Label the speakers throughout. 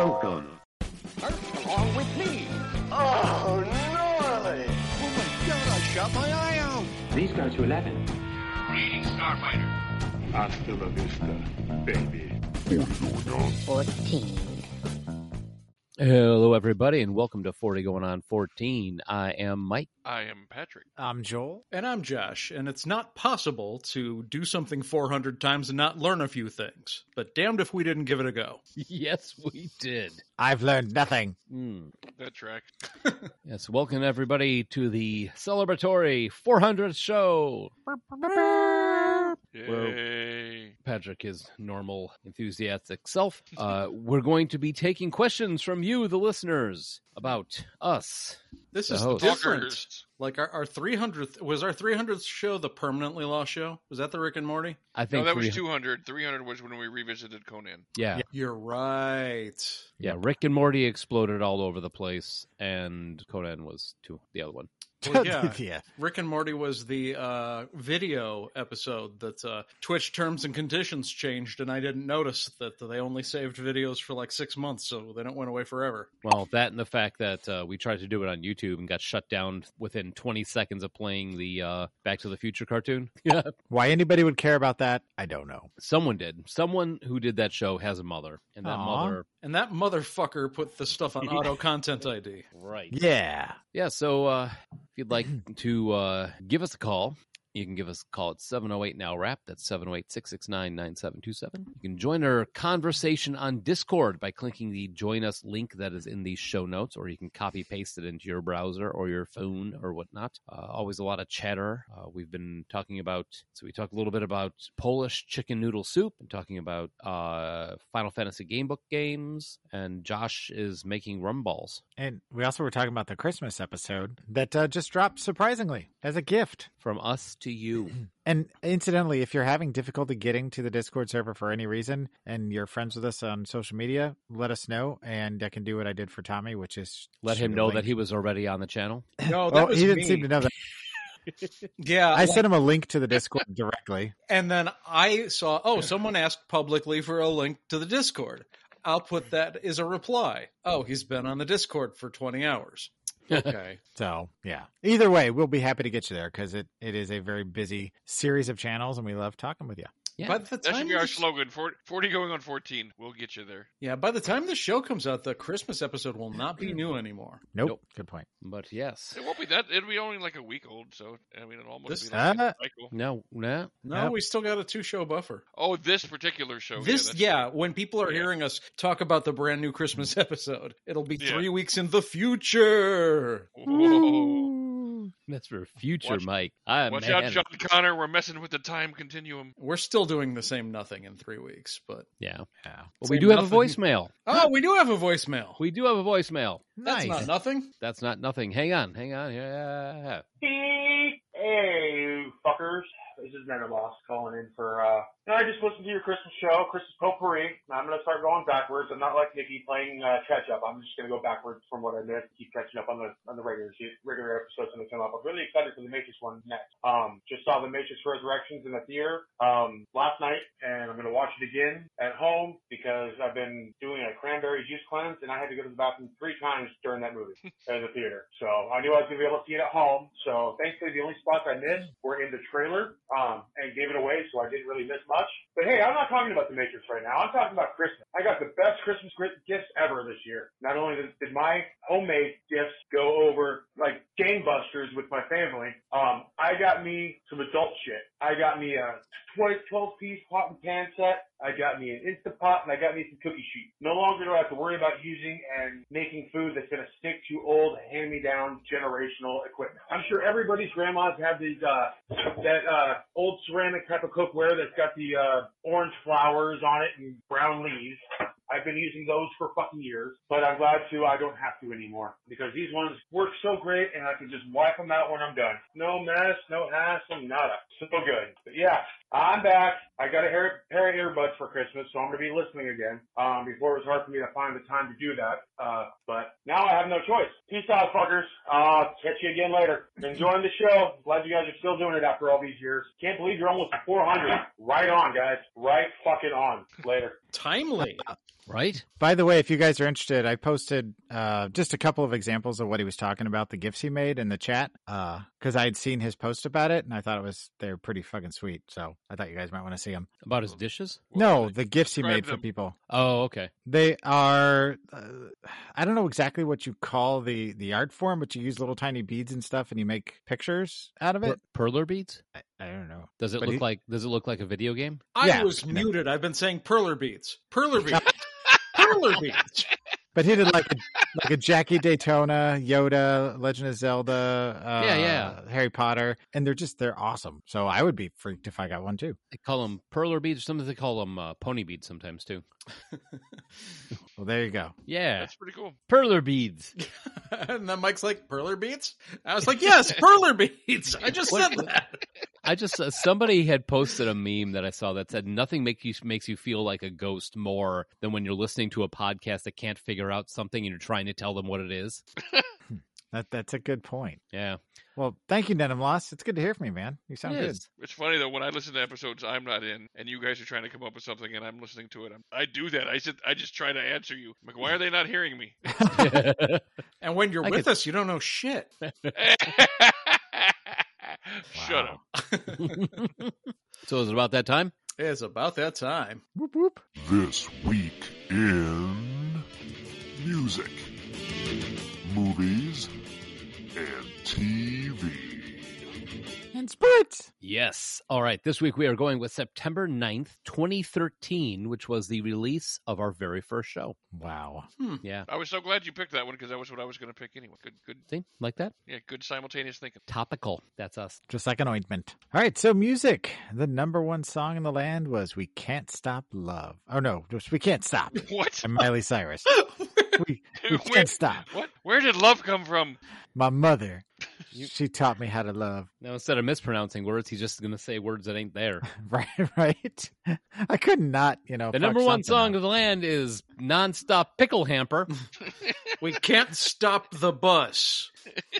Speaker 1: Welcome.
Speaker 2: Earth along with me.
Speaker 3: Oh, gnarly!
Speaker 2: Oh my god, I shot my eye out.
Speaker 4: These go to 11.
Speaker 5: Reading Starfighter.
Speaker 6: Hasta la vista, baby.
Speaker 7: 14.
Speaker 8: Hello, everybody, and welcome to 40 Going On 14. I am Mike.
Speaker 9: I am Patrick.
Speaker 10: I'm Joel.
Speaker 11: And I'm Josh. And it's not possible to do something 400 times and not learn a few things. But damned if we didn't give it a go.
Speaker 8: yes, we did.
Speaker 10: I've learned nothing.
Speaker 8: Mm.
Speaker 9: That track.
Speaker 8: yes, welcome, everybody, to the celebratory 400th show.
Speaker 9: Yay.
Speaker 8: Patrick is normal, enthusiastic self. Uh, we're going to be taking questions from you, the listeners, about us.
Speaker 11: This
Speaker 8: The
Speaker 11: is
Speaker 8: host.
Speaker 11: different.
Speaker 9: Talkers.
Speaker 11: Like our, our 300th, was our 300th show the permanently lost show? Was that the Rick and Morty?
Speaker 8: I
Speaker 9: No,
Speaker 8: think
Speaker 9: that
Speaker 8: we-
Speaker 9: was 200. 300 was when we revisited Conan.
Speaker 8: Yeah, yeah,
Speaker 10: Yeah.
Speaker 11: You're right.
Speaker 8: Rick and Morty exploded all over the place, and Conan was too the other one.
Speaker 11: Well, yeah.
Speaker 10: yeah.
Speaker 11: Rick and Morty was the uh, video episode that uh, Twitch terms and conditions changed, and I didn't notice that they only saved videos for like six months, so they don't went away forever.
Speaker 8: Well, that and the fact that uh, we tried to do it on YouTube and got shut down within 20 seconds of playing the uh, Back to the Future cartoon. Yeah,
Speaker 10: Why anybody would care about that, I don't know.
Speaker 8: someone did. Someone who did that show has a mother, and that
Speaker 10: Aw.
Speaker 8: mother,
Speaker 11: And that motherfucker put the stuff on auto content ID.
Speaker 8: right?
Speaker 10: Yeah.
Speaker 8: Yeah, so uh, if you'd like to uh, give us a call, you can give us a call at 708 Now Rap. That's 708 669 9727. You can join our conversation on Discord by clicking the Join Us link that is in the show notes, or you can copy paste it into your browser or your phone or whatnot. Uh, always a lot of chatter. Uh, we've been talking about, so we talked a little bit about Polish chicken noodle soup and talking about uh, Final Fantasy game book games, and Josh is making rum balls.
Speaker 10: And we also were talking about the Christmas episode that uh, just dropped surprisingly as a gift.
Speaker 8: From us to you.
Speaker 10: And incidentally, if you're having difficulty getting to the Discord server for any reason and you're friends with us on social media, let us know. And I can do what I did for Tommy, which is
Speaker 8: let him
Speaker 10: shoot a
Speaker 8: know
Speaker 10: link.
Speaker 8: that he was already on the channel.
Speaker 11: No, that
Speaker 10: Oh,
Speaker 11: was
Speaker 10: he didn't
Speaker 11: me.
Speaker 10: seem to know that.
Speaker 11: Yeah,
Speaker 10: I sent him a link to the Discord directly.
Speaker 11: And then I saw, oh, someone asked publicly for a link to the Discord. I'll put that as a reply. Oh, he's been on the Discord for 20 hours. Okay.
Speaker 10: So yeah. Either way, we'll be happy to get you there because it, it is a very busy series of channels, and we love talking with you.
Speaker 8: Yeah.
Speaker 11: By the
Speaker 9: That
Speaker 11: time
Speaker 9: should be our
Speaker 11: this-
Speaker 9: slogan. 40, 40 going on 14. We'll get you there.
Speaker 11: Yeah, by the time the show comes out, the Christmas episode will not be new anymore.
Speaker 10: Nope.
Speaker 8: Nope.
Speaker 10: Good point.
Speaker 8: But yes.
Speaker 9: It won't be that. It'll be only like a week old, so I mean, it'll almost
Speaker 11: This-
Speaker 9: be like
Speaker 10: uh,
Speaker 9: a cycle.
Speaker 8: No, no.
Speaker 11: No,
Speaker 10: Yep.
Speaker 11: we still got a two show buffer.
Speaker 9: Oh, this particular show.
Speaker 11: this,
Speaker 9: yeah,
Speaker 11: yeah, when people are hearing us talk about the brand new Christmas episode, it'll be
Speaker 9: Yeah.
Speaker 11: three weeks in the future.
Speaker 9: that's- Whoa.
Speaker 8: That's for future
Speaker 9: Watch-
Speaker 8: Mike. I
Speaker 9: Watch
Speaker 8: man.
Speaker 9: out, John Connor. We're messing with the time continuum.
Speaker 11: We're still doing the same nothing in three weeks, but
Speaker 8: Yeah.
Speaker 10: Yeah.
Speaker 8: Well, we
Speaker 11: Say
Speaker 8: do have a
Speaker 11: nothing.
Speaker 8: voicemail.
Speaker 11: oh, we do have a voicemail.
Speaker 8: We do have a voicemail.
Speaker 11: That's not nothing.
Speaker 8: That's not nothing. Hang on. Hang on. Yeah.
Speaker 12: Hey, fuckers. This is Never Lost calling in for, uh, no, I just listened to your Christmas show, Christmas Potpourri. Now I'm gonna start going backwards. I'm not like Nikki playing, uh, catch up. I'm just gonna go backwards from what I missed and keep catching up on the, on the regular, se- regular episodes when they come up. I'm really excited for the Matrix one next. Um, just saw the Matrix Resurrections in the theater, um, last night and I'm gonna watch it again at home because I've been doing a cranberry juice cleanse and I had to go to the bathroom three times during that movie at the theater. So I knew I was gonna be able to see it at home. So thankfully the only spots I missed were in the trailer, um, and gave it away so I didn't really miss much. But hey, I'm not talking about the Matrix right now. I'm talking about Christmas. I got the best Christmas gri- gifts ever this year. Not only did, did my homemade gifts go over like gangbusters with my family, um, I got me some adult shit. I got me a 20, 12 piece pot and pan set. I got me an Instapot and I got me some cookie sheets. No longer do I have to worry about using and making food that's going to stick to old, hand-me-down, generational equipment. I'm sure everybody's grandmas have these, uh, that, uh, old ceramic type of cookware that's got the, uh, orange flowers on it and brown leaves. I've been using those for fucking years, but I'm glad to. I don't have to anymore because these ones work so great, and I can just wipe them out when I'm done. No mess, no hassle, nada. So good. But yeah, I'm back. I got a hair, pair of earbuds for Christmas, so I'm gonna be listening again. Um, before it was hard for me to find the time to do that. Uh, but Now I have no choice. Peace out, fuckers. Uh, catch you again later. Enjoying the show. Glad you guys are still doing it after all these years. Can't believe you're almost at 400. Right on, guys. Right fucking on. Later.
Speaker 11: Timely.
Speaker 8: Right?
Speaker 10: By the way, if you guys are interested, I posted uh, just a couple of examples of what he was talking about, the gifts he made in the chat, because I had seen his post about it, and I thought it was they're pretty fucking sweet. So I thought you guys might want to see them.
Speaker 8: About his dishes?
Speaker 10: No, the gifts he made for
Speaker 9: them.
Speaker 10: people.
Speaker 8: Oh, okay.
Speaker 10: They are, uh, I don't know exactly what you call the the art form, but you use little tiny beads and stuff, and you make pictures out of
Speaker 8: Per-
Speaker 10: it.
Speaker 8: perler beads?
Speaker 10: I, I don't know.
Speaker 8: Does it
Speaker 10: But
Speaker 8: look
Speaker 10: he-
Speaker 8: like does it look like a video game?
Speaker 11: I
Speaker 10: Yeah.
Speaker 11: was muted. I've been saying perler beats. Perler beats. perler beats.
Speaker 10: But he did like a, like a Jackie Daytona, Yoda, Legend of Zelda, uh,
Speaker 8: Yeah, yeah.
Speaker 10: Harry Potter, and they're just they're awesome. So I would be freaked if I got one too.
Speaker 8: They call them perler beads. Sometimes they call them uh, pony beads. Sometimes too.
Speaker 10: Well, there you go.
Speaker 8: Yeah,
Speaker 9: That's pretty cool.
Speaker 8: perler beads.
Speaker 11: and then Mike's like, perler beats? I was like, yes, perler beats. I just said that.
Speaker 8: I just uh, somebody had posted a meme that I saw that said nothing makes you makes you feel like a ghost more than when you're listening to a podcast that can't figure out something and you're trying to tell them what it is.
Speaker 10: That that's a good point.
Speaker 8: Yeah,
Speaker 10: Well, thank you, Denim Loss. It's good to hear from you, man. You sound
Speaker 8: It
Speaker 10: good.
Speaker 8: is.
Speaker 9: It's funny though when I listen to episodes I'm not in, and you guys are trying to come up with something, and I'm listening to it. I'm, I do that. I sit, I just try to answer you. I'm like, why are they not hearing me?
Speaker 11: And when you're
Speaker 8: I
Speaker 11: with
Speaker 8: could-
Speaker 11: us, you don't know shit.
Speaker 9: Shut up.
Speaker 8: so is it about that time?
Speaker 11: It's about that time.
Speaker 10: Whoop, whoop.
Speaker 6: This week in music, movies, and TV.
Speaker 10: And sports.
Speaker 8: Yes. All right. This week we are going with September 9th, 2013, which was the release of our very first show.
Speaker 10: Wow.
Speaker 8: Yeah.
Speaker 9: I was so glad you picked that one because that was what I was going to pick anyway. Good, good,
Speaker 8: See, like that?
Speaker 9: yeah, good simultaneous thinking.
Speaker 8: Topical. That's us.
Speaker 10: Just like an ointment. All right. So, music. The number one song in the land was We Can't Stop Love. Oh, no. Just We Can't Stop.
Speaker 9: What?
Speaker 10: And Miley Cyrus. we, we
Speaker 9: Where-
Speaker 10: can't stop.
Speaker 9: What? Where did love come from?
Speaker 10: My mother. She taught me how to love.
Speaker 8: Now, instead of mispronouncing words, he's just going to say words that ain't there.
Speaker 10: Right, right. I could not, you know.
Speaker 8: The
Speaker 10: fuck
Speaker 8: number one
Speaker 10: something
Speaker 8: song
Speaker 10: up.
Speaker 8: of the land is Nonstop Pickle Hamper.
Speaker 11: We can't stop the bus.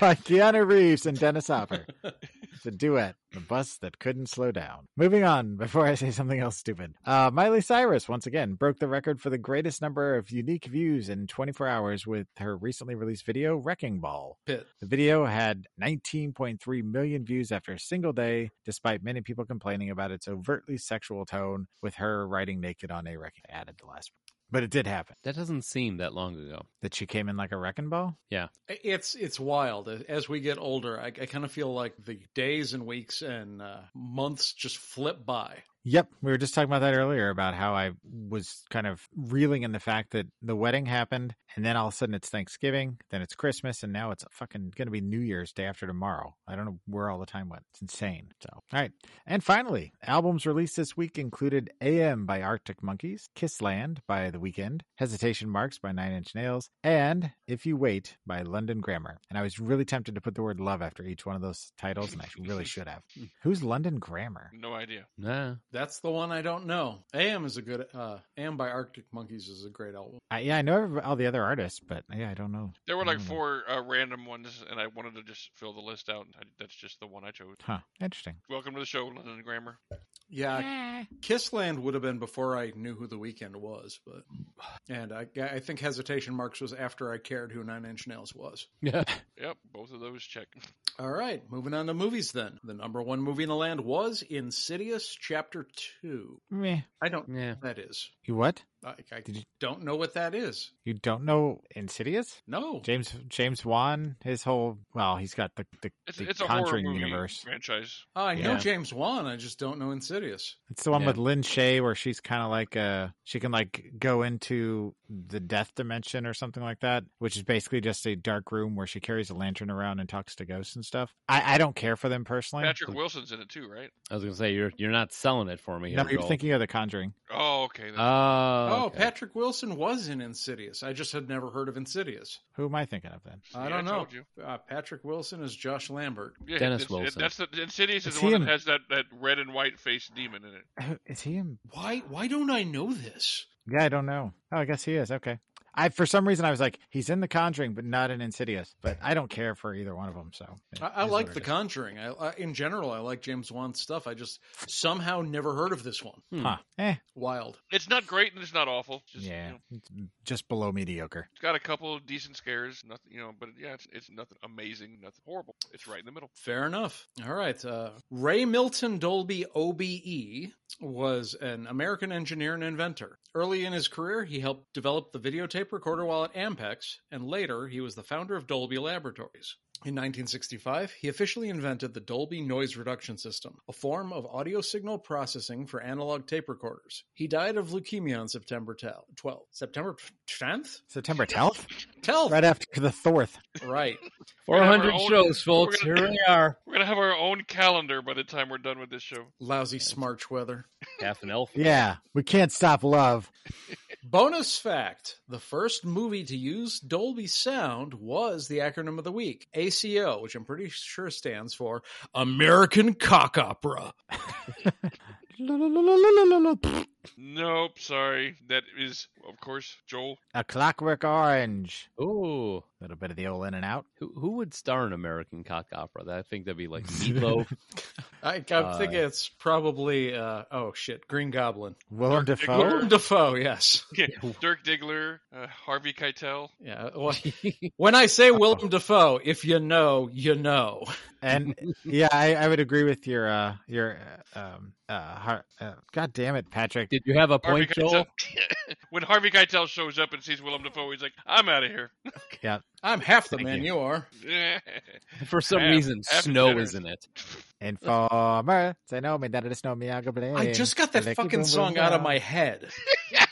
Speaker 10: by Keanu Reeves and Dennis Hopper. It's a duet, the bus that couldn't slow down. Moving on, before I say something else stupid, uh, Miley Cyrus once again broke the record for the greatest number of unique views in 24 hours with her recently released video, Wrecking Ball.
Speaker 11: Pit.
Speaker 10: The video had 19.3 million views after a single day, despite many people complaining about its overtly sexual tone, with her riding naked on a wrecking. I added the last, but it did happen
Speaker 8: That doesn't seem that long ago.
Speaker 10: that she came in like a wrecking ball.
Speaker 11: It's it's wild. As we get older, I, I kind of feel like the days and weeks and uh, months just flip by.
Speaker 10: Yep, we were just talking about that earlier about how I was kind of reeling in the fact that the wedding happened, and then all of a sudden it's Thanksgiving, then it's Christmas, and now it's fucking going to be New Year's day after tomorrow. I don't know where all the time went. It's insane. So, all right, and finally, albums released this week included "AM" by Arctic Monkeys, "Kiss Land" by The Weeknd, "Hesitation Marks" by Nine Inch Nails, and "If You Wait" by London Grammar. And I was really tempted to put the word "love" after each one of those titles, and I really should have. Who's London Grammar?
Speaker 9: No idea.
Speaker 8: Nah.
Speaker 11: That's the one I don't know. AM is a good. Uh, AM by Arctic Monkeys is a great album.
Speaker 10: I, yeah, I know everyb- all the other artists, but yeah, I don't know.
Speaker 9: There were
Speaker 10: I
Speaker 9: like
Speaker 10: don't know.
Speaker 9: four uh, random ones, and I wanted to just fill the list out. And I, that's just the one I chose.
Speaker 10: Huh? Interesting.
Speaker 9: Welcome to the show, London Grammar.
Speaker 10: Uh,
Speaker 11: Yeah, Kissland would have been before I knew who the Weekend was, but and I, I think Hesitation Marks was after I cared who Nine Inch Nails was.
Speaker 8: Yeah.
Speaker 9: Yep, both of those check.
Speaker 11: All right, moving on to movies then. The number one movie in the land was Insidious Chapter Two.
Speaker 10: Meh.
Speaker 11: I don't know
Speaker 8: Yeah.
Speaker 11: what that is.
Speaker 10: You what?
Speaker 11: I, I
Speaker 10: Did you-
Speaker 11: don't know what that is.
Speaker 10: You don't know Insidious?
Speaker 11: No,
Speaker 10: James James Wan, his whole well, he's got the the,
Speaker 9: It's,
Speaker 10: the
Speaker 9: it's a horror
Speaker 10: Conjuring
Speaker 9: movie
Speaker 10: universe.
Speaker 9: franchise.
Speaker 11: Ah, I know
Speaker 8: Yeah.
Speaker 11: James Wan. I just don't know Insidious.
Speaker 10: It's the one
Speaker 8: Yeah.
Speaker 10: with Lynn Shay where she's kind of like uh she can like go into the death dimension or something like that, which is basically just a dark room where she carries a lantern around and talks to ghosts and stuff. I, I don't care for them personally.
Speaker 9: Patrick Wilson's in it too, right?
Speaker 8: I was going to say, you're you're not selling it for me.
Speaker 10: no,
Speaker 8: here,
Speaker 10: you're
Speaker 8: Joel.
Speaker 10: thinking of the Conjuring.
Speaker 9: Oh, okay. that's-
Speaker 8: Oh,
Speaker 11: Oh,
Speaker 8: okay.
Speaker 11: Patrick Wilson was in Insidious. I just had never heard of Insidious.
Speaker 10: Who am I thinking of then?
Speaker 11: I
Speaker 9: Yeah,
Speaker 11: don't
Speaker 9: I
Speaker 11: know.
Speaker 9: told you.
Speaker 11: Uh, Patrick Wilson is Josh Lambert.
Speaker 9: yeah,
Speaker 8: Dennis
Speaker 9: it's- it-
Speaker 8: Wilson.
Speaker 9: that's the Insidious is,
Speaker 10: Is
Speaker 9: the
Speaker 10: he
Speaker 9: one
Speaker 10: in-
Speaker 9: that has that, that red and white faced demon in it.
Speaker 10: Is he in
Speaker 11: Why? Why don't I know this?
Speaker 10: Yeah, I don't know. Oh, I guess he is. Okay. I for some reason I was like, he's in The Conjuring, but not in Insidious. But I don't care for either one of them. So it
Speaker 11: I, I
Speaker 10: is
Speaker 11: like
Speaker 10: what
Speaker 11: The
Speaker 10: it is.
Speaker 11: Conjuring. I, I, in general, I like James Wan stuff. I just somehow never heard of this one.
Speaker 10: Huh? Eh?
Speaker 11: Wild.
Speaker 9: It's not great and it's not awful. It's just,
Speaker 10: yeah,
Speaker 9: you know,
Speaker 10: it's just below mediocre.
Speaker 9: it's got a couple of decent scares. Nothing, you know, but yeah, it's, it's nothing amazing, nothing horrible. It's right in the middle.
Speaker 11: Fair enough. All right. Uh, Ray Milton Dolby OBE was an American engineer and inventor. Early in his career, he helped develop the videotape recorder while at Ampex, and later, he was the founder of Dolby Laboratories. In 1965, he officially invented the Dolby Noise Reduction System, a form of audio signal processing for analog tape recorders. He died of leukemia on September 12th. September 10th?
Speaker 10: September 10th,
Speaker 11: 12th!
Speaker 10: right after the Thorth.
Speaker 11: right.
Speaker 9: We're gonna have our
Speaker 8: 400
Speaker 9: own-
Speaker 8: shows, folks.
Speaker 9: we're
Speaker 8: Here
Speaker 9: gonna-
Speaker 8: we are.
Speaker 9: We're gonna have our own calendar by the time we're done with this show.
Speaker 11: Lousy smarch weather.
Speaker 8: Half an elf.
Speaker 10: Yeah, we can't stop love.
Speaker 11: Bonus fact the first movie to use Dolby Sound was the acronym of the week, ACO, which I'm pretty sure stands for American Cock Opera.
Speaker 9: Nope, sorry. That is, of course, Joel.
Speaker 10: A Clockwork Orange.
Speaker 8: Ooh.
Speaker 10: A little bit of the old in and out.
Speaker 8: Who, who would star in American Cock Opera? That, I think that'd be like Meatloaf.
Speaker 11: I, I'm
Speaker 8: Uh,
Speaker 11: thinking it's probably, uh, oh shit, Green Goblin.
Speaker 10: Willem
Speaker 9: Diggler.
Speaker 10: Dafoe.
Speaker 11: Willem Dafoe, yes.
Speaker 9: Yeah, Dirk Diggler, uh, Harvey Keitel.
Speaker 11: Yeah. Well, when I say Willem Dafoe, if you know, you know.
Speaker 10: And yeah, I, I would agree with your uh your uh, um uh, har- uh God damn it, Patrick.
Speaker 8: Did you have a
Speaker 9: Harvey
Speaker 8: point, Joel?
Speaker 9: Keitel- when Harvey Keitel shows up and sees Willem Dafoe, he's like, "I'm out of here."
Speaker 11: I'm half the
Speaker 10: Thank
Speaker 11: man
Speaker 10: you.
Speaker 11: you are.
Speaker 8: For some
Speaker 9: Half-
Speaker 8: reason,
Speaker 9: half
Speaker 8: snow
Speaker 9: dinner.
Speaker 8: is in it.
Speaker 10: Informer, say no me that it is no me
Speaker 11: uh,
Speaker 8: Oh,
Speaker 11: I just got that fucking song out of my head.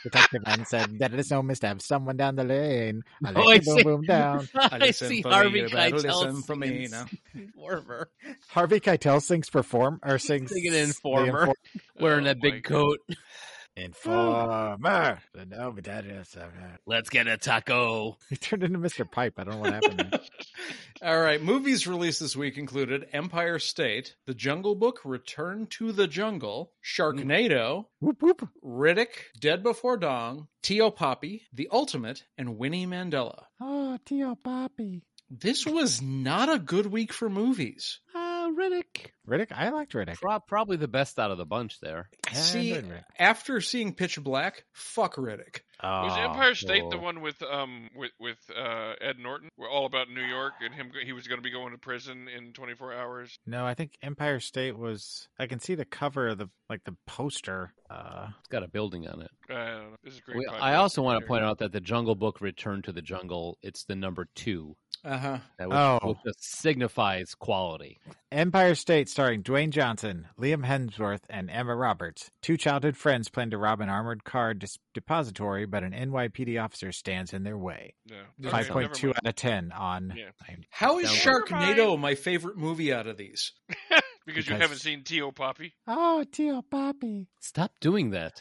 Speaker 10: detective and said that it is no misstep. Someone down the lane. I
Speaker 8: Oh,
Speaker 10: like
Speaker 8: I
Speaker 10: boom
Speaker 8: see.
Speaker 10: boom down.
Speaker 8: I
Speaker 11: listen
Speaker 8: see
Speaker 11: for
Speaker 8: Harvey
Speaker 11: you, but
Speaker 8: Keitel
Speaker 11: listen for me,
Speaker 8: singing
Speaker 11: you know.
Speaker 8: Informer.
Speaker 10: Harvey Keitel sings perform or sings
Speaker 8: Singing
Speaker 10: the
Speaker 8: Informer.
Speaker 10: Infor-
Speaker 8: Wearing
Speaker 9: Oh
Speaker 8: that
Speaker 9: my
Speaker 8: big coat.
Speaker 10: Informer. Say no me that is. uh, uh."
Speaker 8: Let's get a taco.
Speaker 10: He turned into Mr. Pipe. I don't know what happened. there.
Speaker 11: All right, movies released this week included Empire State, The Jungle Book, Return to the Jungle, Sharknado,
Speaker 10: Mm. whoop whoop.
Speaker 11: Riddick, Dead Before Dawn, Tio Poppy, The Ultimate, and Winnie Mandela.
Speaker 10: Oh, Tio Poppy.
Speaker 11: This was not a good week for movies.
Speaker 8: Uh, Riddick.
Speaker 10: Riddick, I liked Riddick.
Speaker 8: Pro- probably the best out of the bunch there.
Speaker 10: I
Speaker 11: See,
Speaker 10: enjoyed Riddick.
Speaker 11: after seeing Pitch Black, fuck Riddick.
Speaker 9: Was
Speaker 10: Oh,
Speaker 9: Empire State the
Speaker 10: cool.
Speaker 9: one with um with with uh, Ed Norton? We're all about New York and him. He was going to be going to prison in 24 hours.
Speaker 10: No, I think Empire State was. I can see the cover of the like the poster. Uh,
Speaker 8: It's got a building on it.
Speaker 9: I don't know. This is a great.
Speaker 8: We-
Speaker 9: podcast
Speaker 8: I also
Speaker 9: right
Speaker 8: want to
Speaker 9: here.
Speaker 8: point out that the Jungle Book Return to the Jungle, it's the number two.
Speaker 11: Uh huh.
Speaker 8: That which,
Speaker 10: Oh.
Speaker 8: which just signifies quality.
Speaker 10: Empire State, starring Dwayne Johnson, Liam Hemsworth, and Emma Roberts. Two childhood friends plan to rob an armored car dis- depository, but an NYPD officer stands in their way.
Speaker 9: No.
Speaker 8: Okay,
Speaker 10: Five point two
Speaker 9: never
Speaker 10: out of ten on.
Speaker 9: Yeah.
Speaker 11: How is
Speaker 8: Never
Speaker 11: Sharknado my favorite movie out of these?
Speaker 9: mind. because you
Speaker 10: Because-
Speaker 9: haven't seen T.O. Poppy.
Speaker 10: Oh, Tio Poppy.
Speaker 8: Stop doing that.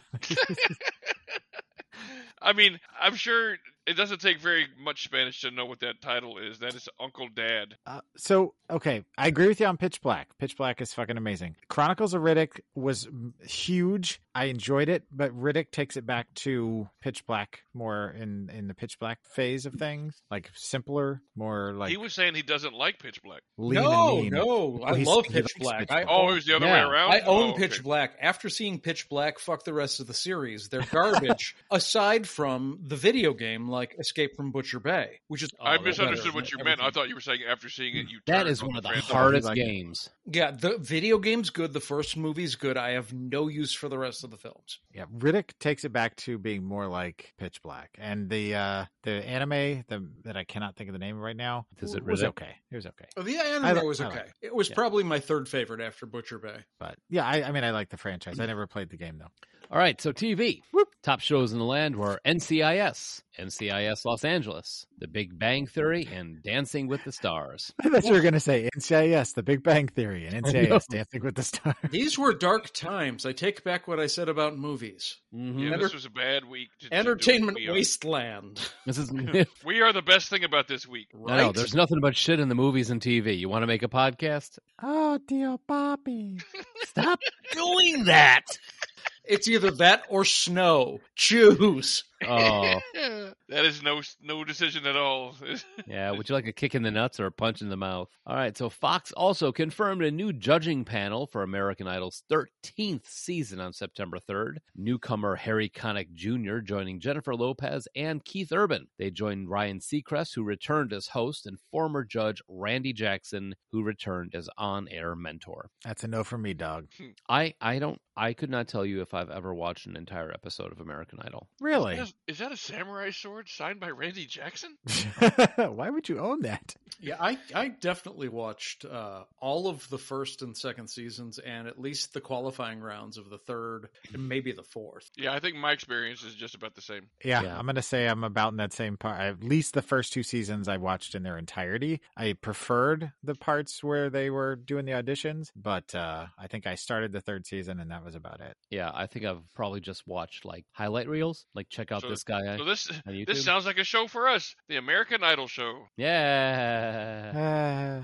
Speaker 9: I mean, I'm sure it doesn't take very much Spanish to know what that title is. That is Uncle Dad.
Speaker 10: Uh, so okay, I agree with you on Pitch Black. Pitch Black is fucking amazing. Chronicles of Riddick was m- huge. I enjoyed it, but Riddick takes it back to Pitch Black more in in the Pitch Black phase of things, like simpler, more like
Speaker 9: he was saying he doesn't like Pitch Black.
Speaker 10: lean
Speaker 11: no,
Speaker 10: and mean.
Speaker 11: no, I
Speaker 10: Oh, He's-
Speaker 11: love
Speaker 10: he
Speaker 11: Pitch
Speaker 10: likes
Speaker 11: Black.
Speaker 10: Pitch
Speaker 11: I
Speaker 10: Black.
Speaker 9: Oh, it was the other
Speaker 10: Yeah.
Speaker 9: way around.
Speaker 11: I
Speaker 9: Oh,
Speaker 11: own
Speaker 9: okay.
Speaker 11: Pitch Black. After seeing Pitch Black, fuck the rest of the series. They're garbage, aside from the video game like Escape from Butcher Bay, which Oh, is
Speaker 9: I
Speaker 11: all
Speaker 9: misunderstood
Speaker 11: better.
Speaker 9: what you meant. I thought you were saying after seeing it, you.
Speaker 8: That
Speaker 9: turned
Speaker 8: is
Speaker 9: on
Speaker 8: one of the
Speaker 9: franchise.
Speaker 8: hardest
Speaker 10: Like-
Speaker 8: games.
Speaker 11: Yeah, the video game's good. The first movie's good. I have no use for the rest of the films.
Speaker 10: Yeah, Riddick takes it back to being more like Pitch Black, and the uh the anime the, that I cannot think of the name right now
Speaker 8: Is it
Speaker 10: was
Speaker 8: Riddick?
Speaker 10: okay. It was okay,
Speaker 11: Oh, The anime
Speaker 10: I like-
Speaker 11: was
Speaker 10: I
Speaker 11: okay.
Speaker 10: like
Speaker 11: It was
Speaker 10: Yeah.
Speaker 11: probably my third favorite after Butcher Bay.
Speaker 10: but yeah, I, I mean, I like the franchise. I never played the game though.
Speaker 8: All right, so TV. Top shows in the land were NCIS, NCIS Los Angeles, The Big Bang Theory, and Dancing with the Stars.
Speaker 10: I thought you were going to say NCIS, The Big Bang Theory, and
Speaker 8: know.
Speaker 10: NCIS Dancing with the Stars.
Speaker 11: These were dark times. I take back what I said about movies.
Speaker 8: Mhm.
Speaker 9: Yeah,
Speaker 11: Enter-
Speaker 9: this was a bad week. to- to do what
Speaker 11: Entertainment
Speaker 9: we are.
Speaker 11: wasteland.
Speaker 8: This is
Speaker 9: We are the best thing about this week.
Speaker 8: no,
Speaker 11: Right?
Speaker 8: no, there's nothing but shit in the movies and TV. You want to make a podcast?
Speaker 10: Oh, dear Bobby.
Speaker 8: Stop doing that.
Speaker 11: It's either that or snow. Choose.
Speaker 8: Oh,
Speaker 9: that That is no no decision at all.
Speaker 8: yeah, would you like a kick in the nuts or a punch in the mouth? All right, so Fox also confirmed a new judging panel for American Idol's 13th season on September 3rd. Newcomer Harry Connick Jr. joining Jennifer Lopez and Keith Urban. They joined Ryan Seacrest, who returned as host, and former judge Randy Jackson, who returned as on air mentor.
Speaker 10: That's a no for me, dog.
Speaker 8: I, I don't, I could not tell you if I've ever watched an entire episode of American Idol.
Speaker 10: Really?
Speaker 9: Is, is that a samurai sword signed by Randy Jackson?
Speaker 10: Why would you own that?
Speaker 11: Yeah, I, I definitely watched uh, all of the first and second seasons and at least the qualifying rounds of the third and maybe the fourth.
Speaker 9: Yeah, I think my experience is just about the same.
Speaker 10: Yeah, I'm going to say I'm about in that same part. At least the first two seasons I watched in their entirety. I preferred the parts where they were doing the auditions, but uh, I think I started the third season and that was about it.
Speaker 8: Yeah, I think I've probably just watched like highlight reels. Like, check out
Speaker 9: So-
Speaker 8: this guy.
Speaker 9: So this
Speaker 8: on YouTube.
Speaker 9: this sounds like a show for us, the American Idol show.
Speaker 8: yeah.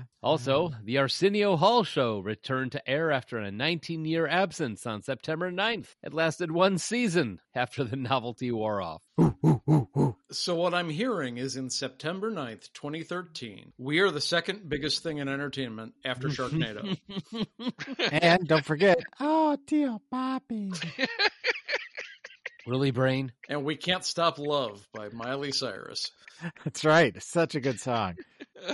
Speaker 10: Uh,
Speaker 8: Also, the Arsenio Hall Show returned to air after a 19 year absence on September 9th. It lasted one season after the novelty wore off.
Speaker 11: So, what I'm hearing is in September 9th, 2013, we are the second biggest thing in entertainment after Sharknado.
Speaker 10: and don't forget, oh, dear Bobby.
Speaker 8: Really, Brain?
Speaker 11: and We Can't Stop Love by Miley Cyrus.
Speaker 10: That's right. Such a good song.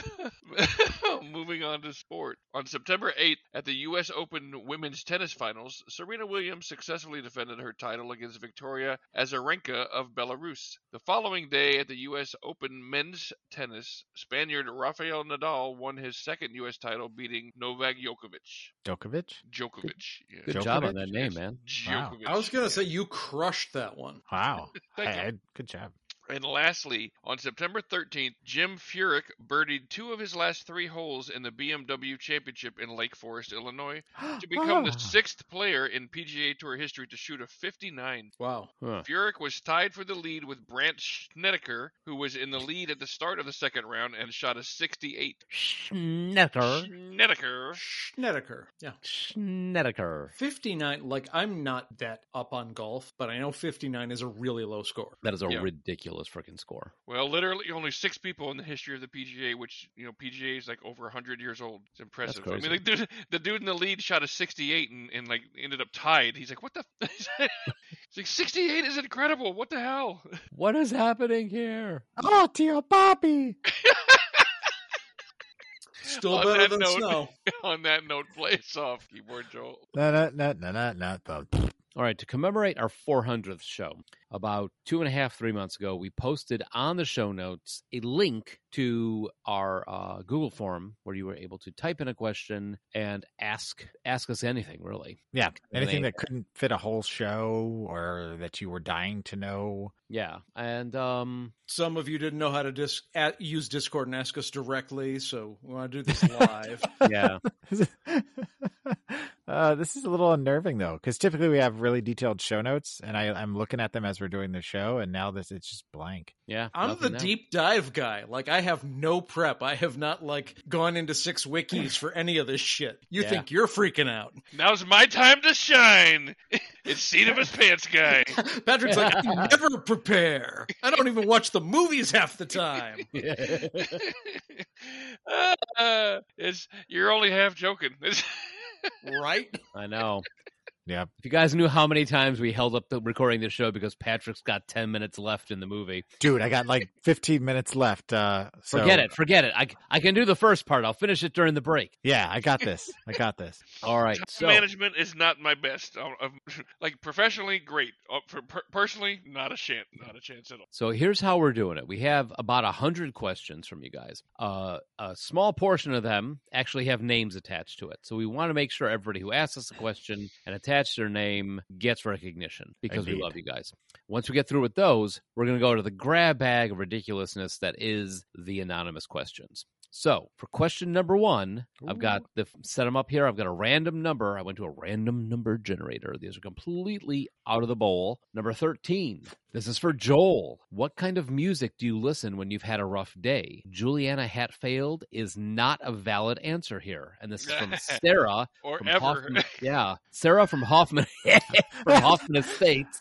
Speaker 9: Moving on to sport. On September 8th, at the U.S. Open women's tennis finals, Serena Williams successfully defended her title against Victoria Azarenka of Belarus. The following day, at the U.S. Open men's tennis, Spaniard Rafael Nadal won his second U.S. title, beating Novak Djokovic.
Speaker 10: Djokovic.
Speaker 9: Djokovic. Yeah.
Speaker 8: Good job
Speaker 10: Djokovic?
Speaker 8: on that name, man.
Speaker 10: Wow.
Speaker 9: Djokovic.
Speaker 11: I was going to say you crushed that one.
Speaker 10: Wow.
Speaker 9: Thank
Speaker 10: Hey,
Speaker 9: you.
Speaker 10: good job.
Speaker 9: And lastly, on September 13th, Jim Furyk birdied two of his last three holes in the BMW Championship in Lake Forest, Illinois, to become the
Speaker 10: Ah.
Speaker 9: sixth player in PGA Tour history to shoot a 59.
Speaker 11: Wow.
Speaker 8: Huh.
Speaker 9: Furyk was tied for the lead with Brant Schnedeker, who was in the lead at the start of the second round and shot a 68.
Speaker 8: Schnecker.
Speaker 9: Schnedeker.
Speaker 11: Schnedeker. Yeah.
Speaker 8: Schnedeker.
Speaker 11: 59, like, I'm not that up on golf, but I know 59 is a really low score.
Speaker 8: That is a
Speaker 9: Yeah.
Speaker 8: ridiculous freaking score.
Speaker 9: Well, literally only six people in the history of the PGA, which you know PGA is like over 100 years old. It's impressive. I mean,
Speaker 8: crazy.
Speaker 9: like, dude, the dude in the lead shot a 68 and, and like ended up tied. He's like, "What the?" F-? He's like, "68 is incredible. What the hell?"
Speaker 8: What is happening here?
Speaker 10: Oh, dear Bobby.
Speaker 11: Still
Speaker 9: On
Speaker 11: better
Speaker 9: that
Speaker 11: than
Speaker 9: note-
Speaker 11: snow.
Speaker 9: On that note, play us off, keyboard Joel.
Speaker 10: No, no, no, no, no, no. the-
Speaker 8: All right, to commemorate our 400th show, about two and a half, three months ago, we posted on the show notes a link to our uh, Google form where you were able to type in a question and ask ask us anything, really.
Speaker 10: Yeah. Anything
Speaker 8: they-
Speaker 10: that couldn't fit a whole show or that you were dying to know.
Speaker 8: Yeah, and um,
Speaker 11: Some of you didn't know how to dis- at, use Discord and ask us directly, so we want to do this live.
Speaker 8: yeah,
Speaker 10: uh, this is a little unnerving though, because typically we have really detailed show notes, and I, I'm looking at them as we're doing the show, and now this it's just blank.
Speaker 8: yeah.
Speaker 11: I'm
Speaker 8: nothing
Speaker 11: the
Speaker 8: there.
Speaker 11: deep dive guy. Like I have no prep. I have not like gone into six wikis for any of this shit. You
Speaker 8: Yeah.
Speaker 11: think you're freaking out.
Speaker 9: Now's my time to shine. it's seat of his pants guy.
Speaker 11: Patrick's like, I never prepare. I don't even watch the movies half the time.
Speaker 9: uh, it's you're only half joking.
Speaker 11: Right?
Speaker 8: I know.
Speaker 10: Yep.
Speaker 8: If you guys knew how many times we held up the recording this show because Patrick's got 10 minutes left in the movie.
Speaker 10: Dude, I got like 15 minutes left. Uh, so,
Speaker 8: Forget it. Forget it. I, I can do the first part. I'll finish it during the break.
Speaker 10: Yeah, I got this. I got this.
Speaker 8: All right.
Speaker 9: Time
Speaker 8: So,
Speaker 9: management is not my best. Uh, of- like professionally, great. Uh, for per- personally, not a chance. Not a chance at all.
Speaker 8: So here's how we're doing it. We have about a hundred questions from you guys. Uh, a small portion of them actually have names attached to it. So we want to make sure everybody who asks us a question and attached their name gets recognition because we
Speaker 10: Indeed.
Speaker 8: love you guys. Once we get through with those, we're going to go to the grab bag of ridiculousness that is the anonymous questions. So for question number one, I've got the set them up here. I've got a random number. I went to a random number generator. These are completely out of the bowl. Number 13. This is for Joel. What kind of music do you listen when you've had a rough day? Juliana Hatfield is not a valid answer here. And this is from Sarah.
Speaker 9: Or
Speaker 8: from
Speaker 9: ever.
Speaker 8: Hoffman- yeah. Sarah from Hoffman from Hoffman Estates.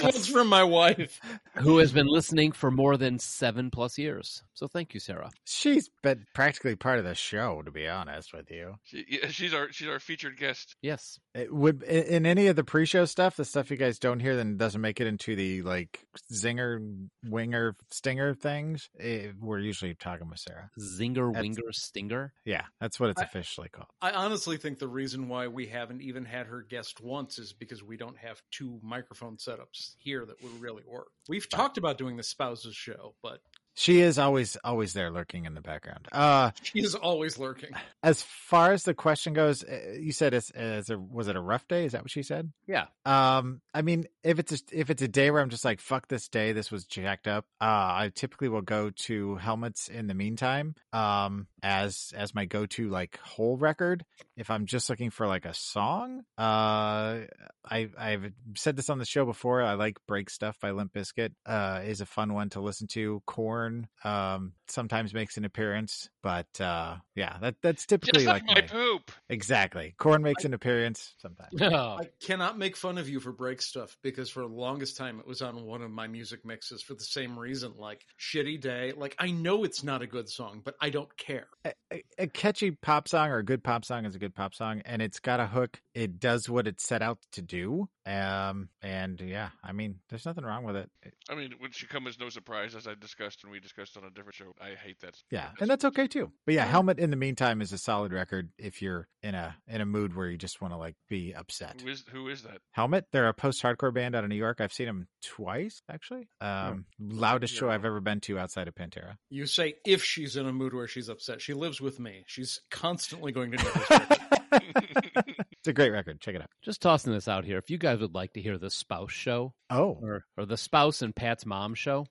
Speaker 11: That's from my wife.
Speaker 8: who has been listening for more than seven plus years. So thank you, Sarah.
Speaker 10: She's been practically part of the show, to be honest with you.
Speaker 9: She, yeah, she's our she's our featured guest.
Speaker 8: Yes.
Speaker 10: It would in- in any of the pre-show stuff, the stuff you guys don't hear, then doesn't make it into the like zinger, winger, stinger things. eh, we're usually talking with Sarah.
Speaker 8: Zinger,
Speaker 10: That's-
Speaker 8: winger, stinger.
Speaker 10: Yeah, that's what it's
Speaker 11: I-
Speaker 10: officially called.
Speaker 11: I honestly think the reason why we haven't even had her guest once is because we don't have two microphone setups here that would really work. We've talked about doing the spouses show, but
Speaker 10: She is always always there, lurking in the background. Uh,
Speaker 11: she is always lurking.
Speaker 10: as far as the question goes, eh, you said it's, as a was it a rough day? Is that what she said?
Speaker 8: Yeah.
Speaker 10: Um, I mean, if it's a, if it's a day where I'm just like, fuck this day, this was jacked up. Uh, I typically will go to helmets in the meantime. Um, as as my go to like whole record. If I'm just looking for like a song, uh, I I've said this on the show before. I like Break Stuff by Limp Bizkit. Uh, is a fun one to listen to. Corn, um, sometimes makes an appearance, but uh, yeah, that that's typically
Speaker 9: Just like
Speaker 10: like
Speaker 9: my
Speaker 10: my-
Speaker 9: poop.
Speaker 10: exactly. Corn makes an appearance sometimes.
Speaker 11: I cannot make fun of you for break stuff because for the longest time it was on one of my music mixes for the same reason. Like, shitty day. Like, I know it's not a good song, but I don't care.
Speaker 10: a, a- a catchy pop song or a good pop song is a good pop song and it's got a hook it does what it's set out to do um and yeah i mean there's nothing wrong with it
Speaker 9: I mean, would should come as no surprise, as I discussed and we discussed on a different show. I hate that.
Speaker 10: yeah and that's okay too but yeah helmet in the meantime is a solid record if you're in a in a mood where you just want to like be upset
Speaker 9: Who is who is that?
Speaker 10: helmet they're a post-hardcore band out of new york i've seen them twice actually um loudest show i've ever been to outside of pantera
Speaker 11: You say if she's in a mood where she's upset. She lives with me. She's constantly going to know
Speaker 10: it's a great record check it out
Speaker 8: Just tossing this out here. If you guys would like to hear the spouse show
Speaker 10: oh
Speaker 8: or, or the spouse and Pat's mom show,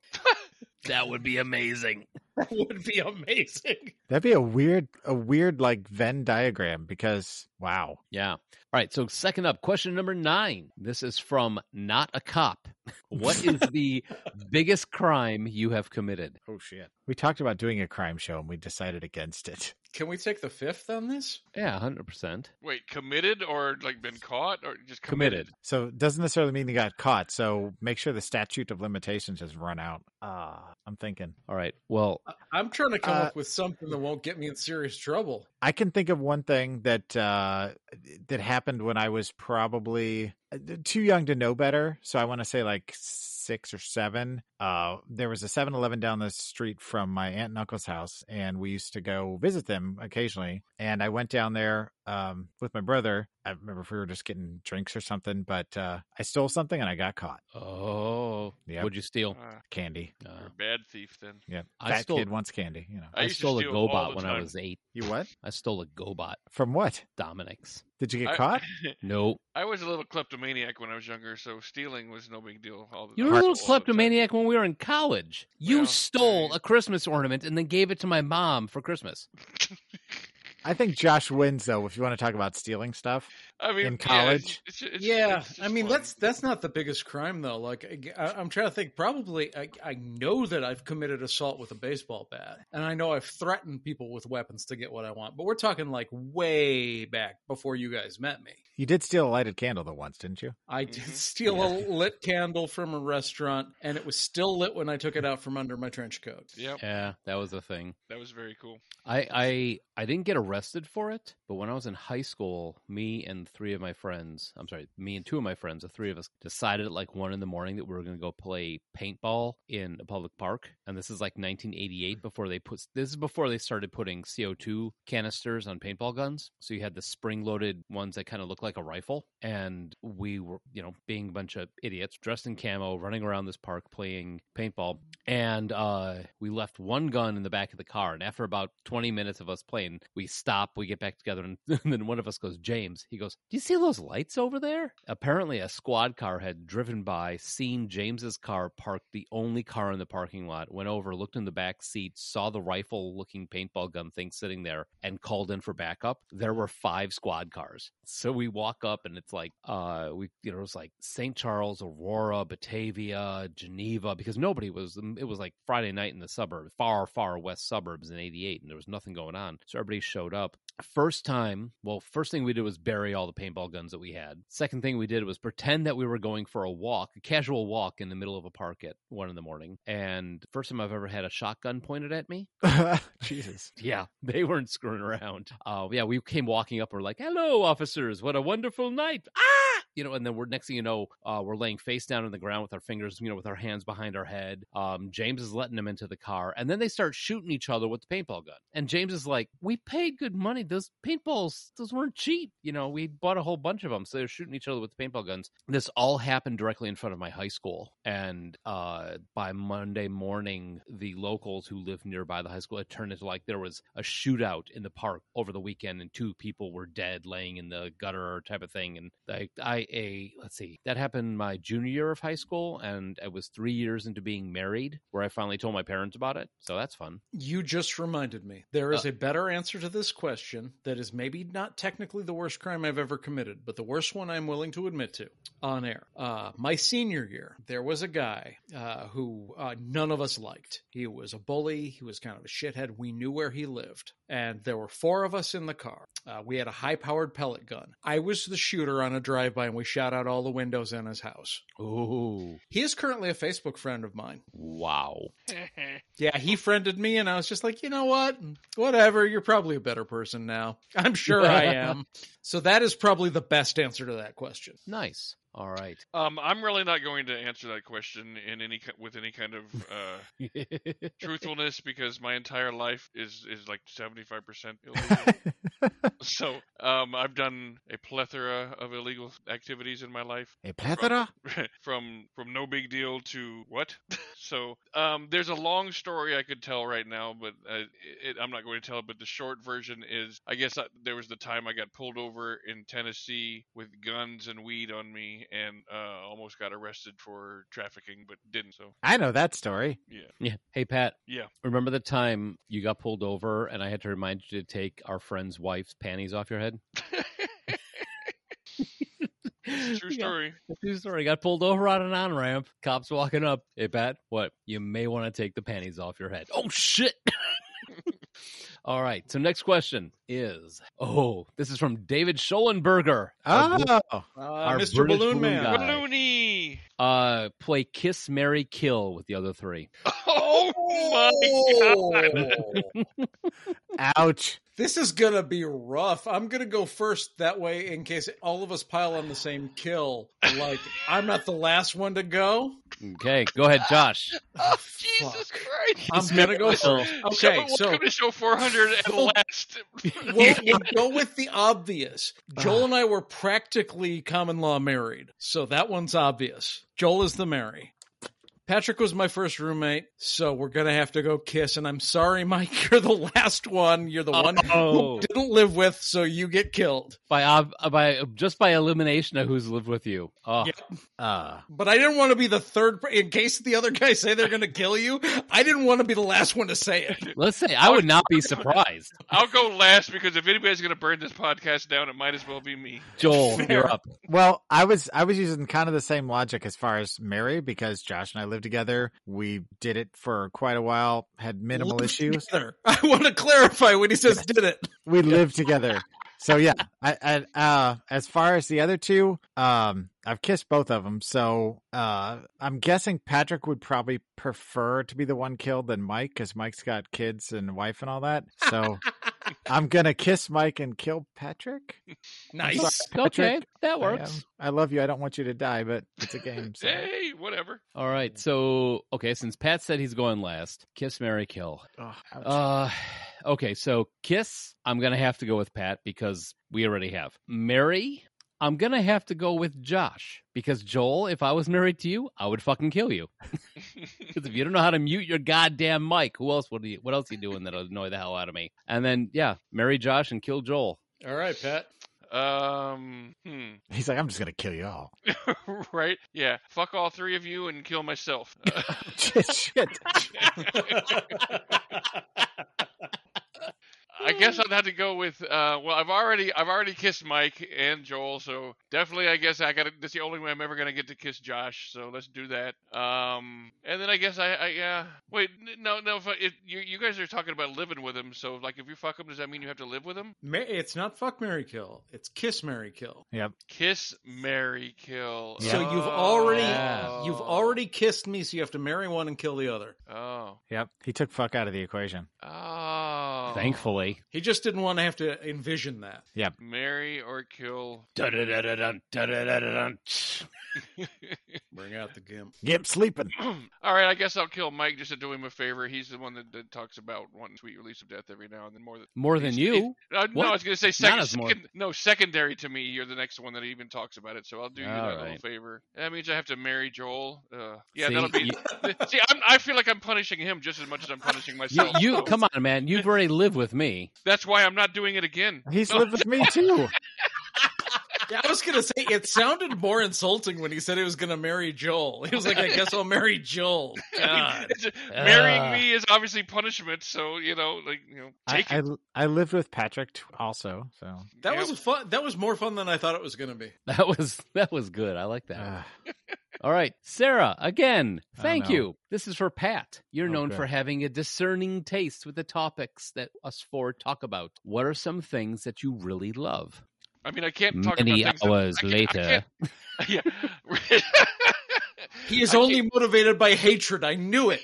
Speaker 8: that would be amazing.
Speaker 11: this would be amazing.
Speaker 10: that'd be a weird a weird like venn diagram because wow
Speaker 8: Yeah. All right. So, second up, question number nine. This is from Not a Cop. What is the biggest crime you have committed?
Speaker 10: Oh shit. We talked about doing a crime show and we decided against it.
Speaker 11: Can we take the fifth on this?
Speaker 8: Yeah, 100%.
Speaker 9: Wait, committed or like been caught or just committed?
Speaker 8: Committed.
Speaker 10: So it doesn't necessarily mean he got caught. So make sure the statute of limitations has run out. Ah, I'm thinking.
Speaker 8: All right. Well,
Speaker 11: I'm trying to come
Speaker 10: Uh,
Speaker 11: up with something that won't get me in serious trouble.
Speaker 10: I can think of one thing that uh that happened when I was probably uh, too young to know better. So I want to say like 6 or 7. Uh there was a 7-Eleven down the street from my aunt and uncle's house and we used to go visit them occasionally. And I went down there um with my brother. I remember if we were just getting drinks or something, but uh I stole something and I got caught.
Speaker 8: oh,
Speaker 10: Yep.
Speaker 8: what'd you steal?
Speaker 9: Ah,
Speaker 10: Candy.
Speaker 9: you're
Speaker 8: Uh,
Speaker 9: a bad thief then.
Speaker 10: Yeah.
Speaker 8: I
Speaker 10: Fat
Speaker 8: stole-
Speaker 10: kid wants candy, you know.
Speaker 9: I
Speaker 8: I,
Speaker 9: used to
Speaker 8: stole a
Speaker 9: steal all
Speaker 8: GoBot
Speaker 9: the
Speaker 8: when I
Speaker 9: time.
Speaker 8: was eight.
Speaker 10: You what?
Speaker 8: I stole a GoBot,
Speaker 10: From what?
Speaker 8: Dominic's.
Speaker 10: Did you
Speaker 9: I-
Speaker 10: get caught?
Speaker 8: No,
Speaker 9: I was a little kleptomaniac when I was younger, so stealing was no big deal. All the
Speaker 8: you were a little
Speaker 9: all the time.
Speaker 8: kleptomaniac when we were in college. You
Speaker 9: Well,
Speaker 8: stole
Speaker 9: hey.
Speaker 8: a Christmas ornament and then gave it to my mom for Christmas.
Speaker 10: I think Josh wins though if you want to talk about stealing stuff.
Speaker 9: I mean,
Speaker 10: in
Speaker 9: yeah,
Speaker 10: college.
Speaker 9: it's- it's- it's-
Speaker 11: yeah,
Speaker 9: it's just
Speaker 11: I mean
Speaker 9: fun.
Speaker 11: that's that's not the biggest crime though. Like I, I'm trying to think. Probably I, I know that I've committed assault with a baseball bat, and I know I've threatened people with weapons to get what I want. But we're talking like way back before you guys met me.
Speaker 10: You did steal a lighted candle though once, didn't you?
Speaker 11: I did
Speaker 9: Mm-hmm.
Speaker 11: steal a lit candle from a restaurant, and it was still lit when I took it out from under my trench coat.
Speaker 9: Yep,
Speaker 8: Yeah, that was a thing.
Speaker 9: that was very cool.
Speaker 8: I, I I didn't get arrested for it, but when I was in high school, me and three of my friends, I'm sorry, me and two of my friends, the three of us decided at like one in the morning that we were going to go play paintball in a public park. And this is like 1988 before they put this is before they started putting CO2 canisters on paintball guns. So you had the spring-loaded ones that kind of look like a rifle. And we were, you know, being a bunch of idiots dressed in camo, running around this park playing paintball and uh, we left one gun in the back of the car. And after about 20 minutes of us playing, we stop, we get back together, and, then one of us goes, James, he goes, Do you see those lights over there? Apparently, a squad car had driven by, seen James's car parked, the only car in the parking lot, went over, looked in the back seat, saw the rifle looking paintball gun thing sitting there, and called in for backup. There were five squad cars. So we walk up and it's like uh we you know it was like St. Charles, Aurora, Batavia, Geneva because nobody was mm, it was like Friday night in the suburbs, far far west suburbs in 88 and there was nothing going on. So everybody showed up. First time, well, first thing we did was bury all the paintball guns that we had. Second thing we did was pretend that we were going for a walk, a casual walk in the middle of a park at one in the morning. And first time I've ever had a shotgun pointed at me.
Speaker 10: Jesus.
Speaker 8: Yeah, they weren't screwing around. Uh, yeah, we came walking up. We're like, "Hello, officers! What a wonderful night!" Ah, you know. And then we're next thing you know, uh, we're laying face down on the ground with our fingers, you know, with our hands behind our head. Um, James is letting them into the car, and then they start shooting each other with the paintball gun. And James is like, "We paid good money. Those paintballs, those weren't cheap. You know, we bought a whole bunch of them. So they're shooting each other with the paintball guns." This all happened directly in front of my high school, and uh, by Monday morning, the locals who live nearby the high school it turned into like there was a shootout in the park over the weekend and two people were dead laying in the gutter type of thing and I, I a let's see that happened my junior year of high school and I was three years into being married where I finally told my parents about it so that's fun
Speaker 11: You just reminded me there is a better answer to this question that is maybe not technically the worst crime I've ever committed but the worst one I'm willing to admit to on air uh, my senior year there was a guy uh, who uh, none of us liked he was a bully he was kind of a shithead we knew where he lived and there were four of us in the car. Uh, we had a high powered pellet gun. I was the shooter on a drive by, and we shot out all the windows in his house.
Speaker 8: oh
Speaker 11: He is currently a Facebook friend of mine.
Speaker 8: wow
Speaker 11: Yeah, he friended me, and I was just like, you know what? Whatever. You're probably a better person now. I'm sure I am. so that is probably the best answer to that question.
Speaker 8: nice all right
Speaker 9: Um, I'm really not going to answer that question in any ki- with any kind of uh, truthfulness because my entire life is is like 75 percent illegal. so um, I've done a plethora of illegal activities in my life,
Speaker 10: a plethora?
Speaker 9: from from no big deal to what. so um, there's a long story I could tell right now, but uh, it, I'm not going to tell it. But the short version is, I guess I, there was the time I got pulled over in Tennessee with guns and weed on me, and uh, almost got arrested for trafficking, but didn't. So
Speaker 10: I know that story.
Speaker 9: yeah,
Speaker 8: yeah hey Pat
Speaker 9: yeah.
Speaker 8: remember the time you got pulled over and I had to remind you to take our friend's wife's panties off your head
Speaker 9: It's a true
Speaker 8: We got-
Speaker 9: story.
Speaker 8: True story. Got pulled over on an on ramp. Cops walking up. Hey, Pat, what? You may want to take the panties off your head. Oh, shit. All right. So, next question is oh, this is from David Schollenberger.
Speaker 10: Oh,
Speaker 11: Uh,
Speaker 8: Our
Speaker 11: Mr.
Speaker 8: British
Speaker 11: Balloon
Speaker 8: balloon
Speaker 11: Man.
Speaker 8: guy.
Speaker 9: Baloney!
Speaker 8: Uh, play Kiss, Mary, Kill with the other three.
Speaker 9: Oh
Speaker 11: Oh,
Speaker 9: my god!
Speaker 10: ouch.
Speaker 11: This is going to be rough. I'm going to go first that way in case all of us pile on the same kill. Like, I'm not the last one to go.
Speaker 8: Okay. Go ahead, Josh.
Speaker 9: Oh, Jesus
Speaker 11: fuck.
Speaker 9: Christ!
Speaker 11: I'm going to go
Speaker 8: Kill.
Speaker 11: first. Okay,
Speaker 9: Someone
Speaker 11: so
Speaker 9: welcome to show 400 and last.
Speaker 11: we'll, we'll go with the obvious. Joel and I were practically common law married, so that one's obvious. Joel is the Mary. Patrick was my first roommate, so we're gonna have to go kiss. And I'm sorry, Mike, you're the last one. You're the one
Speaker 8: Oh.
Speaker 11: who didn't live with, so you get killed.
Speaker 8: By, ob- uh, by just by elimination of who's lived with you. Oh,
Speaker 10: Uh,
Speaker 11: But I didn't want to be the third. per- In case the other guys say they're gonna kill you, I didn't want to be the last one to say it.
Speaker 8: let's say I would not be surprised.
Speaker 9: I'll go last because if anybody's going to burn this podcast down, it might as well be me.
Speaker 8: Joel, you're up.
Speaker 10: well, I was I was using kind of the same logic as far as Mary because Josh and I lived together. We did it for quite a while, had minimal
Speaker 11: Lived
Speaker 10: issues.
Speaker 11: There. I want to clarify when he says did it.
Speaker 10: we live together. So yeah, I, I uh as far as the other two, um I've kissed both of them. So uh I'm guessing Patrick would probably prefer to be the one killed than Mike cuz Mike's got kids and wife and all that. So I'm going to kiss Mike and kill Patrick.
Speaker 11: Nice.
Speaker 8: Okay,
Speaker 10: Patrick,
Speaker 8: that
Speaker 10: I, um,
Speaker 8: works.
Speaker 10: I, love you. I don't want you to die, but it's a game. So.
Speaker 9: Hey, whatever.
Speaker 8: All right. So, okay, since Pat said he's going last, kiss, Mary, kill.
Speaker 10: Ugh, ouch.
Speaker 8: Uh, okay, so kiss, I'm going to have to go with Pat because we already have. Mary, I'm going to have to go with Josh because Joel, if I was married to you, I would fucking kill you. Because if you don't know how to mute your goddamn mic, who else would you, what else you doing that'll annoy the hell out of me? And then, yeah, marry Josh and kill Joel.
Speaker 11: All right, Pat.
Speaker 9: Um, hmm.
Speaker 10: He's like, I'm just going to kill you all.
Speaker 9: right? Yeah. Fuck all three of you and kill myself. Uh,
Speaker 10: Shit.
Speaker 9: I guess guess I'd have to go with. Uh, well, I've already I've already kissed Mike and Joel, so definitely I guess I got. That's the only way I'm ever gonna get to kiss Josh. So let's do that. Um, and then I guess I, I yeah. Wait, n- no, no. If, I- if you you guys are talking about living with him, so like if you fuck him, does that mean you have to live with him?
Speaker 11: Ma- It's not fuck Mary Kill. It's kiss Mary Kill.
Speaker 9: Kiss, Mary, kill.
Speaker 11: So you've already
Speaker 9: Oh.
Speaker 11: you've already kissed me, so you have to marry one and kill the other.
Speaker 9: Oh.
Speaker 10: Yep. He took fuck out of the equation.
Speaker 9: Oh.
Speaker 8: Thankfully.
Speaker 11: He just didn't want to have to envision that.
Speaker 9: Marry or kill.
Speaker 8: Da-da-da-da-dun, da-da-da-da-dun.
Speaker 11: Bring out the gimp.
Speaker 10: Gimp sleeping.
Speaker 9: All right, I guess I'll kill Mike just to do him a favor. He's the one that, that talks about wanting sweet release of death every now and then more than.
Speaker 8: More than you.
Speaker 9: Uh, no,
Speaker 8: What?
Speaker 9: I was going to say second,
Speaker 8: as more.
Speaker 9: second- No, secondary to me, you're the next one that even talks about it. So I'll do you
Speaker 8: All
Speaker 9: that little
Speaker 8: right.
Speaker 9: favor. That means I have to marry Joel. Uh, yeah,
Speaker 8: See,
Speaker 9: that'll be. see, I'm, I feel like I'm punishing him just as much as I'm punishing
Speaker 8: You,
Speaker 9: myself.
Speaker 8: you
Speaker 9: so
Speaker 8: come on, man. You've already lived with me.
Speaker 9: That's why I'm not doing it again.
Speaker 10: He's lived with me too.
Speaker 11: Yeah, I was gonna say it sounded more insulting when he said he was gonna marry Joel. He was like, "I guess I'll marry Joel." God.
Speaker 9: It's- marrying
Speaker 8: Ah.
Speaker 9: me is obviously punishment. So you know, like you know,
Speaker 10: I,
Speaker 9: take
Speaker 10: I,
Speaker 9: it.
Speaker 10: I lived with Patrick t- also. So
Speaker 11: That
Speaker 9: Yeah.
Speaker 11: was a fun. That was more fun than I thought it was gonna be.
Speaker 8: That was that was good. I like that. one.
Speaker 10: uh,
Speaker 8: All right, Sarah. Again,
Speaker 10: Oh,
Speaker 8: thank
Speaker 10: no.
Speaker 8: you. This is for Pat. You're
Speaker 10: Oh,
Speaker 8: known
Speaker 10: good.
Speaker 8: for having a discerning taste with the topics that us four talk about. What are some things that you really love?
Speaker 9: I mean, I can't talk
Speaker 8: Many
Speaker 9: about things
Speaker 8: hours
Speaker 9: that, I can't-
Speaker 8: later,
Speaker 9: I can't- yeah.
Speaker 11: He is
Speaker 9: I
Speaker 11: only motivated by hatred. I knew it.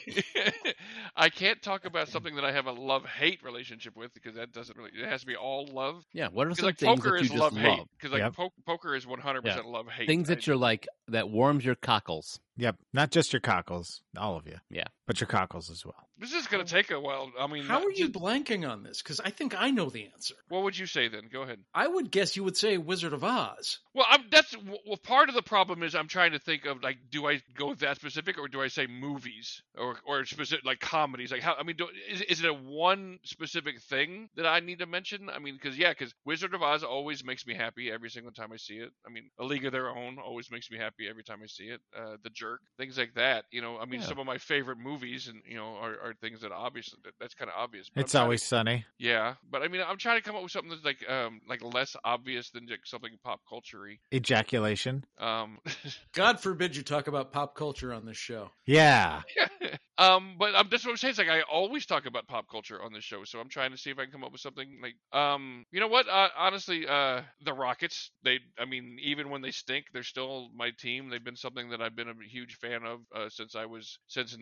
Speaker 9: I can't talk about something that I have a love hate relationship with because that doesn't really. It has to be all love.
Speaker 8: yeah. What are
Speaker 9: 'Cause,
Speaker 8: some
Speaker 9: like
Speaker 8: things
Speaker 9: poker
Speaker 8: that you
Speaker 9: is
Speaker 8: just
Speaker 9: love hate.
Speaker 8: love?
Speaker 9: Because like
Speaker 10: Yep.
Speaker 9: po- poker is one hundred percent love hate.
Speaker 8: Things
Speaker 9: I-
Speaker 8: that you're like that warms your cockles.
Speaker 10: yep. Not just your cockles, all of you.
Speaker 8: Yeah.
Speaker 10: But your cockles as well.
Speaker 9: This is gonna take a while. I mean,
Speaker 11: How
Speaker 9: not-
Speaker 11: are you blanking on this? Because I think I know the answer.
Speaker 9: What would you say then? Go ahead.
Speaker 11: I would guess you would say Wizard of Oz.
Speaker 9: Well, I'm, that's well. Part of the problem is I'm trying to think of like, do I go that specific, or do I say movies, or or specific like comedies? Like, how I mean, do, is is it a one specific thing that I need to mention? I mean, because yeah, because Wizard of Oz always makes me happy every single time I see it. I mean, A League of Their Own always makes me happy every time I see it. Uh, the Jerk, things like that. You know, I mean,
Speaker 8: Yeah.
Speaker 9: some of my favorite movies, and you know, are, are things that obviously that, that's kind of obvious. but I'm
Speaker 10: It's
Speaker 9: trying to-
Speaker 10: always sunny.
Speaker 9: yeah, but I mean, I'm trying to come up with something that's like um like less obvious than like something pop culture
Speaker 10: Ejaculation.
Speaker 9: um,
Speaker 11: God forbid you talk about pop culture on this show.
Speaker 10: Yeah.
Speaker 9: um, but um, that's what I'm saying. It's like I always talk about pop culture on this show, so I'm trying to see if I can come up with something like, um, you know what? Uh, honestly, uh, the Rockets. They, I mean, even when they stink, they're still my team. They've been something that I've been a huge fan of uh, since I was since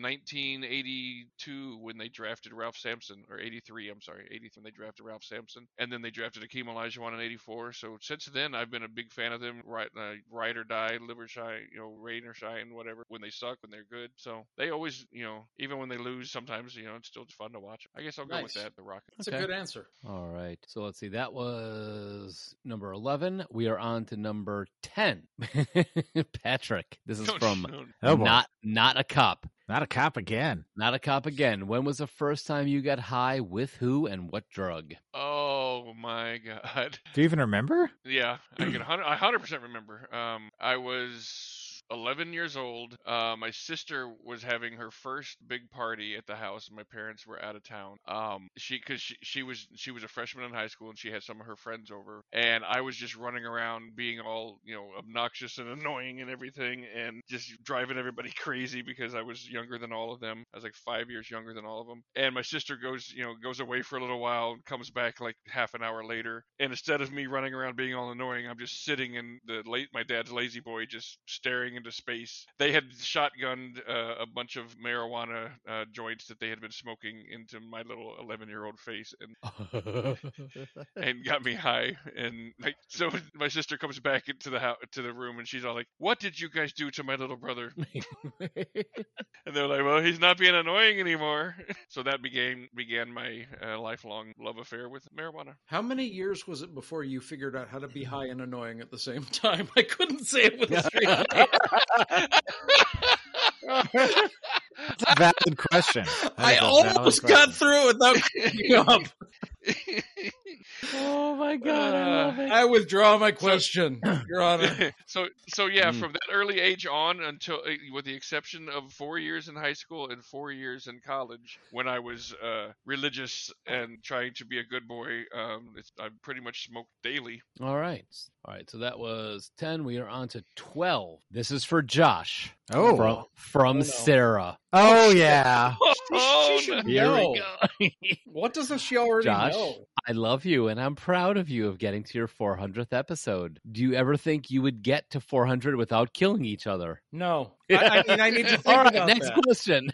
Speaker 9: 1982 when they drafted Ralph Sampson, or 83. I'm sorry, 83 when they drafted Ralph Sampson, and then they drafted Akeem Olajuwon in 84. So since then, I've been a big fan of them. Right, uh, ride or die, live or shine, you know, rain or shine, whatever. When they suck, when they're good, so they always, you know, even when they lose, sometimes you know it's still fun to watch. I guess I'll go with
Speaker 11: Nice.
Speaker 9: that. The Rockets.
Speaker 11: That's
Speaker 8: Okay.
Speaker 11: a good answer.
Speaker 8: All right. So let's see. That was number 11. We are on to number 10. Patrick, this is
Speaker 9: Don't-
Speaker 8: from
Speaker 9: don't-
Speaker 10: Oh, boy.
Speaker 8: not not a cop.
Speaker 10: Not a cop again.
Speaker 8: Not a cop again. When was the first time you got high with who and what drug?
Speaker 9: Oh my god.
Speaker 10: Do you even remember?
Speaker 9: Yeah, I can hundred I hundred percent remember. Um, I was eleven years old. Uh, my sister was having her first big party at the house. My parents were out of town. Um, she because she, she was she was a freshman in high school and she had some of her friends over, and I was just running around being all you know obnoxious and annoying and everything, and just driving everybody crazy because I was younger than all of them. I was like five years younger than all of them. And my sister goes, you know, goes away for a little while and comes back like half an hour later. And instead of me running around being all annoying, I'm just sitting in the late my dad's lazy boy, just staring into space. They had shotgunned uh, a bunch of marijuana uh, joints that they had been smoking into my little 11 year old face, and
Speaker 8: Oh
Speaker 9: and got me high. And like, so my sister comes back into the house, to the room, and she's all like, "What did you guys do to my little brother?" And they're like, "Well, he's not being annoying anymore." so that began began my uh, lifelong love affair with marijuana.
Speaker 11: How many years was it before you figured out how to be high and annoying at the same time? I couldn't say it with a straight face.
Speaker 10: It's a valid question. That
Speaker 11: I
Speaker 10: is a valid
Speaker 11: almost got
Speaker 10: question.
Speaker 11: through it without cracking up.
Speaker 8: Oh my god, I love it.
Speaker 11: I withdraw my question, Your Honor.
Speaker 9: so so yeah,
Speaker 8: Mm.
Speaker 9: from that early age on until uh, with the exception of 4 years in high school and 4 years in college when I was uh, religious and trying to be a good boy, um it's, I pretty much smoked daily.
Speaker 8: All right. All right. So that was 10. We are on to 12. This is for Josh.
Speaker 10: Oh.
Speaker 8: From, from Sarah.
Speaker 10: Oh yeah.
Speaker 9: Oh, no.
Speaker 8: Here
Speaker 11: No.
Speaker 8: we go.
Speaker 11: What doesn't she already
Speaker 8: Josh?
Speaker 11: know?
Speaker 8: I love you and I'm proud of you of getting to your 400th episode. Do you ever think you would get to 400 without killing each other?
Speaker 11: No. I, I mean, I need to think
Speaker 8: All right.
Speaker 11: about
Speaker 8: Next
Speaker 11: that.
Speaker 8: question.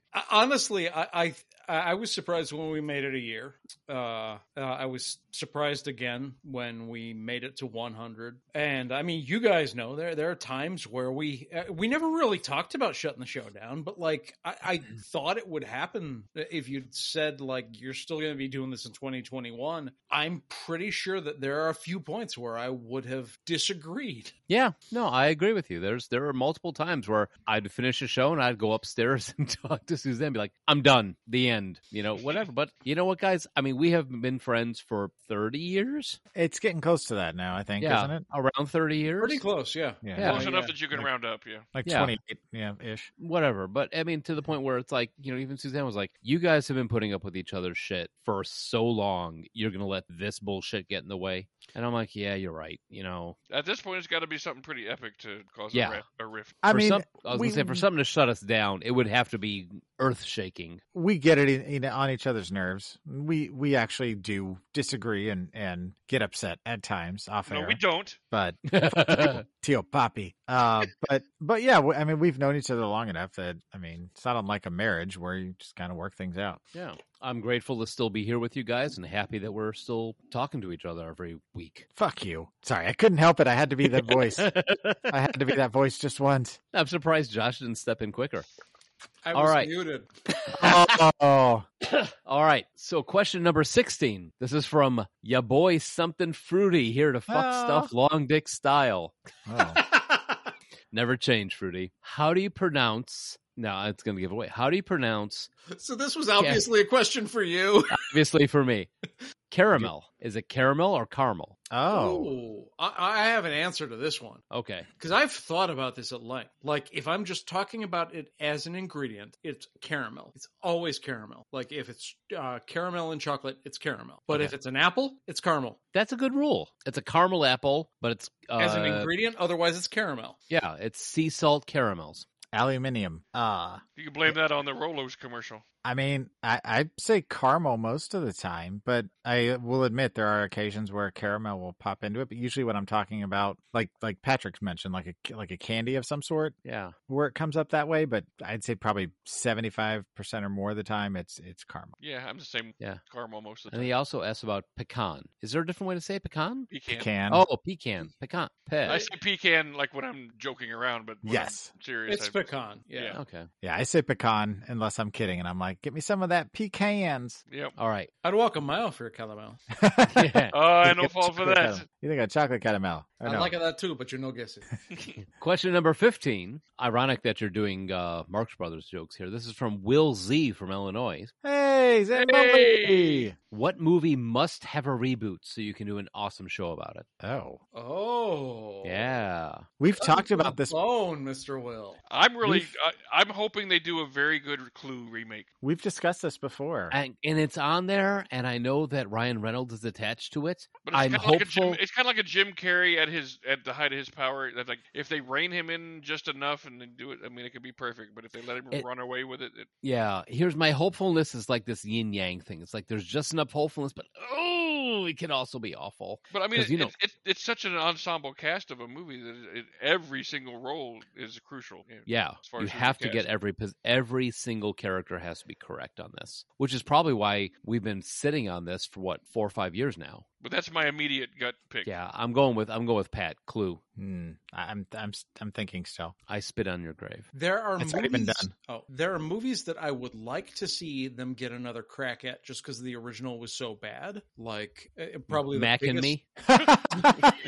Speaker 11: Honestly, I, I I was surprised when we made it a year. Uh, uh, I was surprised again when we made it to 100. And I mean, you guys know there there are times where we uh, we never really talked about shutting the show down, but like I, I thought it would happen if you'd said like you're still going to be doing this in 2021. I'm pretty sure that there are a few points where I would have disagreed.
Speaker 8: Yeah, no, I agree with you. There's there are multiple times where I'd finish a show and I'd go upstairs and talk to Suzanne, and be like, "I'm done, the end," you know, whatever. But you know what, guys? I mean, we have been friends for thirty years,
Speaker 10: It's getting close to that now, I think,
Speaker 8: yeah,
Speaker 10: isn't it?
Speaker 8: around thirty years,
Speaker 11: Pretty close, yeah.
Speaker 10: Yeah.
Speaker 8: Yeah.
Speaker 9: Close enough
Speaker 11: yeah.
Speaker 9: that you can
Speaker 10: Like-
Speaker 9: round up, yeah.
Speaker 10: Like
Speaker 8: Yeah.
Speaker 10: twenty eight yeah, ish.
Speaker 8: whatever. But I mean, to the point where it's like, you know, even Suzanne was like, "You guys have been putting up with each other's shit for so long. You're gonna let this bullshit get in the way?" And I'm like, "Yeah, you're right. You know,
Speaker 9: At this point it's got to be something pretty epic to cause
Speaker 8: Yeah.
Speaker 9: a, rift, a rift.
Speaker 10: I
Speaker 8: for
Speaker 10: mean
Speaker 8: some, I was
Speaker 10: we-
Speaker 8: gonna say for something to shut us down, it would have to be earth shaking.
Speaker 10: we get it in, in, on each other's nerves. We we actually do disagree and and get upset at times off
Speaker 9: No,
Speaker 10: air,
Speaker 9: we don't.
Speaker 10: but Tio Papi. Uh, but but yeah, we- I mean we've known each other long enough that I mean it's not unlike a marriage where you just kind of work things out.
Speaker 8: Yeah. I'm grateful to still be here with you guys and happy that we're still talking to each other every week.
Speaker 10: Fuck you. Sorry, I couldn't help it. I had to be that voice. I had to be that voice just once.
Speaker 8: I'm surprised Josh didn't step in quicker.
Speaker 11: I
Speaker 8: All
Speaker 11: was
Speaker 8: right.
Speaker 11: muted.
Speaker 10: Oh,
Speaker 8: All right. So, question number 16. This is from ya boy something fruity here to fuck
Speaker 10: Ah.
Speaker 8: stuff long dick style.
Speaker 10: oh.
Speaker 8: Never change, fruity. How do you pronounce? No, it's going to give it away. How do you pronounce?
Speaker 11: So this was obviously a question for you.
Speaker 8: Obviously, for me, caramel. Is it caramel or caramel?
Speaker 10: oh.
Speaker 11: Ooh, I, I have an answer to this one
Speaker 8: Okay.
Speaker 11: because I've thought about this at length. Like, if I'm just talking about it as an ingredient, it's caramel. It's always caramel. Like, if it's uh, caramel and chocolate, it's caramel. But if
Speaker 8: Okay.
Speaker 11: it's an apple, it's caramel
Speaker 8: That's a good rule. It's a caramel apple, but it's. Uh,
Speaker 11: as an ingredient. Otherwise, it's caramel.
Speaker 8: yeah, it's sea salt caramels.
Speaker 10: aluminium. Ah.
Speaker 9: You can blame that on the Rolos commercial.
Speaker 10: I mean, I, I say caramel most of the time, but I will admit there are occasions where caramel will pop into it. But usually, when I'm talking about, like like Patrick's mentioned, like a like a candy of some sort,
Speaker 8: Yeah.
Speaker 10: where it comes up that way. But I'd say probably seventy five percent or more of the time, it's it's caramel.
Speaker 9: Yeah, I'm the same.
Speaker 8: Yeah.
Speaker 9: Caramel most of the
Speaker 8: And
Speaker 9: time.
Speaker 8: he also asked about pecan. Is there a different way to say pecan?
Speaker 9: Pecan.
Speaker 10: Can
Speaker 8: Oh, pecan, pecan,
Speaker 9: I
Speaker 8: pe.
Speaker 9: say pecan like when I'm joking around, but when
Speaker 10: Yes.
Speaker 9: I'm serious.
Speaker 11: It's
Speaker 9: I-
Speaker 11: pecan. Yeah.
Speaker 9: Yeah.
Speaker 8: Okay.
Speaker 10: yeah, I say pecan unless I'm kidding, and I'm like, get me some of that pecans.
Speaker 9: Yep.
Speaker 8: All right.
Speaker 11: I'd walk a mile for a caramel.
Speaker 8: Yeah.
Speaker 9: Oh, I don't fall for
Speaker 10: Chocolate
Speaker 9: that.
Speaker 10: caramel. You think a chocolate caramel? Or
Speaker 11: I
Speaker 10: no?
Speaker 11: like that too, but you're no guessing.
Speaker 8: Question number 15. Ironic that you're doing uh, Marx Brothers jokes here. This is from Will Z from Illinois.
Speaker 10: Hey, Zach
Speaker 9: Hey!
Speaker 8: What movie must have a reboot so you can do an awesome show about it?
Speaker 10: Oh,
Speaker 11: Oh,
Speaker 8: Yeah.
Speaker 10: we've talked about this
Speaker 11: Alone, Mr. Will.
Speaker 9: I'm really,
Speaker 10: We've-
Speaker 9: I, I'm hoping they do a very good Clue remake.
Speaker 10: We've discussed this before.
Speaker 8: And, and it's on there, and I know that Ryan Reynolds is attached to it.
Speaker 9: But it's
Speaker 8: I'm
Speaker 9: kinda like a Jim,
Speaker 8: hopeful.
Speaker 9: it's kind of like a Jim Carrey at his at the height of his power. That like if they rein him in just enough and then do it, I mean it could be perfect. But if they let him
Speaker 8: It-
Speaker 9: run away with it, it
Speaker 8: Yeah. Here's my hopefulness is like this yin yang thing. It's like there's just enough hopefulness, but oh, it can also be awful.
Speaker 9: but I mean
Speaker 8: 'Cause,
Speaker 9: it,
Speaker 8: you know-
Speaker 9: it, it, it's such an ensemble cast of a movie that it, it, every single role is crucial. Yeah.
Speaker 8: Yeah,
Speaker 9: as far
Speaker 8: you
Speaker 9: as who you
Speaker 8: have to get
Speaker 9: cast.
Speaker 8: every pos- every single character has to be correct on this, which is probably why we've been sitting on this for what four or five years now.
Speaker 9: But that's my immediate gut pick.
Speaker 8: Yeah, I'm going with I'm going with Pat Clue.
Speaker 10: Hmm. I- I'm I'm I'm thinking so.
Speaker 8: I spit on your grave.
Speaker 11: There are
Speaker 10: It's
Speaker 11: movies,
Speaker 10: already been done.
Speaker 11: Oh, there are movies that I would like to see them get another crack at, just because the original was so bad. Like eh, probably the
Speaker 8: Mac and
Speaker 11: biggest-
Speaker 8: me.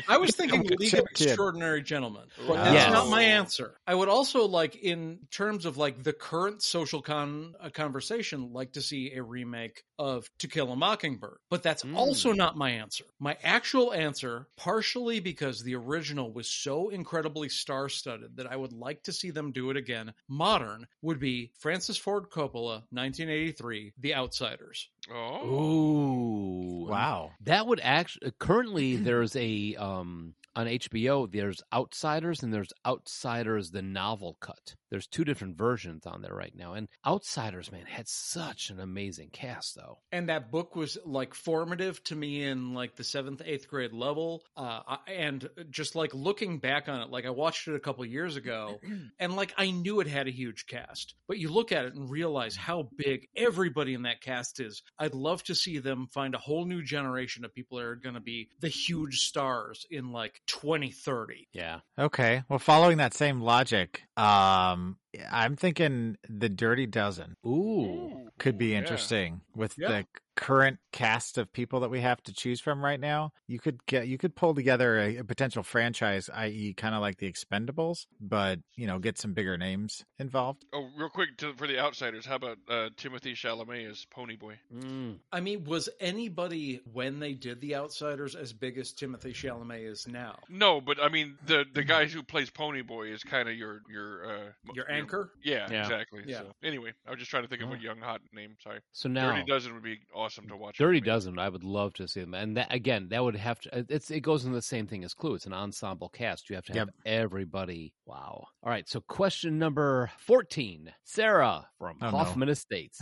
Speaker 11: I was thinking
Speaker 10: Don't
Speaker 11: League
Speaker 10: get
Speaker 11: of
Speaker 10: so kid.
Speaker 11: Extraordinary Gentlemen.
Speaker 9: Wow.
Speaker 11: But that's
Speaker 8: Yes.
Speaker 11: not my answer. I would also like, in terms of like the current social con uh, conversation, like to see a remake of To Kill a Mockingbird. But that's
Speaker 8: Mm.
Speaker 11: also not my answer. My actual answer, partially because the original was so incredibly star-studded that I would like to see them do it again. Modern would be Francis Ford Coppola, 1983, The Outsiders.
Speaker 9: Oh,
Speaker 8: Ooh.
Speaker 10: Wow.
Speaker 8: That would actually currently there's a um on HBO there's Outsiders and there's Outsiders the novel cut. There's two different versions on there right now. And Outsiders man had such an amazing cast though.
Speaker 11: and that book was like formative to me in like the seventh eighth grade level uh I- and just like looking back on it like i watched it a couple years ago and like i knew it had a huge cast but you look at it and realize how big everybody in that cast is i'd love to see them find a whole new generation of people that are going to be the huge stars in like 2030
Speaker 8: Yeah.
Speaker 10: Okay. Well, following that same logic, um, I'm thinking the Dirty Dozen
Speaker 9: Mm.
Speaker 8: Ooh.
Speaker 10: could be
Speaker 9: yeah.
Speaker 10: interesting with
Speaker 11: Yeah.
Speaker 10: the current cast of people that we have to choose from right now. You could get you could pull together a, a potential franchise, i.e., kind of like the Expendables, but you know, get some bigger names involved.
Speaker 9: oh, real quick to, for the outsiders, how about uh, Timothy Chalamet as Ponyboy?
Speaker 8: Mm.
Speaker 11: i mean was anybody when they did the outsiders as big as timothy chalamet is now
Speaker 9: No, but I mean the the guy who plays Ponyboy is kind of your your uh, m-
Speaker 11: your anchor
Speaker 9: Yeah,
Speaker 8: Yeah.
Speaker 9: exactly.
Speaker 11: Yeah.
Speaker 9: So, anyway, I was just trying to think of a young hot name. Sorry,
Speaker 8: So now
Speaker 9: Dirty Dozen would be awesome to watch.
Speaker 8: Dirty
Speaker 9: with me.
Speaker 8: Dozen, I would love to see them. And that again, that would have to uh, it's it goes into the same thing as Clue. It's an ensemble cast. You have to have everybody. Wow. All right. So question number fourteen. Sarah from
Speaker 10: Oh, no.
Speaker 8: Hoffman Estates.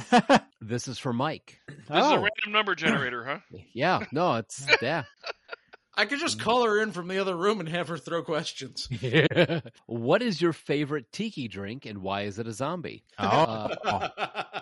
Speaker 8: this is for Mike.
Speaker 9: This is a
Speaker 10: oh,
Speaker 9: random number generator, huh?
Speaker 8: Yeah, no, it's yeah.
Speaker 11: I could
Speaker 8: Mm.
Speaker 11: just call her in from the other room and have her throw questions.
Speaker 8: what is your favorite tiki drink and why is it a zombie? Uh,
Speaker 10: oh. oh.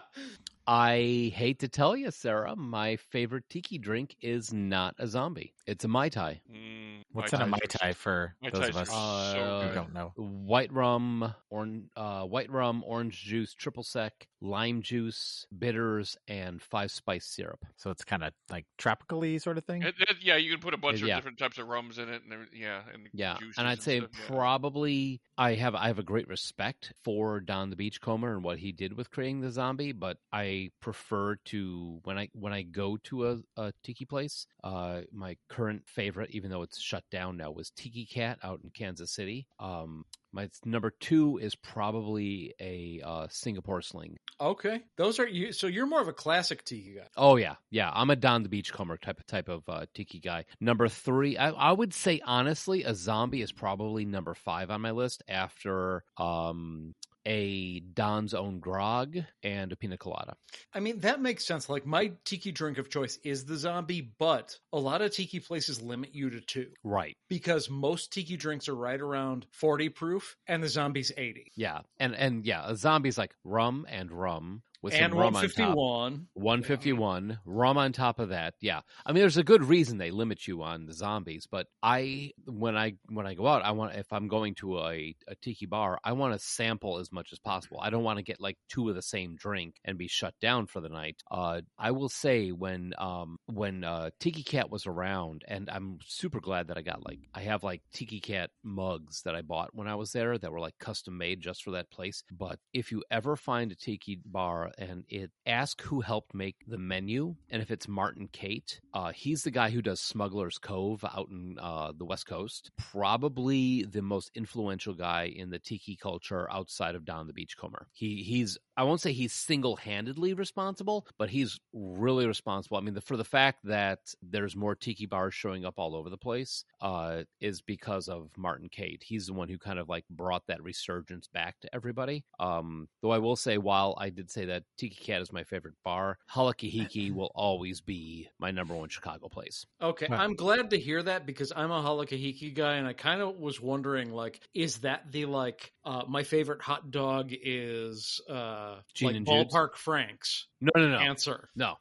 Speaker 8: I hate to tell you, Sarah, my favorite tiki drink is not a zombie. It's a Mai Tai.
Speaker 9: Mm,
Speaker 10: what's
Speaker 9: Mai
Speaker 10: in a
Speaker 9: Tais
Speaker 10: mai
Speaker 9: are-
Speaker 10: tai for
Speaker 9: Mai
Speaker 10: those of
Speaker 9: Tais
Speaker 10: us Oh,
Speaker 9: are so
Speaker 8: Uh,
Speaker 10: who
Speaker 9: good.
Speaker 10: don't know?
Speaker 8: White rum, orange, uh, white rum, orange juice, triple sec, lime juice, bitters, and five spice syrup.
Speaker 10: So it's kind of like tropically sort of thing.
Speaker 9: It- it- yeah, you can put a bunch
Speaker 8: Yeah.
Speaker 9: of different types of rums in it, and every- yeah, and
Speaker 8: Yeah,
Speaker 9: juices
Speaker 8: and I'd say
Speaker 9: stuff, yeah.
Speaker 8: probably I have I have a great respect for Don the Beachcomber and what he did with creating the zombie, but I prefer to when I when I go to a, a tiki place, uh, my current favorite, even though it's shut down now, was Tiki Cat out in Kansas City. Um, my s- number two is probably a uh, Singapore sling.
Speaker 11: Okay, those are you. So you're more of a classic tea guy.
Speaker 8: Oh yeah, yeah. I'm a Don the Beachcomber type of type of uh, tiki guy. Number three, I, I would say honestly, a zombie is probably number five on my list after um a Don's own grog and a pina colada.
Speaker 11: I mean, that makes sense. Like my tiki drink of choice is the zombie, but a lot of tiki places limit you to two
Speaker 8: Right.
Speaker 11: because most tiki drinks are right around 40 proof, and the zombie's 80
Speaker 8: Yeah, and and yeah, a zombie's like rum and rum with some
Speaker 11: and
Speaker 8: rum on top.
Speaker 11: 151.
Speaker 8: 151 rum on top of that yeah i mean there's a good reason they limit you on the zombies but i when i when i go out i want if i'm going to a, a tiki bar i want to sample as much as possible i don't want to get like two of the same drink and be shut down for the night uh i will say when um when uh tiki cat was around and i'm super glad that i got like i have like tiki cat mugs that i bought when i was there that were like custom made just for that place but if you ever find a tiki bar and it ask who helped make the menu and if it's martin kate uh he's the guy who does smugglers cove out in uh the west coast probably the most influential guy in the tiki culture outside of don the beachcomber he he's i won't say he's single-handedly responsible but he's really responsible i mean the, for the fact that there's more tiki bars showing up all over the place uh is because of martin kate he's the one who kind of like brought that resurgence back to everybody um though i will say while i did say that that Tiki Cat is my favorite bar. Halakihiki will always be my number one Chicago place.
Speaker 11: Okay,
Speaker 10: Wow.
Speaker 11: I'm glad to hear that because I'm a halakahiki guy, and I kind of was wondering, like, is that the like uh, my favorite hot dog is uh,
Speaker 8: Gene
Speaker 11: like
Speaker 8: and Jude's?
Speaker 11: ballpark Frank's
Speaker 8: No, no, no.
Speaker 11: answer?
Speaker 8: No,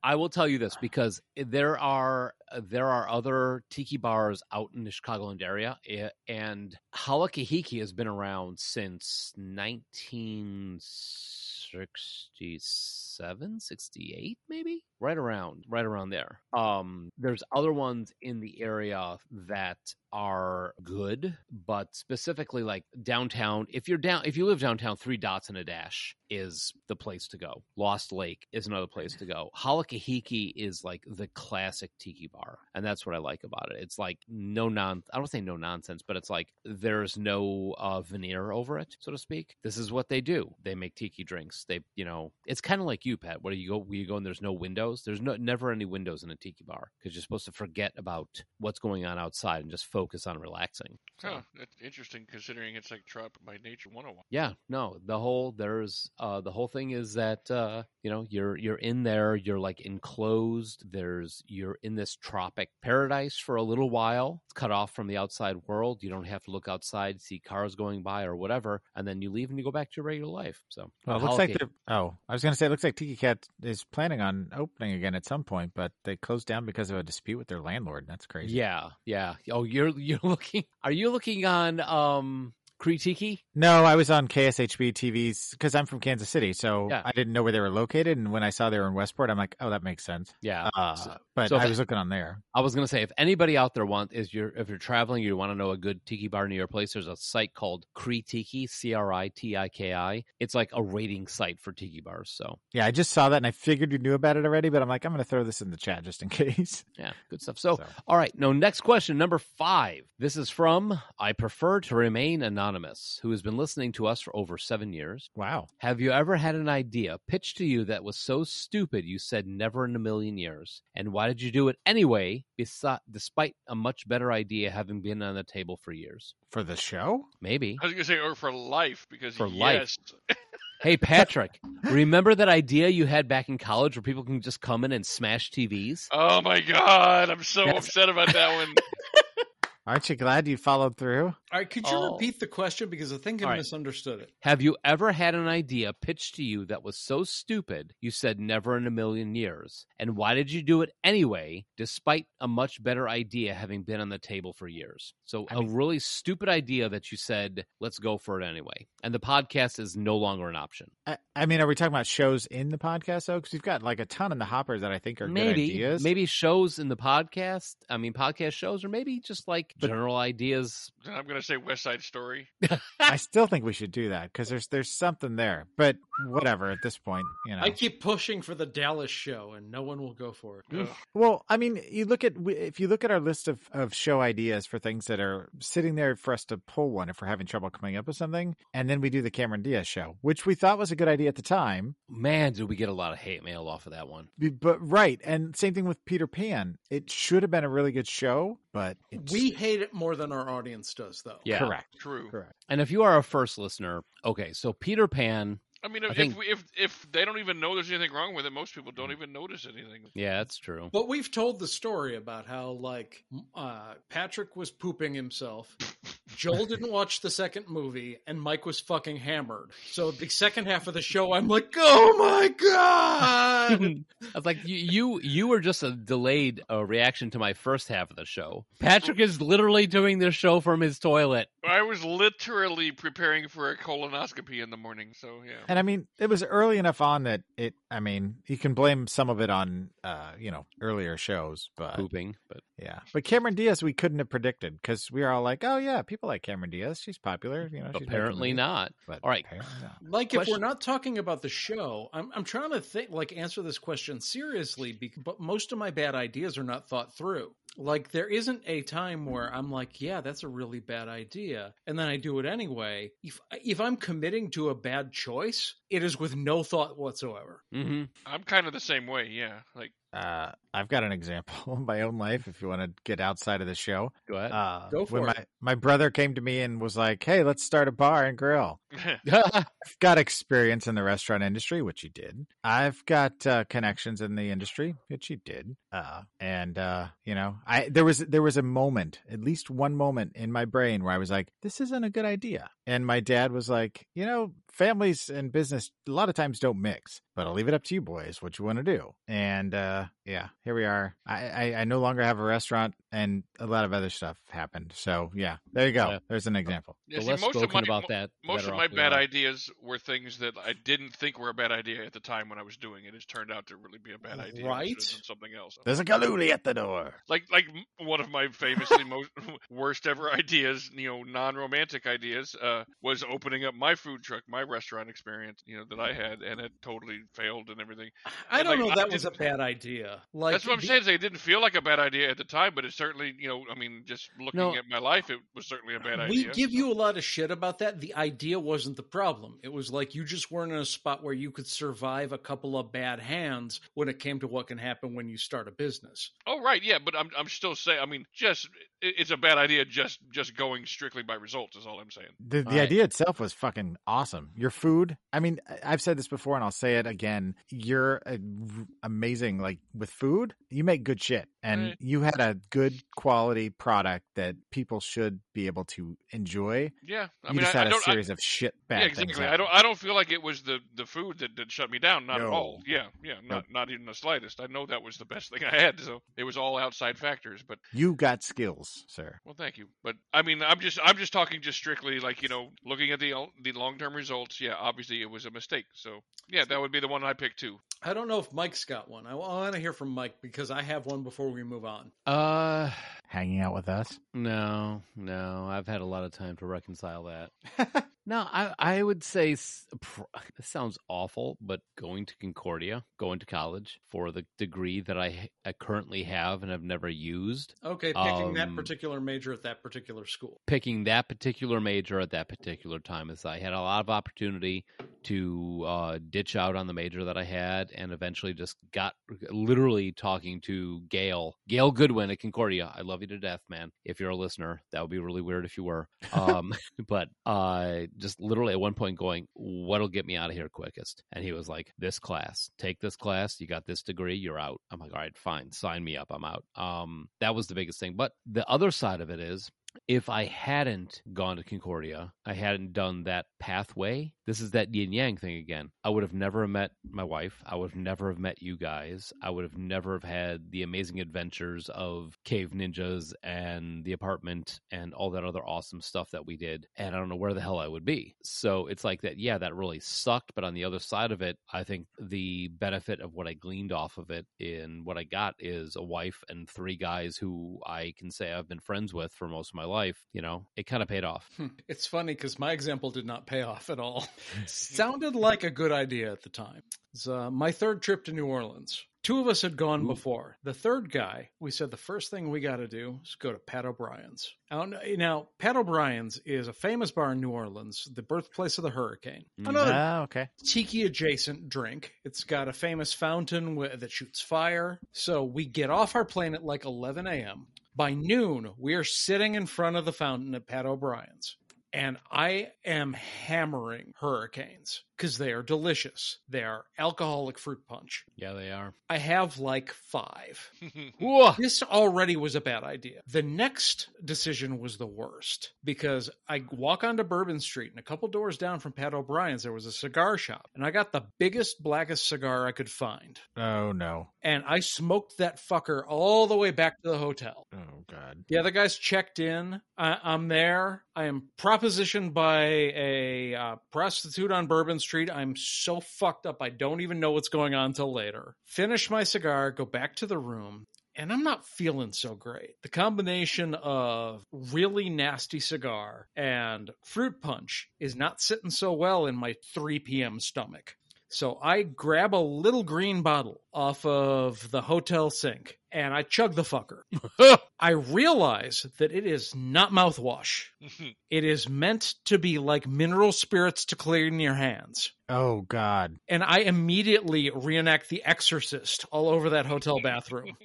Speaker 8: I will tell you this because there are there are other tiki bars out in the Chicagoland area, eh, and Halakahiki has been around since 1967, 68, maybe right around right around there. Um, there's other ones in the area that are good, but specifically like downtown. If you're down, if you live downtown, three dots and a dash is the place to go. Lost Lake is another place to go. Halakahiki is like the classic tiki bar, and that's what I like about it. It's like no non. I don't say no nonsense, but it's like there's no uh, veneer over it, so to speak. This is what they do. They make tiki drinks. They, you know, it's kind of like you, Pat. Where you go, where you go, and there's no windows. There's no never any windows in a tiki bar because you're supposed to forget about what's going on outside and just focus on relaxing.
Speaker 9: Huh, that's interesting considering it's like Trop by Nature 101.
Speaker 8: Yeah, no, the whole there's uh the whole thing is that uh you know, you're you're in there, you're like enclosed, there's you're in this tropic paradise for a little while. It's cut off from the outside world. You don't have to look outside, see cars going by or whatever, and then you leave and you go back to your regular life. So
Speaker 10: Well, it looks like
Speaker 8: Halakahiki-
Speaker 10: they're. Oh, I was going to say, it looks like Tiki Cat is planning on opening again at some point, but they closed down because of a dispute with their landlord. That's crazy.
Speaker 8: Yeah, yeah. Oh, you're you're looking are you looking on um Kritiki?
Speaker 10: No, I was on KSHB TV's because I'm from Kansas City, so
Speaker 8: Yeah.
Speaker 10: I didn't know where they were located. And when I saw they were in Westport, I'm like, oh, that makes sense.
Speaker 8: Yeah.
Speaker 10: Uh,
Speaker 8: So-
Speaker 10: but
Speaker 8: so
Speaker 10: I
Speaker 8: if-
Speaker 10: was looking on there.
Speaker 8: I was gonna say if anybody out there want is you're if you're traveling you want to know a good tiki bar near your place there's a site called Kritiki C R I T I K I it's like a rating site for tiki bars so
Speaker 10: Yeah, I just saw that and I figured you knew about it already, but I'm like, I'm going to throw this in the chat just in case.
Speaker 8: yeah good stuff so all right no next question number five this is from I prefer to remain anonymous who has been listening to us for over seven years
Speaker 10: wow.
Speaker 8: Have you ever had an idea pitched to you that was so stupid you said never in a million years? And why did you do it anyway, besi- despite a much better idea having been on the table for years?
Speaker 10: For the show?
Speaker 8: Maybe.
Speaker 9: I was going to say, or for life, because
Speaker 8: For
Speaker 9: yes,
Speaker 8: life. Hey, Patrick, remember that idea you had back in college where people can just come in and smash TVs?
Speaker 10: Uh-huh.
Speaker 9: Oh my god, I'm so
Speaker 8: That's-
Speaker 9: upset about that one.
Speaker 10: Aren't you glad you followed through?
Speaker 11: All right, could you
Speaker 9: Oh.
Speaker 11: repeat the question because I think I
Speaker 8: All right.
Speaker 11: misunderstood it.
Speaker 8: Have you ever had an idea pitched to you that was so stupid you said never in a million years? And why did you do it anyway, despite a much better idea having been on the table for years? So,
Speaker 10: I
Speaker 8: a
Speaker 10: mean-
Speaker 8: really stupid idea that you said, let's go for it anyway. And the podcast is no longer an option.
Speaker 10: I, I mean, are we talking about shows in the podcast, though? Because we've got like a ton in the hopper that I think are good
Speaker 8: Maybe,
Speaker 10: ideas.
Speaker 8: maybe shows in the podcast, I mean, podcast shows, or maybe just like general ideas.
Speaker 9: Then I'm going to say West Side Story.
Speaker 10: I still think we should do that because there's there's something there. But whatever at this point, you know.
Speaker 11: I keep pushing for the Dallas show, and no one will go for it.
Speaker 9: Ugh.
Speaker 10: Well, I mean, you look at we- if you look at our list of, of show ideas for things that are sitting there for us to pull one if we're having trouble coming up with something, and then we do the Cameron Diaz show, which we thought was a good idea at the time.
Speaker 8: Man, did we get a lot of hate mail off of that one.
Speaker 10: b- But right, and same thing with Peter Pan. It should have been a really good show, but it's
Speaker 11: We hate it more than our audience does, though.
Speaker 8: Yeah.
Speaker 10: correct.
Speaker 9: True.
Speaker 10: Correct.
Speaker 8: And if you are a first listener, okay, so Peter Pan.
Speaker 9: I mean,
Speaker 8: I
Speaker 9: if,
Speaker 8: think-
Speaker 9: if,
Speaker 8: Mm.
Speaker 9: we, if if they don't even know there's anything wrong with it, most people don't even notice anything.
Speaker 8: Yeah, that's true.
Speaker 11: But we've told the story about how, like, uh, Patrick was pooping himself. Joel didn't watch the second movie, and Mike was fucking hammered. So the second half of the show, I'm like, oh my god!
Speaker 8: I was like, you, you, you were just a delayed uh, reaction to my first half of the show. Patrick is literally doing this show from his toilet.
Speaker 9: I was literally preparing for a colonoscopy in the morning, so yeah.
Speaker 10: And I mean, it was early enough on that it. I mean, you can blame some of it on, uh, you know, earlier shows,
Speaker 9: Uh,
Speaker 10: but
Speaker 8: Pooping, but
Speaker 10: yeah. But Cameron Diaz, we couldn't have predicted because we are all like, oh yeah, people like Cameron Diaz. She's popular. You know, she's making
Speaker 8: apparently
Speaker 10: movies.
Speaker 8: not.
Speaker 10: But
Speaker 8: All right.
Speaker 10: apparently not.
Speaker 11: like, if
Speaker 8: Question-
Speaker 11: we're not talking about the show, I'm I'm trying to think, like, answer this question seriously. Be- but most of my bad ideas are not thought through. Like, there isn't a time where I'm like, yeah, that's a really bad idea, and then I do it anyway. If if I'm committing to a bad choice, it is with no thought whatsoever.
Speaker 8: Mm-hmm.
Speaker 9: I'm kind of the same way. Yeah, like
Speaker 10: Uh, I've got an example in my own life. If you want to get outside of the show,
Speaker 8: Go ahead.
Speaker 10: uh,
Speaker 11: Go
Speaker 10: when
Speaker 11: for
Speaker 10: my my brother came to me and was like, "Hey, let's start a bar and grill."
Speaker 8: mm-hmm.
Speaker 10: I've got experience in the restaurant industry, which you did. I've got uh, connections in the industry, which you did. Uh, and uh, you know, I there was there was a moment, at least one moment in my brain where I was like, "This isn't a good idea." And my dad was like, "You know, families and business a lot of times don't mix, but I'll leave it up to you boys what you want to do." And uh, yeah, here we are. I, I I no longer have a restaurant, and a lot of other stuff happened. So yeah, there you go.
Speaker 8: Yeah.
Speaker 10: There's an example.
Speaker 9: yeah,
Speaker 8: the
Speaker 9: see,
Speaker 8: less
Speaker 9: most
Speaker 8: spoken
Speaker 9: of my,
Speaker 8: about
Speaker 9: mo-
Speaker 8: that, the
Speaker 9: most of
Speaker 8: better
Speaker 9: my
Speaker 8: off we
Speaker 9: bad
Speaker 8: are.
Speaker 9: ideas were things that I didn't think were a bad idea at the time when I was doing it. It's turned out to really be a bad idea. I should've
Speaker 11: Right.
Speaker 9: done something else.
Speaker 10: There's a galooly at the door.
Speaker 9: like like m- one of my famously most worst ever ideas, you know, non-romantic ideas, uh, was opening up my food truck, my restaurant experience, you know, that I had, and it totally failed and everything.
Speaker 11: I don't
Speaker 9: like,
Speaker 11: know
Speaker 9: I
Speaker 11: that was a
Speaker 9: didn't-
Speaker 11: bad idea. Like
Speaker 9: That's what I'm
Speaker 11: the-
Speaker 9: saying. Is it didn't feel like a bad idea at the time, but it certainly, you know, I mean, just looking
Speaker 8: No.
Speaker 9: at my life, it was certainly a bad
Speaker 11: We
Speaker 9: idea.
Speaker 11: give you a lot of shit about that. The idea wasn't the problem. It was like you just weren't in a spot where you could survive a couple of bad hands when it came to what can happen when you start a business.
Speaker 9: Oh right, yeah, but I'm I'm still saying. I mean, just it, it's a bad idea. Just just going strictly by results is all I'm saying.
Speaker 10: The, the
Speaker 8: All right.
Speaker 10: idea itself was fucking awesome. Your food, I mean, I- I've said this before and I'll say it again. You're a, amazing. Like with food, you make good shit and
Speaker 9: Mm.
Speaker 10: you had a good quality product that people should be able to enjoy.
Speaker 9: Yeah, I
Speaker 10: you
Speaker 9: mean,
Speaker 10: just
Speaker 9: I,
Speaker 10: had
Speaker 9: I
Speaker 10: a
Speaker 9: don't. I-
Speaker 10: series of shit bad
Speaker 9: yeah,
Speaker 10: things.
Speaker 9: exactly. I
Speaker 10: happen.
Speaker 9: don't. I don't feel like it was the the food that, that shut me down. Not at
Speaker 10: No.
Speaker 9: all. Yeah, yeah. Not not even the slightest. I know that was the best thing I had. So it was all outside factors. But
Speaker 10: You got skills, sir.
Speaker 9: well, thank you. But I mean, I'm just I'm just talking just strictly like you know looking at the the long term results. Yeah, obviously it was a mistake. So yeah, that would be the one I picked too.
Speaker 11: I don't know if Mike's got one. I want to hear from Mike because I have one before we move on.
Speaker 8: Uh,
Speaker 10: Hanging out with us.
Speaker 8: no, no. I've had a lot of time to reconcile that. no, I, I would say s- pr- this sounds awful, but going to Concordia, going to college for the degree that I, I currently have and have never used,
Speaker 11: Okay, picking that
Speaker 8: Um,
Speaker 11: particular major at that particular school.
Speaker 8: picking that particular major at that particular time is I had a lot of opportunity to uh, ditch out on the major that I had and eventually just got literally talking to Gail, Gail Goodwin at Concordia. I love you to death, man. If you're a listener, that would be really weird if you were. Um, but uh, just literally at one point going, what'll get me out of here quickest? And he was like, this class, take this class. You got this degree, you're out. I'm like, all right, fine, sign me up. I'm out. Um, that was the biggest thing. But the other side of it is, if I hadn't gone to Concordia, I hadn't done that pathway, this is that yin yang thing again. I would have never met my wife. I would have never have met you guys. I would have never have had the amazing adventures of cave ninjas and the apartment and all that other awesome stuff that we did. And I don't know where the hell I would be. So it's like that, yeah, that really sucked. But on the other side of it, I think the benefit of what I gleaned off of it in what I got is a wife and three guys who I can say I've been friends with for most of my life. You know, it kind of paid off.
Speaker 11: Hmm. It's funny because my example did not pay off at all. Sounded like a good idea at the time. It's uh, my third trip to New Orleans. Two of us had gone before. The third guy, we said the first thing we got to do is go to Pat O'Brien's. I don't know- Now, Pat O'Brien's is a famous bar in New Orleans, the birthplace of the hurricane. Another
Speaker 10: Ah, okay.
Speaker 11: tiki adjacent drink. It's got a famous fountain wi- that shoots fire. So we get off our plane at like 11 a.m. By noon, we are sitting in front of the fountain at Pat O'Brien's. And I am hammering hurricanes because they are delicious. They are alcoholic fruit punch.
Speaker 8: Yeah, they are.
Speaker 11: I have like five.
Speaker 8: Whoa.
Speaker 11: This already was a bad idea. The next decision was the worst because I walk onto Bourbon Street and a couple doors down from Pat O'Brien's, there was a cigar shop and I got the biggest, blackest cigar I could find.
Speaker 10: Oh, no.
Speaker 11: And I smoked that fucker all the way back to the hotel.
Speaker 10: Oh, God.
Speaker 11: The other guys checked in. I, I'm there. I am propositioned by a uh, prostitute on Bourbon Street. I'm so fucked up. I don't even know what's going on till later. Finish my cigar, go back to the room. And I'm not feeling so great. The combination of really nasty cigar and fruit punch is not sitting so well in my 3 p.m. stomach. So I grab a little green bottle off of the hotel sink and I chug the fucker. I realize that it is not mouthwash. it is meant to be like mineral spirits to clean your hands.
Speaker 10: Oh God.
Speaker 11: And I immediately reenact The Exorcist all over that hotel bathroom.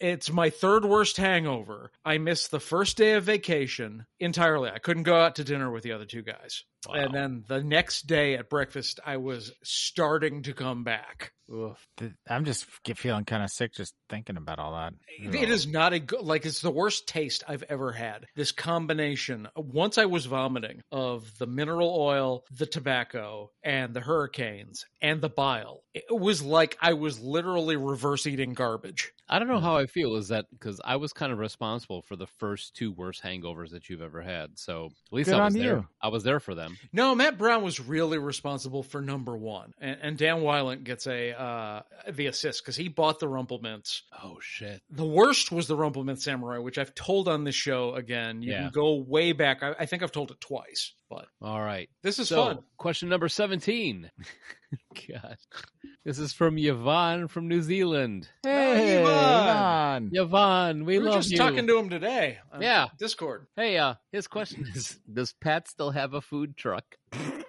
Speaker 11: it's my third worst hangover. I missed the first day of vacation entirely. I couldn't go out to dinner with the other two guys.
Speaker 8: Wow.
Speaker 11: And then the next day at breakfast, I was starting to come back.
Speaker 10: Th- I'm just get feeling kind of sick just thinking about all that.
Speaker 11: It is not a good, like, it's the worst taste I've ever had. This combination, once I was vomiting of the mineral oil, the tobacco, and the hurricanes, and the bile, it was like I was literally reverse eating garbage.
Speaker 8: I don't know how I feel. Is that because I was kind of responsible for the first two worst hangovers that you've ever had? So at least
Speaker 10: Good
Speaker 8: I was
Speaker 10: on
Speaker 8: there.
Speaker 10: you.
Speaker 8: I was there for them.
Speaker 11: No, Matt Brown was really responsible for number one, and, and Dan Weiland gets a uh, the assist because he bought the Rumple Mints.
Speaker 8: Oh shit!
Speaker 11: The worst was the Rumple Mint Samurai, which I've told on this show again. You
Speaker 8: Yeah.
Speaker 11: can go way back. I, I think I've told it twice, but
Speaker 8: All right.
Speaker 11: this is
Speaker 8: so,
Speaker 11: fun.
Speaker 8: question number 17. God. This is from Yvonne from New Zealand.
Speaker 10: Hey,
Speaker 11: Ivan.
Speaker 8: Yvonne, we
Speaker 11: We were
Speaker 8: love
Speaker 11: just
Speaker 8: you.
Speaker 11: talking to him today. on
Speaker 8: Yeah.
Speaker 11: Discord.
Speaker 8: hey, uh, his question is Does Pat still have a food truck?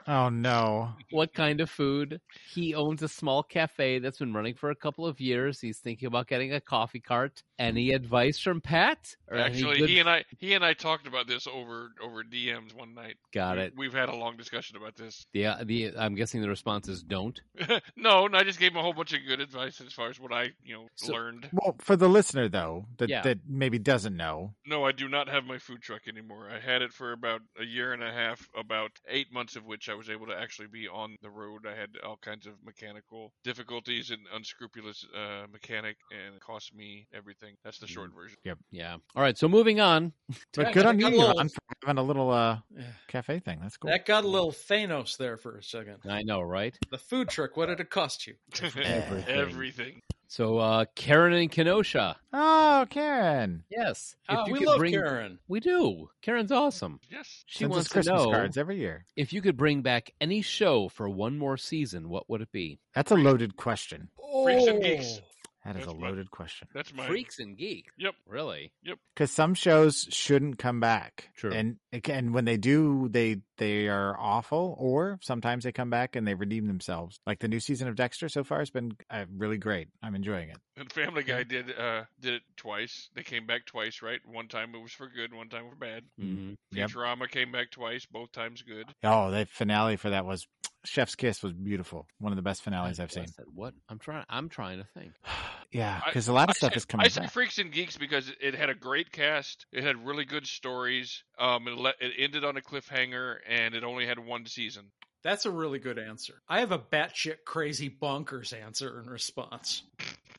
Speaker 10: Oh no.
Speaker 8: What kind of food? He owns a small cafe that's been running for a couple of years. He's thinking about getting a coffee cart. Any advice from Pat? Or any
Speaker 9: Actually,
Speaker 8: good-
Speaker 9: he and I he and I talked about this over over DMs one night.
Speaker 8: got
Speaker 9: We-
Speaker 8: it.
Speaker 9: We've had a long discussion about this.
Speaker 8: Yeah, the I'm guessing the response is don't.
Speaker 9: no, no, I just gave him a whole bunch of good advice as far as what I you know
Speaker 8: So-
Speaker 9: learned.
Speaker 10: Well, for the listener though, that
Speaker 8: Yeah.
Speaker 10: that maybe doesn't know.
Speaker 9: No, I do not have my food truck anymore. I had it for about a year and a half, about eight months of which I was able to actually be on the road. I had all kinds of mechanical difficulties and unscrupulous uh, mechanic, and it cost me everything. That's the
Speaker 10: Mm.
Speaker 9: short version.
Speaker 8: Yeah. All right. So moving on.
Speaker 10: But good on you,
Speaker 11: Technical
Speaker 10: Yvonne,
Speaker 11: goals.
Speaker 10: for having a little uh
Speaker 11: Yeah.
Speaker 10: cafe thing. That's cool.
Speaker 11: That got a little Thanos there for a second.
Speaker 8: I know, right?
Speaker 11: The food trick, what did it cost you?
Speaker 10: Everything.
Speaker 9: Everything.
Speaker 8: So uh Karen and Kenosha.
Speaker 10: Oh, Karen.
Speaker 8: Yes. Ah,
Speaker 11: Oh, we
Speaker 8: could
Speaker 11: love
Speaker 8: bring-
Speaker 11: Karen.
Speaker 8: We do. Karen's awesome.
Speaker 9: Yes.
Speaker 8: She
Speaker 10: Sends us
Speaker 8: wants to
Speaker 10: Christmas
Speaker 8: know
Speaker 10: cards every year.
Speaker 8: if you could bring back any show for one more season, what would it be?
Speaker 10: That's a loaded question.
Speaker 8: Oh.
Speaker 9: Freaks and geeks.
Speaker 10: That is
Speaker 9: That's
Speaker 10: a
Speaker 9: my-
Speaker 10: loaded question.
Speaker 9: That's my
Speaker 8: Freaks and Geek.
Speaker 9: Yep.
Speaker 8: Really?
Speaker 10: because some shows shouldn't come back.
Speaker 8: True.
Speaker 10: And and when they do, they they are awful. Or sometimes they come back and they redeem themselves. Like the new season of Dexter so far has been uh, really great. I'm enjoying it.
Speaker 9: And Family Guy did uh did it twice. They came back twice, right? One time it was for good, one time for bad.
Speaker 8: Mm-hmm.
Speaker 10: Yep.
Speaker 9: Futurama came back twice, both times good.
Speaker 10: Oh, the finale for that was Chef's Kiss was beautiful. One of the best finales I've seen.
Speaker 8: What? I'm trying I'm trying to think.
Speaker 10: Yeah, because a lot of
Speaker 9: I
Speaker 10: stuff
Speaker 9: say-
Speaker 10: is coming
Speaker 9: I say
Speaker 10: back.
Speaker 9: Freaks and Geeks because it- it had a great cast. It had really good stories. Um, it, le- it ended on a cliffhanger, and it only had one season.
Speaker 11: That's a really good answer. I have a batshit crazy bonkers answer in response.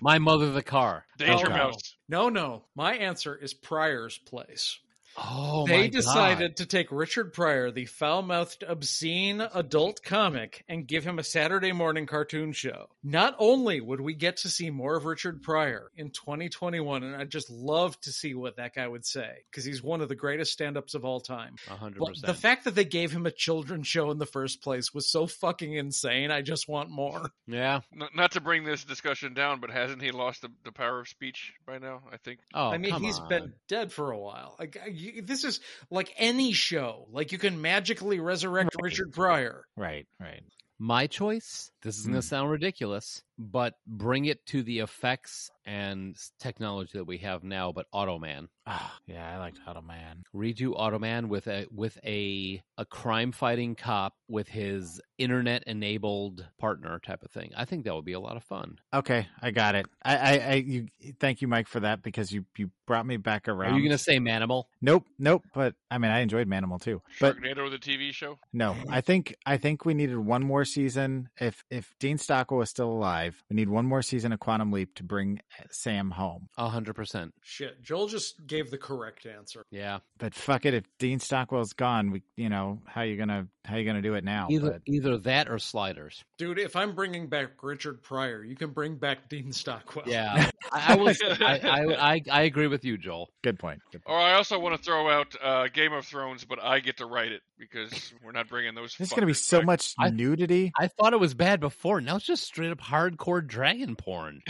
Speaker 8: My mother the car.
Speaker 9: Danger
Speaker 10: Okay.
Speaker 9: Mouse.
Speaker 11: No, no. My answer is Pryor's Place.
Speaker 8: Oh my
Speaker 11: they
Speaker 8: God.
Speaker 11: decided to take Richard Pryor, the foul mouthed, obscene adult comic, and give him a Saturday morning cartoon show. Not only would we get to see more of Richard Pryor in 2021, and I'd just love to see what that guy would say, because he's one of the greatest stand ups of all time.
Speaker 8: A hundred
Speaker 11: But the
Speaker 8: percent.
Speaker 11: fact that they gave him a children's show in the first place was so fucking insane. I just want more.
Speaker 8: Yeah.
Speaker 9: N- not to bring this discussion down, but hasn't he lost the, the power of speech by now? I think.
Speaker 8: Oh,
Speaker 11: I mean,
Speaker 8: come
Speaker 11: he's
Speaker 8: on.
Speaker 11: been dead for a while. Like I- you, this is like any show. Like you can magically resurrect
Speaker 10: Right.
Speaker 11: Richard Pryor.
Speaker 10: Right, right.
Speaker 8: my choice this is going
Speaker 10: Hmm.
Speaker 8: to sound ridiculous but bring it to the effects and s- technology that we have now but automan
Speaker 10: Ah, yeah, I liked Auto Man.
Speaker 8: redo automan with a with a a crime fighting cop with his internet enabled partner type of thing i think that would be a lot of fun
Speaker 10: Okay, I got it. I, I, I, you, thank you, Mike, for that because you, you brought me back around.
Speaker 8: are you going to say manimal
Speaker 10: Nope, nope. But I mean, I enjoyed Manimal too. But
Speaker 9: Sharknado, the TV show.
Speaker 10: No, I think I think we needed one more season. If if Dean Stockwell is still alive, we need one more season of Quantum Leap to bring eh, Sam home.
Speaker 8: a hundred percent
Speaker 11: Shit, Joel just gave the correct answer.
Speaker 8: yeah
Speaker 10: But fuck it, if Dean Stockwell's gone, we you know how you gonna how you gonna do it now?
Speaker 8: either
Speaker 10: But
Speaker 8: either that or sliders
Speaker 11: Dude, if I'm bringing back Richard Pryor, you can bring back Dean Stockwell.
Speaker 8: yeah I, I will I, I i i agree with you joel
Speaker 10: good point.
Speaker 9: Or I also want to throw out uh, Game of Thrones, but I get to write it. because we're not bringing those.
Speaker 10: There's going to be
Speaker 9: fuckers
Speaker 10: so
Speaker 9: back.
Speaker 10: much
Speaker 8: I-
Speaker 10: nudity.
Speaker 8: I thought it was bad before. Now it's just straight up hardcore dragon porn.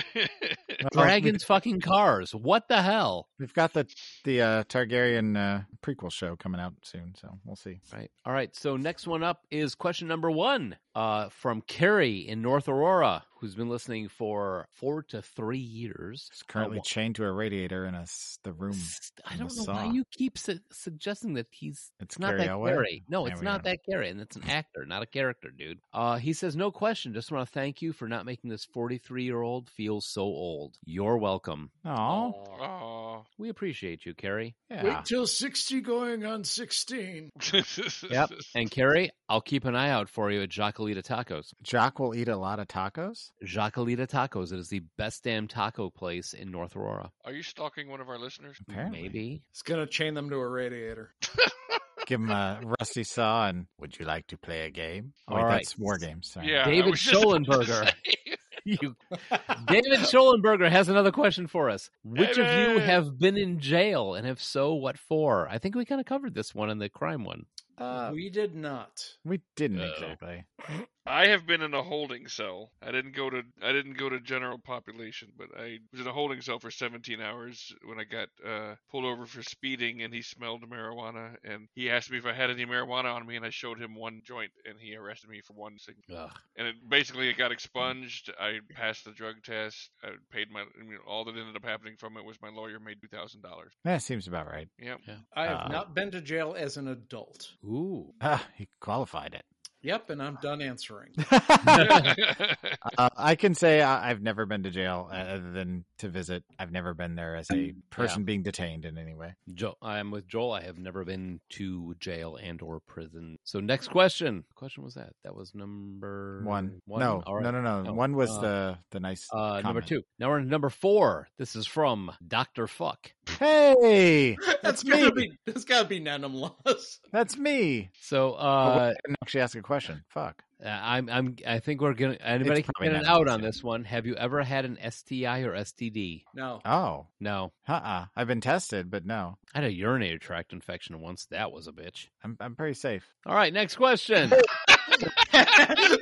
Speaker 10: Well,
Speaker 8: Dragons fucking cars. What the hell?
Speaker 10: We've got the the uh, Targaryen uh, prequel show coming out soon, so we'll see.
Speaker 8: Right. All right. So next one up is question number one uh, from Carrie in North Aurora, who's been listening for four to three years.
Speaker 10: It's currently
Speaker 8: Uh, wh-
Speaker 10: chained to a radiator in a Oh, s- the room.
Speaker 8: St- I
Speaker 10: in the
Speaker 8: don't know why
Speaker 10: saw.
Speaker 8: you keep su- suggesting that he's
Speaker 10: It's
Speaker 8: it's not
Speaker 10: Carrie
Speaker 8: that
Speaker 10: Elway?
Speaker 8: Gary. No,
Speaker 10: There
Speaker 8: it's
Speaker 10: we
Speaker 8: not
Speaker 10: go.
Speaker 8: that Gary, and it's an actor, not a character, dude. Uh, he says, "No question. Just want to thank you for not making this 43 year old feel so old. You're welcome.
Speaker 10: Oh,
Speaker 9: Aw.
Speaker 8: We appreciate you, Carrie.
Speaker 10: yeah.
Speaker 11: Wait till 60 going on 16.
Speaker 8: Yep. and Carrie, I'll keep an eye out for you at Jacalita Tacos.
Speaker 10: Jock will eat a lot of tacos.
Speaker 8: Jacalita Tacos. It is the best damn taco place in North Aurora.
Speaker 9: Are you stalking one of our listeners?
Speaker 10: Apparently,
Speaker 8: Maybe."
Speaker 11: It's going to chain them to a radiator.
Speaker 10: give him a rusty saw and would you like to play a game? Oh, wait,
Speaker 8: All right.
Speaker 10: that's war games. Sorry.
Speaker 9: Yeah. I
Speaker 8: David
Speaker 9: was just about to
Speaker 8: Schollenberger.
Speaker 9: say.
Speaker 8: You- David Schollenberger has another question for us. Which of you
Speaker 9: David!
Speaker 8: have been in jail, and if so, what for? I think we kind of covered this one in the crime one.
Speaker 10: Uh,
Speaker 11: we did not.
Speaker 10: we didn't
Speaker 9: Uh-oh.
Speaker 10: exactly.
Speaker 9: I have been in a holding cell. I didn't go to I didn't go to general population, but I was in a holding cell for 17 hours when I got uh, pulled over for speeding, and he smelled marijuana, and he asked me if I had any marijuana on me, and I showed him one joint, and he arrested me for one sig-
Speaker 8: Ugh.
Speaker 9: and it basically it got expunged. I passed the drug test. I paid my I mean, all that ended up happening from it was my lawyer made two thousand dollars.
Speaker 10: That seems about right.
Speaker 9: Yep.
Speaker 11: I have
Speaker 10: Uh,
Speaker 11: not been to jail as an adult.
Speaker 8: Ooh.
Speaker 10: Ah, he qualified it.
Speaker 11: Yep, and I'm done answering.
Speaker 10: uh, I can say I, I've never been to jail uh, other than to visit. I've never been there as a person being detained in any way.
Speaker 8: Jo- I'm with Joel. I have never been to jail and or prison. So next question. What question was that? That was number
Speaker 10: One, No, no, no, no, One was
Speaker 8: Uh,
Speaker 10: the the nice
Speaker 8: Uh, number
Speaker 10: comment.
Speaker 8: two. Now we're on number four. This is from Doctor Fuck.
Speaker 10: Hey,
Speaker 11: that's
Speaker 10: me.
Speaker 11: gotta be that's gotta be Nanem Laws.
Speaker 10: that's me.
Speaker 8: So
Speaker 10: Oh, wait,
Speaker 8: uh,
Speaker 10: I didn't actually ask a question. Fuck.
Speaker 8: I'm I'm I think we're gonna anybody can
Speaker 10: probably
Speaker 8: get an
Speaker 10: not
Speaker 8: out on
Speaker 10: necessary.
Speaker 8: this one. Have you ever had an STI or STD?
Speaker 11: No.
Speaker 10: Oh,
Speaker 8: No.
Speaker 10: uh, uh I've been tested, but no,
Speaker 8: I had a urinary tract infection once. That was a bitch.
Speaker 10: I'm I'm pretty safe.
Speaker 8: All right, next question.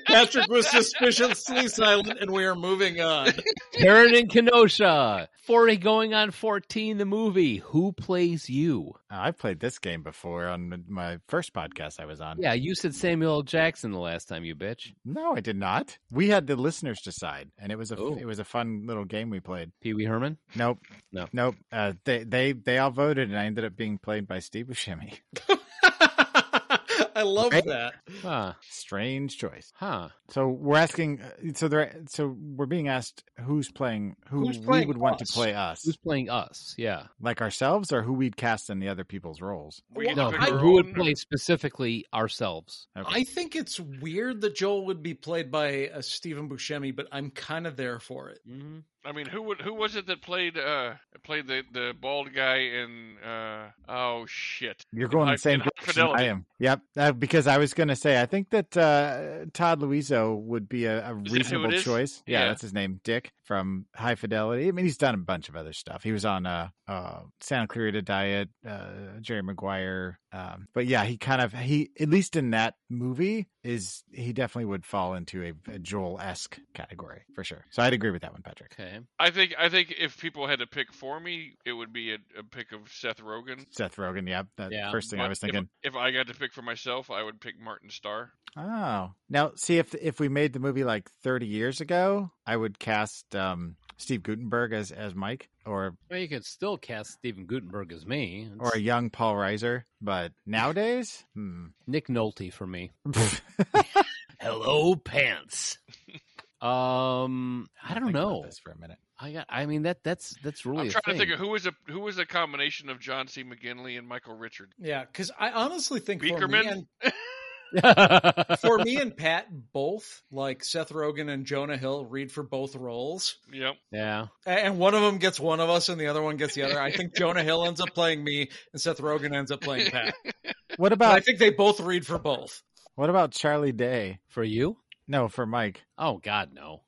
Speaker 11: Patrick was suspiciously silent, and we are moving on.
Speaker 8: Karen in Kenosha. 40 going on 14, the movie. Who plays you?
Speaker 10: Uh, I've played this game before on my first podcast I was on.
Speaker 8: Yeah, you said Samuel L. Jackson the last time, you bitch.
Speaker 10: No, I did not. We had the listeners decide, and it was a
Speaker 8: Oh.
Speaker 10: it was a fun little game we played.
Speaker 8: Pee Wee Herman?
Speaker 10: Nope.
Speaker 8: No.
Speaker 10: Nope. Uh, they they they all voted, and I ended up being played by Steve Buscemi.
Speaker 11: I love
Speaker 10: Right.
Speaker 11: that.
Speaker 8: Huh.
Speaker 10: Strange choice.
Speaker 8: Huh.
Speaker 10: So we're asking. uh, So there. So we're being asked who's playing who
Speaker 11: Who's
Speaker 10: we
Speaker 11: playing
Speaker 10: would want to
Speaker 11: us?
Speaker 10: play us,
Speaker 8: Who's playing us? Yeah.
Speaker 10: like ourselves, or who we'd cast in the other people's roles.
Speaker 9: We get to
Speaker 8: No,
Speaker 9: pick
Speaker 8: who
Speaker 9: our
Speaker 8: who would
Speaker 9: own-
Speaker 8: play specifically ourselves?
Speaker 10: Okay.
Speaker 11: I think it's weird that Joel would be played by a Stephen Buscemi, but I'm kind of there for it.
Speaker 8: Mm-hmm.
Speaker 9: I mean, who would who was it that played uh played the the bald guy in uh oh shit.
Speaker 10: You're going
Speaker 9: high-
Speaker 10: the
Speaker 9: in
Speaker 10: same
Speaker 9: high
Speaker 10: direction I
Speaker 9: fidelity.
Speaker 10: am. Yep. Uh, because I was going to say, I think that uh, Todd Luizzo would be a, a
Speaker 9: who it
Speaker 10: reasonable
Speaker 9: is?
Speaker 10: choice. Yeah,
Speaker 9: Yeah.
Speaker 10: that's his name, Dick from High Fidelity. I mean, he's done a bunch of other stuff. He was on uh, uh, Santa Clarita Diet, uh, Jerry Maguire. Um, but yeah, he kind of he at least in that movie is he definitely would fall into a, a Joel esque category for sure. So I'd agree with that one, Patrick.
Speaker 8: Okay.
Speaker 9: I think I think if people had to pick for me, it would be a, a pick of Seth Rogen.
Speaker 10: Seth Rogen. Yeah, that
Speaker 8: Yeah,
Speaker 10: first thing I
Speaker 9: But
Speaker 10: was
Speaker 9: if-
Speaker 10: thinking.
Speaker 9: If, I got to pick for myself, I would pick Martin Starr.
Speaker 10: Oh, now see if if we made the movie like thirty years ago, I would cast um, Steve Gutenberg as as Mike or
Speaker 8: Well, you could still cast Stephen Gutenberg as me. It's
Speaker 10: or a young Paul Reiser. But nowadays, hmm.
Speaker 8: Nick Nolte for me. Hello, pants. um, I don't
Speaker 10: Think about
Speaker 8: know.
Speaker 10: this for a minute.
Speaker 8: I got. I mean that that's that's really.
Speaker 9: I'm
Speaker 8: a
Speaker 9: trying
Speaker 8: thing.
Speaker 9: to think of who was a who was a combination of John C. McGinley and Michael Richard.
Speaker 11: Yeah, because I honestly think for me,
Speaker 9: Beakerman?
Speaker 11: and, for me and Pat, both like Seth Rogen and Jonah Hill, read for both roles.
Speaker 9: Yep.
Speaker 8: yeah.
Speaker 11: A- And one of them gets one of us, and the other one gets the other. I think Jonah Hill ends up playing me, and Seth Rogen ends up playing Pat.
Speaker 10: What
Speaker 11: But I
Speaker 10: about
Speaker 11: think they both read for both.
Speaker 10: what about Charlie Day?
Speaker 8: For you?
Speaker 10: No, for Mike.
Speaker 8: Oh God, no.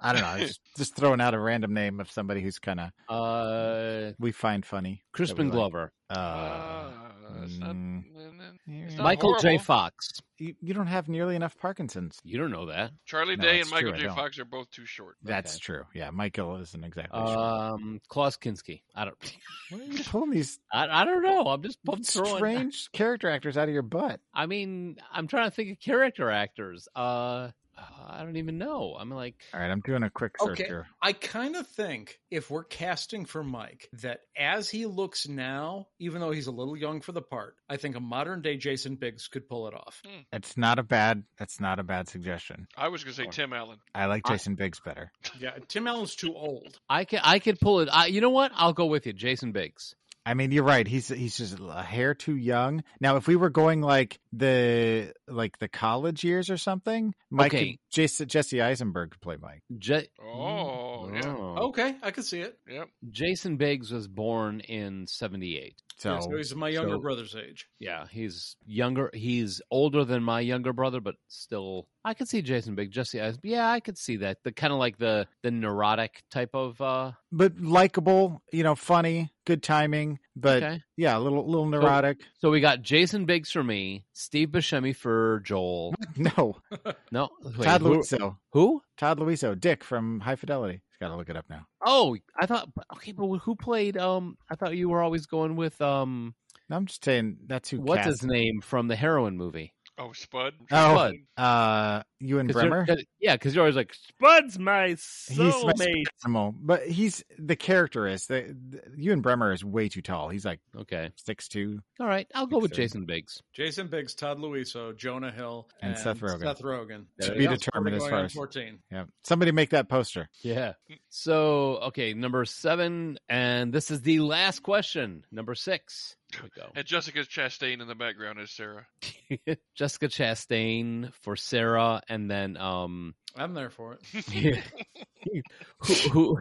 Speaker 10: I don't know. I was just, just throwing out a random name of somebody who's kind of
Speaker 8: Uh,
Speaker 10: we find funny. that we
Speaker 8: Crispin
Speaker 10: like.
Speaker 8: Glover.
Speaker 10: Uh,
Speaker 9: Ah, It's not,
Speaker 10: Mm.
Speaker 9: it's not
Speaker 8: Michael J.
Speaker 9: horrible.
Speaker 8: Fox.
Speaker 10: You, you don't have nearly enough Parkinson's.
Speaker 8: You don't know that.
Speaker 9: Charlie
Speaker 10: No,
Speaker 9: Day
Speaker 10: it's
Speaker 9: and Michael
Speaker 10: true, I
Speaker 9: J.
Speaker 10: don't.
Speaker 9: Fox are both too short.
Speaker 10: That's true. Yeah, Michael isn't exactly. sure.
Speaker 8: Um, Klaus Kinski. I don't.
Speaker 10: Why are you pulling these
Speaker 8: I, I don't know. I'm just I'm throwing.
Speaker 10: strange character actors out of your butt?
Speaker 8: I mean, I'm trying to think of character actors. Uh, I don't even know. I'm like,
Speaker 10: All right, I'm doing a quick search
Speaker 11: Okay.
Speaker 10: here.
Speaker 11: I kind of think if we're casting for Mike, that as he looks now, even though he's a little young for the part, I think a modern day Jason Biggs could pull it off.
Speaker 10: It's not a bad. That's not a bad suggestion.
Speaker 9: I was going to say Tim Allen.
Speaker 10: I like
Speaker 8: I-
Speaker 10: Jason Biggs better.
Speaker 11: Yeah, Tim Allen's too old.
Speaker 8: I can I could pull it. I, you know what? I'll go with you, Jason Biggs.
Speaker 10: I mean, you're right. He's he's just a hair too young. Now, if we were going like the like the college years or something, Mike
Speaker 8: Okay.
Speaker 10: could- Jesse, Jesse Eisenberg could play Mike.
Speaker 8: Je-
Speaker 10: Mm.
Speaker 9: Oh, yeah.
Speaker 8: Oh.
Speaker 11: Okay, I could see it.
Speaker 9: Yep.
Speaker 8: Jason Biggs was born in '78.
Speaker 10: So,
Speaker 11: Yeah, so he's my younger
Speaker 8: so-
Speaker 11: brother's age.
Speaker 8: Yeah, he's younger. He's older than my younger brother, but still, I could see Jason Big, Jesse Eyes. Yeah, I could see that. The kind of like the the neurotic type of. uh
Speaker 10: but likable, you know, funny, good timing, but
Speaker 8: Okay.
Speaker 10: yeah, a little little neurotic.
Speaker 8: So we got Jason Biggs for me, Steve Buscemi for Joel.
Speaker 10: No,
Speaker 8: No, wait,
Speaker 10: Todd
Speaker 8: who,
Speaker 10: Luiso.
Speaker 8: who?
Speaker 10: Todd Luiso, Dick from High Fidelity. He's got to look it up now.
Speaker 8: Oh, I thought okay, but who played? Um, I thought you were always going with um,
Speaker 10: No, I'm just saying that's who.
Speaker 8: what's
Speaker 10: cast-
Speaker 8: his name from the heroin movie?
Speaker 9: Oh, Spud.
Speaker 10: Oh,
Speaker 8: Bud.
Speaker 10: uh, Ewan
Speaker 8: 'Cause you're-
Speaker 10: Bremer.
Speaker 8: 'cause- yeah, because you're always like Spud's my
Speaker 10: He's my
Speaker 8: soulmate.
Speaker 10: animal, but he's the character is the, the Ewan Bremer is way too tall. He's like
Speaker 8: Okay,
Speaker 10: six two.
Speaker 8: all right, I'll go with
Speaker 10: Think so.
Speaker 8: Jason Biggs.
Speaker 11: Jason Biggs, Todd Luiso, Jonah Hill,
Speaker 10: And Seth Rogen.
Speaker 11: Seth Rogen.
Speaker 8: To
Speaker 11: There
Speaker 8: be
Speaker 11: you go.
Speaker 10: determined as
Speaker 11: Going
Speaker 10: far
Speaker 11: on
Speaker 10: as-
Speaker 11: 14.
Speaker 10: Yeah, somebody make that poster.
Speaker 8: Yeah. So, okay, number seven, and this is the last question. Number six. Here
Speaker 9: And Jessica Chastain in the background is Sarah.
Speaker 8: we go. Jessica Chastain for Sarah, and then um,
Speaker 11: I'm there for it.
Speaker 8: who, who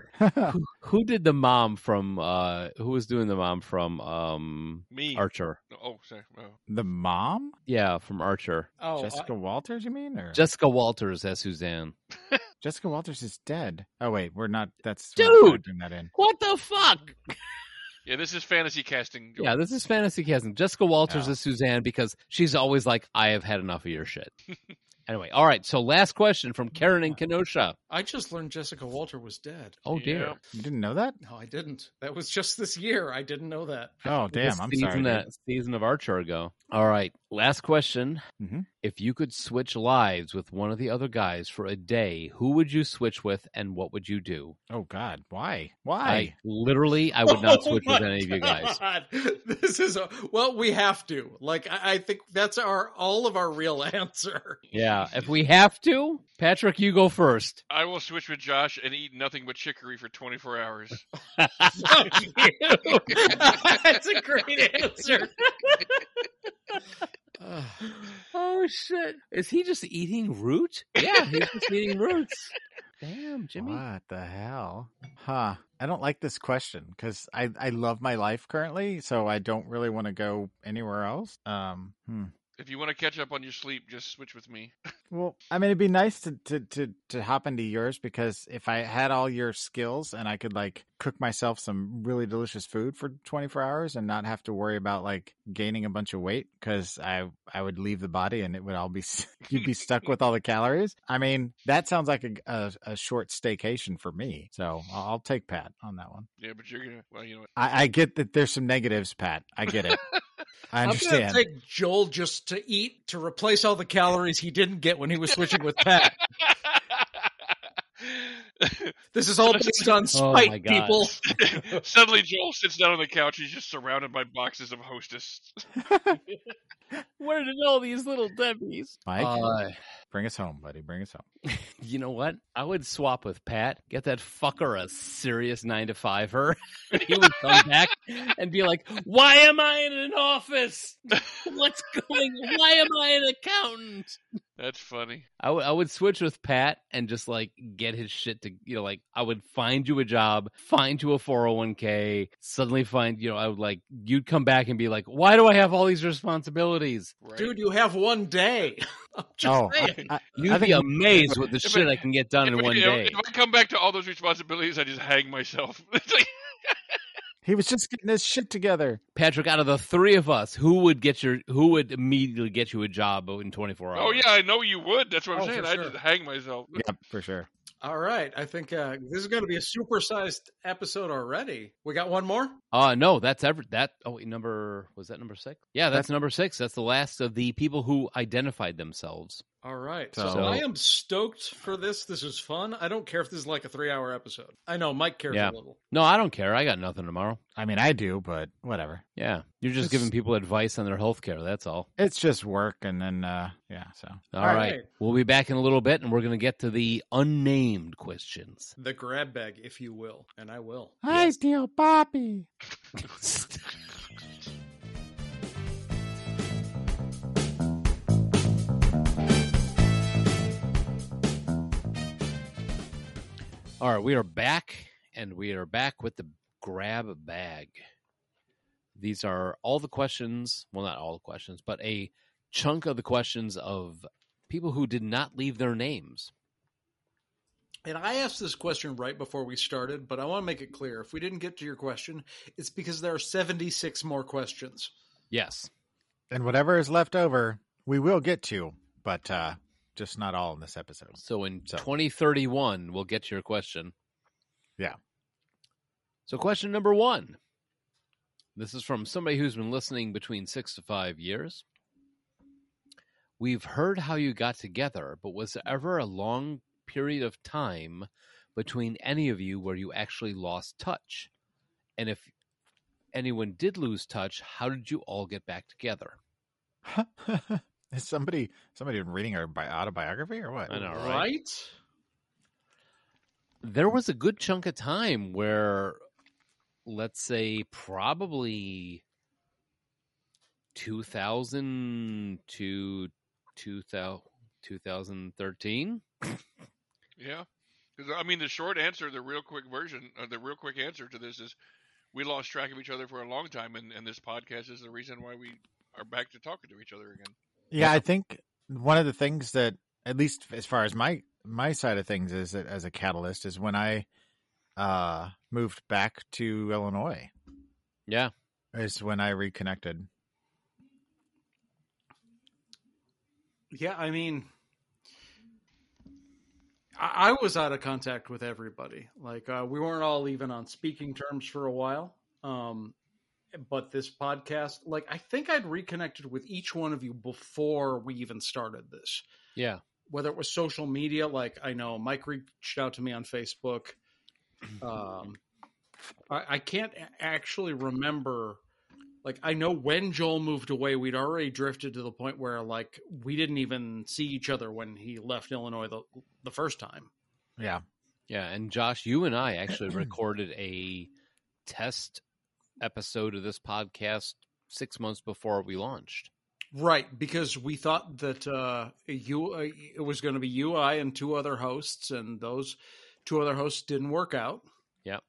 Speaker 8: who did the mom from? Uh, who was doing the mom from um
Speaker 9: Me.
Speaker 8: Archer?
Speaker 9: Oh, sorry. Oh.
Speaker 10: the mom,
Speaker 8: Yeah, from Archer.
Speaker 11: Oh,
Speaker 10: Jessica
Speaker 11: I-
Speaker 10: Walters, you mean, or
Speaker 8: Jessica Walters as Suzanne.
Speaker 10: Jessica Walters is dead? Oh wait, we're not. That's we're not
Speaker 8: Dude!
Speaker 10: doing that in.
Speaker 8: What the fuck?
Speaker 9: Yeah, this is fantasy casting.
Speaker 8: Yeah, this is fantasy casting. Jessica Walters
Speaker 10: Yeah.
Speaker 8: is Suzanne because she's always like, I have had enough of your shit. anyway, all right. So last question
Speaker 10: Oh
Speaker 8: from Karen in Kenosha.
Speaker 11: I just learned Jessica Walter was dead.
Speaker 8: Oh
Speaker 9: Yeah.
Speaker 8: dear.
Speaker 10: You didn't know that?
Speaker 11: No, I didn't. That was just this year. I didn't know that.
Speaker 10: Oh damn,
Speaker 8: This
Speaker 10: I'm
Speaker 8: season
Speaker 10: sorry. dude.
Speaker 8: That season of Archer ago. All right. Last question.
Speaker 10: Mhm.
Speaker 8: If you could switch lives with one of the other guys for a day, who would you switch with and what would you do?
Speaker 10: Oh god, why?
Speaker 8: I
Speaker 10: Why?
Speaker 8: literally I would not
Speaker 11: Oh
Speaker 8: switch with
Speaker 11: my
Speaker 8: any of you guys.
Speaker 11: God. This is a, well, we have to. Like, I, I think that's our all of our real answer.
Speaker 8: Yeah. If we have to, Patrick, you go first.
Speaker 9: I will switch with Josh and eat nothing but chicory for 24 hours.
Speaker 11: that's a great answer.
Speaker 8: Oh shit! Is he just eating root? Yeah, he's just eating roots. Damn, Jimmy.
Speaker 10: What the hell? Huh. I don't like this question because I, I love my life currently, so I don't really want to go anywhere else. Um, hmm.
Speaker 9: If you want to catch up on your sleep, just switch with me.
Speaker 10: Well, I mean, it'd be nice to, to, to, to hop into yours because if I had all your skills and I could like cook myself some really delicious food for 24 hours and not have to worry about like gaining a bunch of weight because I, I would leave the body and it would all be, s- you'd be stuck with all the calories. I mean, that sounds like a, a, a short staycation for me. So I'll, I'll take Pat on that one.
Speaker 9: Yeah, but you're going to, well, you know what?
Speaker 10: I, I get that there's some negatives, Pat. I get it. I
Speaker 11: I'm gonna
Speaker 10: understand.
Speaker 11: take Joel just to eat to replace all the calories he didn't get when he was switching with Pat. This is all based on spite,
Speaker 8: my God.
Speaker 11: people.
Speaker 9: Suddenly, Joel sits down on the couch. He's just surrounded by boxes of hostess.
Speaker 8: Where did all these little Debbie's?
Speaker 10: Mike,
Speaker 8: Uh,
Speaker 10: bring us home, buddy. Bring us home.
Speaker 8: you know what? I would swap with Pat. Get that fucker a serious nine to fiver. he would come back and be like, "Why am I in an office? What's going? Why am I an accountant?"
Speaker 9: That's funny.
Speaker 8: I would I would switch with Pat and just like get his shit to you know like I would find you a job, find you a four hundred one k, suddenly find you know I would like you'd come back and be like, why do I have all these responsibilities?
Speaker 9: Right?
Speaker 11: Dude, you have one day. I'm just
Speaker 10: Oh, I-
Speaker 11: saying.
Speaker 10: I-
Speaker 8: You'd
Speaker 10: I
Speaker 8: be
Speaker 10: think-
Speaker 8: amazed with the shit I can get done
Speaker 9: if,
Speaker 8: in
Speaker 9: I-
Speaker 8: one
Speaker 9: if-
Speaker 8: day.
Speaker 9: if I come back to all those responsibilities, I just hang myself. It's like,
Speaker 10: He was just getting his shit together.
Speaker 8: Patrick, out of the three of us, who would get your who would immediately get you a job in 24 hours?
Speaker 9: Oh yeah, I know you would. That's what I'm
Speaker 11: Oh, for
Speaker 9: saying.
Speaker 11: sure.
Speaker 9: I'd just hang myself.
Speaker 10: Yeah, for sure.
Speaker 11: All right. I think uh, this is going to be a supersized episode already. We got one more?
Speaker 8: Uh no, that's ever that oh wait, number was that number 6? Yeah, that's,
Speaker 10: That's-
Speaker 8: number 6. That's the last of the people who identified themselves.
Speaker 11: All right. So,
Speaker 8: So-
Speaker 11: I am stoked for this. This is fun. I don't care if this is like a three hour episode. I know Mike cares
Speaker 8: Yeah.
Speaker 11: a little.
Speaker 8: No, I don't care. I got nothing tomorrow.
Speaker 10: I mean, I do, but whatever.
Speaker 8: Yeah. You're just
Speaker 10: It's-
Speaker 8: giving people advice on their health care, that's all.
Speaker 10: It's just work, and then uh, yeah. So
Speaker 8: All
Speaker 11: All
Speaker 8: right.
Speaker 11: right.
Speaker 8: We'll be back in a little bit and we're going to get to the unnamed questions.
Speaker 11: The grab bag, if you will. And I will.
Speaker 10: I steal Bobby.
Speaker 8: All right, we are back, and we are back with the grab bag. These are all the questions. Well, not all the questions, but a chunk of the questions of people who did not leave their names.
Speaker 11: And I asked this question right before we started, but I want to make it clear. If we didn't get to your question, it's because there are 76 more questions.
Speaker 8: Yes.
Speaker 10: And whatever is left over, we will get to, but uh, just not all in this episode.
Speaker 8: So in
Speaker 10: So-
Speaker 8: 2031, we'll get to your question.
Speaker 10: Yeah.
Speaker 8: So, question number one. This is from somebody who's been listening between six to five years. We've heard how you got together, but was there ever a long period of time between any of you where you actually lost touch? And if anyone did lose touch, how did you all get back together?
Speaker 10: is somebody somebody been reading our bi- autobiography or what?
Speaker 8: I know,
Speaker 11: All
Speaker 8: right?
Speaker 11: right?
Speaker 8: there was a good chunk of time where let's say probably 2000 to 2000, 2013
Speaker 9: Yeah. 'Cause, I mean, the short answer, the real quick version, or the real quick answer to this is, we lost track of each other for a long time, and, and this podcast is the reason why we are back to talking to each other again.
Speaker 10: Yeah, I think one of the things that, at least as far as my my side of things, is that as a catalyst is when I uh, moved back to Illinois.
Speaker 8: yeah
Speaker 10: Is when I reconnected.
Speaker 11: Yeah, I mean, I, I was out of contact with everybody. Like, uh, we weren't all even on speaking terms for a while. Um, but this podcast, like, I think I'd reconnected with each one of you before we even started this.
Speaker 8: yeah
Speaker 11: Whether it was social media, like I know Mike reached out to me on Facebook. Um, I, I can't a- actually remember. Like I know when Joel moved away, we'd already drifted to the point where like we didn't even see each other when he left Illinois the the first time.
Speaker 10: Yeah,
Speaker 8: yeah and josh you and i actually recorded a test episode of this podcast six months before we launched
Speaker 11: Right, because we thought that uh, you uh, it was going to be you, I, and two other hosts, and those two other hosts didn't work out.
Speaker 8: Yep.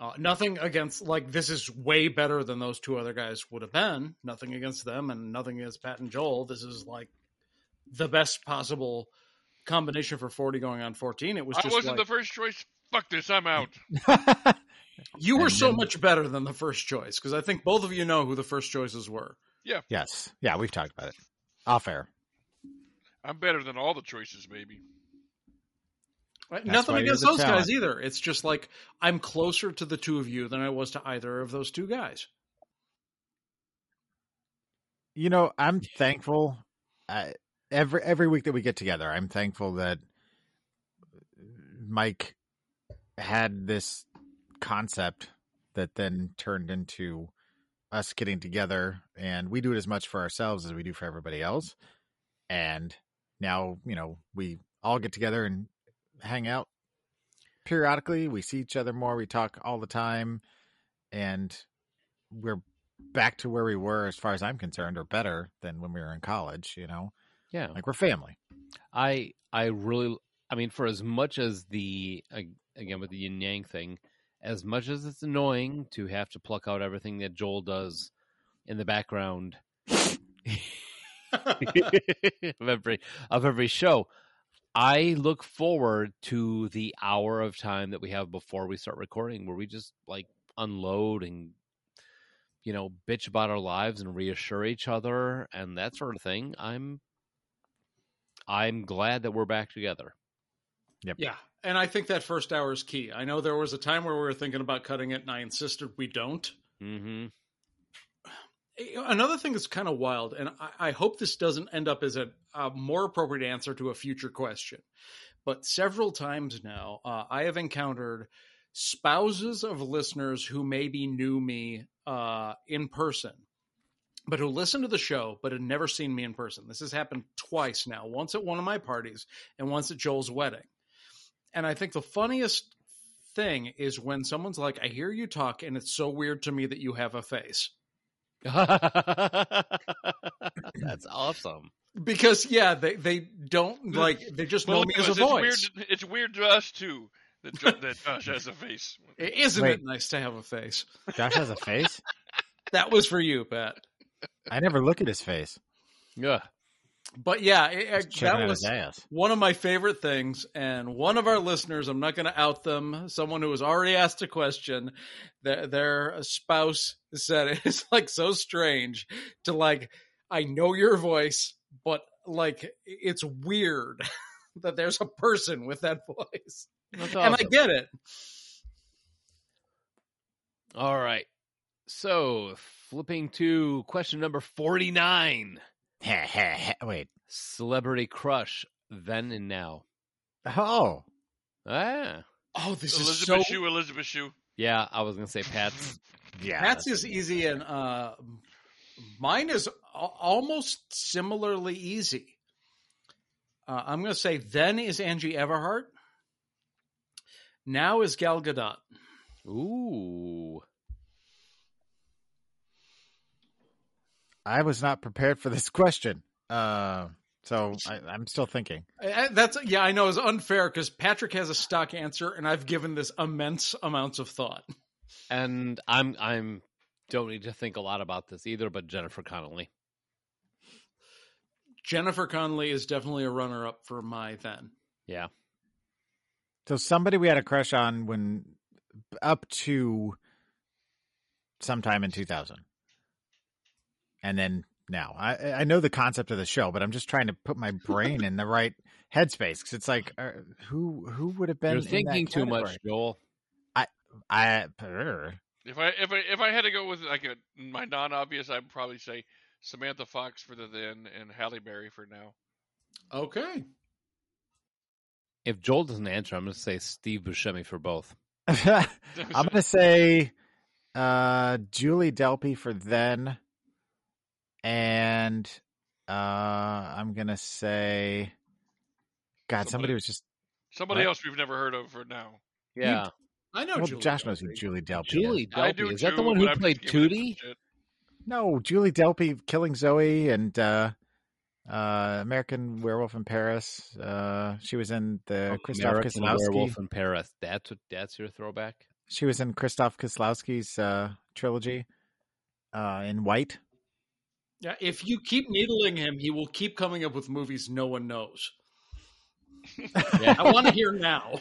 Speaker 11: Uh, nothing against like this is way better than those two other guys would have been. Nothing against them, and nothing against Pat and Joel. This is like the best possible combination for forty going on fourteen. It was
Speaker 9: I
Speaker 11: just
Speaker 9: wasn't
Speaker 11: like,
Speaker 9: the first choice. Fuck this, I'm out.
Speaker 11: you were
Speaker 10: And
Speaker 11: so
Speaker 10: then-
Speaker 11: much better than the first choice because I think both of you know who the first choices were.
Speaker 10: yes, yeah. We've talked about it off air.
Speaker 9: I'm better than all the choices, baby.
Speaker 11: Right,
Speaker 10: That's
Speaker 11: Nothing
Speaker 10: why he was
Speaker 11: against
Speaker 10: a
Speaker 11: those guys
Speaker 10: talent.
Speaker 11: either. It's just like I'm closer to the two of you than I was to either of those two guys.
Speaker 10: you know i'm thankful uh, every every week that we get together i'm thankful that mike had this concept that then turned into us getting together and we do it as much for ourselves as we do for everybody else and now you know we all get together and hang out periodically we see each other more we talk all the time and we're back to where we were as far as I'm concerned or better than when we were in college, you know.
Speaker 11: Oh.
Speaker 8: yeah
Speaker 10: Like we're family.
Speaker 8: I I really I mean for as much as the ag- again with the yin yang thing, as much as it's annoying to have to pluck out everything that Joel does in the background of every of every show, I look forward to the hour of time that we have before we start recording where we just like unload and you know bitch about our lives and reassure each other and that sort of thing i'm i'm glad that we're back together
Speaker 10: Yep.
Speaker 11: Yeah. And I think that first hour is key. I know there was a time where we were thinking about cutting it, and I insisted we don't.
Speaker 8: mm-hmm
Speaker 11: Another thing that's kind of wild, and I, I hope this doesn't end up as a, a more appropriate answer to a future question, but several times now, uh, I have encountered spouses of listeners who maybe knew me uh, in person, but who listened to the show but had never seen me in person. This has happened twice now once at one of my parties and once at Joel's wedding. And I think the funniest thing is when someone's like, I hear you talk, and it's so weird to me that you have a face.
Speaker 8: that's awesome
Speaker 11: Because yeah, they they don't like they just know
Speaker 9: Well,
Speaker 11: me
Speaker 9: it
Speaker 11: as a
Speaker 9: was-
Speaker 11: voice.
Speaker 9: It's weird, it's weird to us, too, that, Jo- that Josh has a face.
Speaker 11: Isn't
Speaker 10: Wait.
Speaker 11: it nice to have a face?
Speaker 10: Josh has a face.
Speaker 11: That was for you, Pat.
Speaker 10: I never look at his face.
Speaker 8: yeah
Speaker 11: But yeah, it,
Speaker 10: Just
Speaker 11: it-
Speaker 10: checking
Speaker 11: that
Speaker 10: out
Speaker 11: was
Speaker 10: his ass.
Speaker 11: one of my favorite things. And one of our listeners, I'm not going to out them, someone who was already asked a question, their, their spouse said it's like so strange to like, I know your voice, but like it's weird that there's a person with that voice.
Speaker 8: that's
Speaker 11: And I get it.
Speaker 8: all right so flipping to question number 49
Speaker 10: Wait.
Speaker 8: celebrity crush then and now
Speaker 10: Oh,
Speaker 8: ah
Speaker 11: Oh, this is so.
Speaker 9: Elizabeth Shue, Elizabeth Shue.
Speaker 8: yeah i was gonna say pat's
Speaker 10: yeah.
Speaker 11: That's as easy, and uh, mine is al- almost similarly easy. Uh, I'm going to say then is Angie Everhart. Now is Gal Gadot.
Speaker 8: ooh
Speaker 10: I was not prepared for this question. Uh, so I, I'm still thinking.
Speaker 11: Uh, That's yeah, I know it's unfair because Patrick has a stock answer, and I've given this immense amounts of thought.
Speaker 8: and i'm i'm don't need to think a lot about this either but jennifer connelly
Speaker 11: Jennifer Connelly is definitely a runner-up for my then.
Speaker 8: yeah
Speaker 10: So somebody we had a crush on when up to sometime in 2000. And then now I, I know the concept of the show, but I'm just trying to put my brain in the right headspace. Cause it's like, uh, who, who would have been
Speaker 8: you're
Speaker 10: in that
Speaker 8: thinking too much
Speaker 10: category?
Speaker 8: joel
Speaker 10: I, brr.
Speaker 9: If I if I if I had to go with like a, my non obvious, I'd probably say Samantha Fox for the then and Halle Berry for now.
Speaker 11: Okay,
Speaker 8: if joel doesn't answer i'm gonna say steve buscemi for both
Speaker 10: I'm gonna say uh Julie Delpy for then and uh I'm gonna say God, somebody,
Speaker 9: Somebody-
Speaker 10: was just
Speaker 9: Somebody
Speaker 10: Right.
Speaker 9: else we've never heard of for now.
Speaker 8: yeah
Speaker 11: I know
Speaker 10: well,
Speaker 11: Julie
Speaker 10: Josh knows who
Speaker 11: Delpy.
Speaker 10: Julie Delpy
Speaker 8: julie
Speaker 10: is.
Speaker 9: I
Speaker 8: Delpy.
Speaker 9: do
Speaker 8: is that the
Speaker 9: too,
Speaker 8: one
Speaker 9: but
Speaker 8: who
Speaker 9: I'm
Speaker 8: played
Speaker 9: just giving it some
Speaker 8: tootie
Speaker 9: shit.
Speaker 10: No, Julie Delpy killing Zoe and uh uh American Werewolf in Paris. Uh she was in
Speaker 11: Oh,
Speaker 10: the Christoph
Speaker 8: Oh, American
Speaker 10: Kieslowski.
Speaker 8: werewolf in paris that's what that's your throwback
Speaker 10: She was in Christoph Kieslowski's uh trilogy uh in White.
Speaker 11: Yeah, if you keep needling him, he will keep coming up with movies no one knows.
Speaker 8: yeah
Speaker 11: I want to hear now.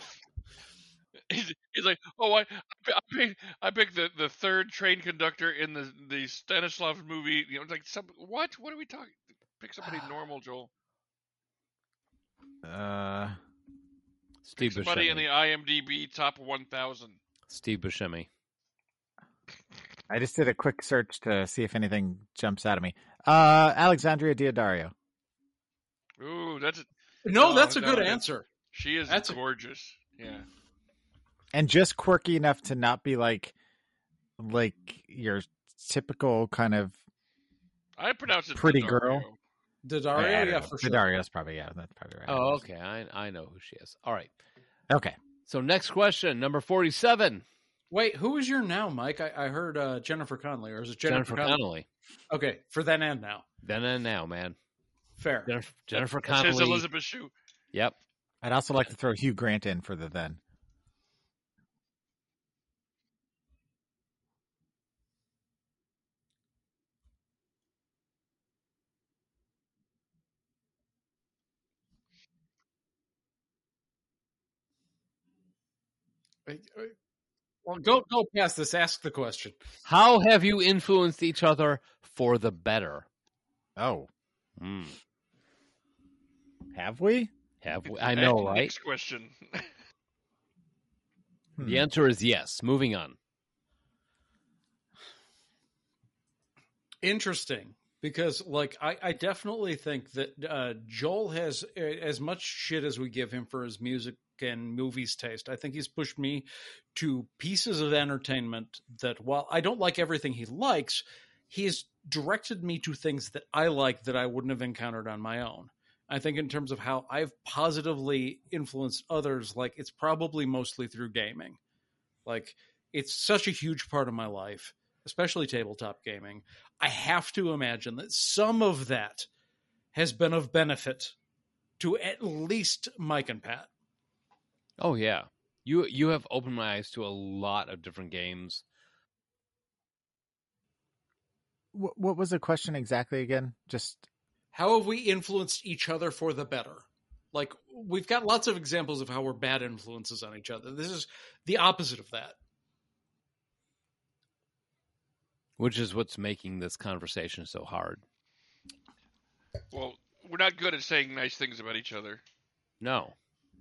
Speaker 9: He's, he's like, oh, I, I pi- I picked, I picked the, the third train conductor in the the Stanislav movie. You know, it's like some what? What are we talking? Pick somebody normal, Joel.
Speaker 10: Uh
Speaker 8: steve
Speaker 9: Somebody in the
Speaker 8: buscemi
Speaker 9: IMDb top one thousand.
Speaker 8: steve buscemi
Speaker 10: I just did a quick search to see if anything jumps out of me. Uh, Alexandria Diodario.
Speaker 9: Ooh, that's
Speaker 11: No,
Speaker 9: No,
Speaker 11: that's a
Speaker 9: no,
Speaker 11: good
Speaker 9: it-
Speaker 11: answer.
Speaker 9: she is
Speaker 11: That's a-
Speaker 9: gorgeous. Yeah,
Speaker 10: And just quirky enough to not be like like your typical kind of
Speaker 9: I pronounce it
Speaker 10: Pretty
Speaker 9: Daddario.
Speaker 10: girl.
Speaker 11: Dario,
Speaker 10: I don't
Speaker 11: yeah,
Speaker 10: know.
Speaker 11: for sure.
Speaker 10: Daddario's probably yeah, that's probably right.
Speaker 8: oh okay i i know who she is all right
Speaker 11: Oh.
Speaker 10: Okay.
Speaker 8: so next question number 47
Speaker 11: Wait, who is your now, Mike? I, I heard uh, Jennifer Connelly, or is it
Speaker 8: jennifer
Speaker 11: Jennifer,
Speaker 8: connelly
Speaker 11: Connelly? Okay, for then and now.
Speaker 8: then and now man
Speaker 11: Fair.
Speaker 8: jennifer, jennifer
Speaker 9: That's his
Speaker 8: connelly
Speaker 9: Elizabeth Shue.
Speaker 8: yep
Speaker 10: I'd also like to throw Hugh Grant in for the then.
Speaker 11: Uh, uh, Well, don't go past this. Ask the question.
Speaker 8: How have you influenced each other for the better?
Speaker 10: Oh,
Speaker 8: Hmm.
Speaker 10: have we?
Speaker 8: Have we, I know, right?
Speaker 9: Next question.
Speaker 10: Hmm.
Speaker 8: The answer is yes. Moving on.
Speaker 11: Interesting, because like I, I definitely think that uh, Joel has uh, as much shit as we give him for his music and movies taste. I think he's pushed me to pieces of entertainment that while I don't like everything he likes, he has directed me to things that I like that I wouldn't have encountered on my own. I think in terms of how I've positively influenced others, like it's probably mostly through gaming. Like it's such a huge part of my life, especially tabletop gaming. I have to imagine that some of that has been of benefit to at least Mike and Pat.
Speaker 8: Oh yeah. You you have opened my eyes to a lot of different games.
Speaker 10: What, what was the question exactly again? Just
Speaker 11: How have we influenced each other for the better? Like we've got lots of examples of how we're bad influences on each other. This is the opposite of that.
Speaker 8: Which is what's making this conversation so hard.
Speaker 9: Well, we're not good at saying nice things about each other.
Speaker 8: No.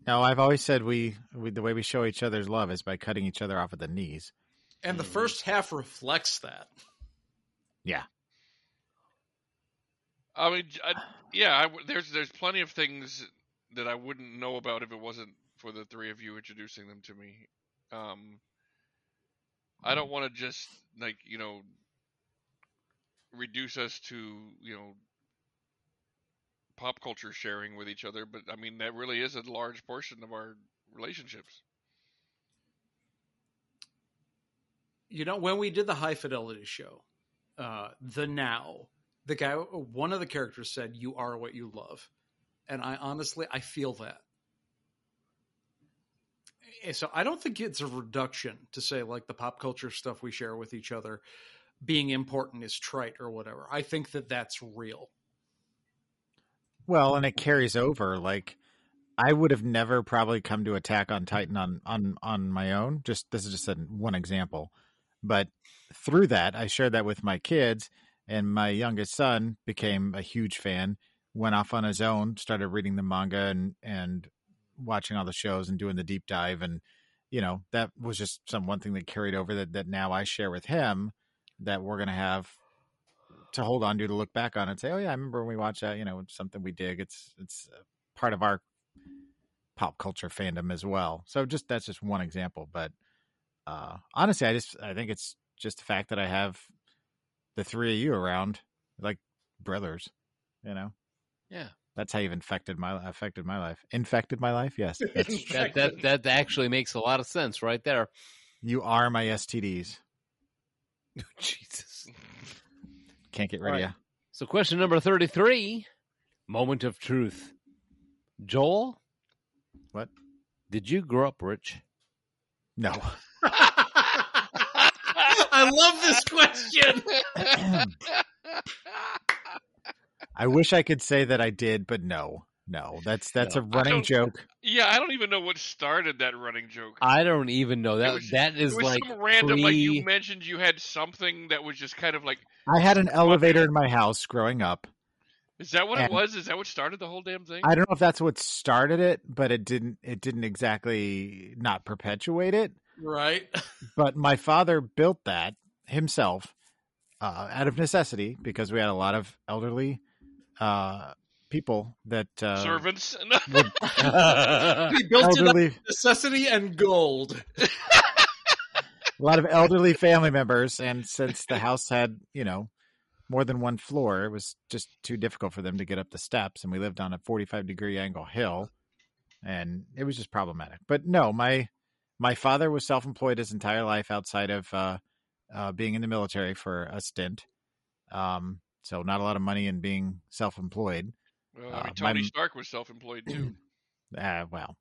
Speaker 10: no. I've always said we, we the way we show each other's love is by cutting each other off at the knees.
Speaker 11: And the first half reflects that.
Speaker 9: I mean, j- I- yeah, I w there's there's plenty of things that I wouldn't know about if it wasn't for the three of you introducing them to me. Um, I don't want to just like you know reduce us to you know pop culture sharing with each other, but I mean that really is a large portion of our relationships.
Speaker 11: you know when we did the high fidelity show uh the now the guy one of the characters said you are what you love and i honestly i feel that Eh, so i don't think it's a reduction to say like the pop culture stuff we share with each other being important is trite or whatever i think that that's real
Speaker 10: Well, and it carries over. Like I would have never probably come to Attack on Titan on on on my own. Just this is just an one example, but through that, I shared that with my kids, and my youngest son became a huge fan. Went off on his own, started reading the manga and and watching all the shows and doing the deep dive, and you know that was just some one thing that carried over that that now I share with him that we're gonna have to hold on to to look back on and say, oh yeah, I remember when we watched that. You know, it's something we dig. It's it's uh, part of our pop culture fandom as well. So just that's just one example, but uh, honestly, I just I think it's just the fact that I have the three of you around, like brothers. You know,
Speaker 8: Yeah.
Speaker 10: that's how you've infected my affected my life, infected my life. Yes, that's,
Speaker 8: That that that actually makes a lot of sense right there.
Speaker 10: you are my STDs.
Speaker 8: Jesus.
Speaker 10: Can't get rid of you.
Speaker 8: So question number 33, moment of truth. Joel,
Speaker 10: What?
Speaker 8: did you grow up rich?
Speaker 10: No,
Speaker 11: i love this question
Speaker 10: I wish I could say that I did, but no, no. That's that's a running
Speaker 9: don't-
Speaker 10: joke.
Speaker 9: Yeah, I don't even know what started that running joke.
Speaker 8: I don't even know. That
Speaker 9: was-
Speaker 8: that is
Speaker 9: it was
Speaker 8: like
Speaker 9: some random like
Speaker 8: pre-
Speaker 9: you mentioned you had something that was just kind of like
Speaker 10: I had an elevator in my house growing up.
Speaker 9: Is that what it
Speaker 10: And-
Speaker 9: was? Is that what started the whole damn thing?
Speaker 10: I don't know if that's what started it, but it didn't it didn't exactly not perpetuate it.
Speaker 11: right
Speaker 10: But my father built that himself uh, out of necessity because we had a lot of elderly uh, people that uh,
Speaker 9: Servants.
Speaker 10: would
Speaker 11: we built it up
Speaker 10: elderly
Speaker 11: necessity and gold
Speaker 10: a lot of elderly family members, and since the house had you know more than one floor, it was just too difficult for them to get up the steps, and we lived on a forty-five degree angle hill, and it was just problematic. But no, my my father was self-employed his entire life outside of uh, uh, being in the military for a stint, um, so not a lot of money in being self-employed.
Speaker 9: well,
Speaker 10: uh,
Speaker 9: I
Speaker 10: my
Speaker 9: mean, Tony
Speaker 10: m-
Speaker 9: Stark was self-employed too.
Speaker 10: uh, well,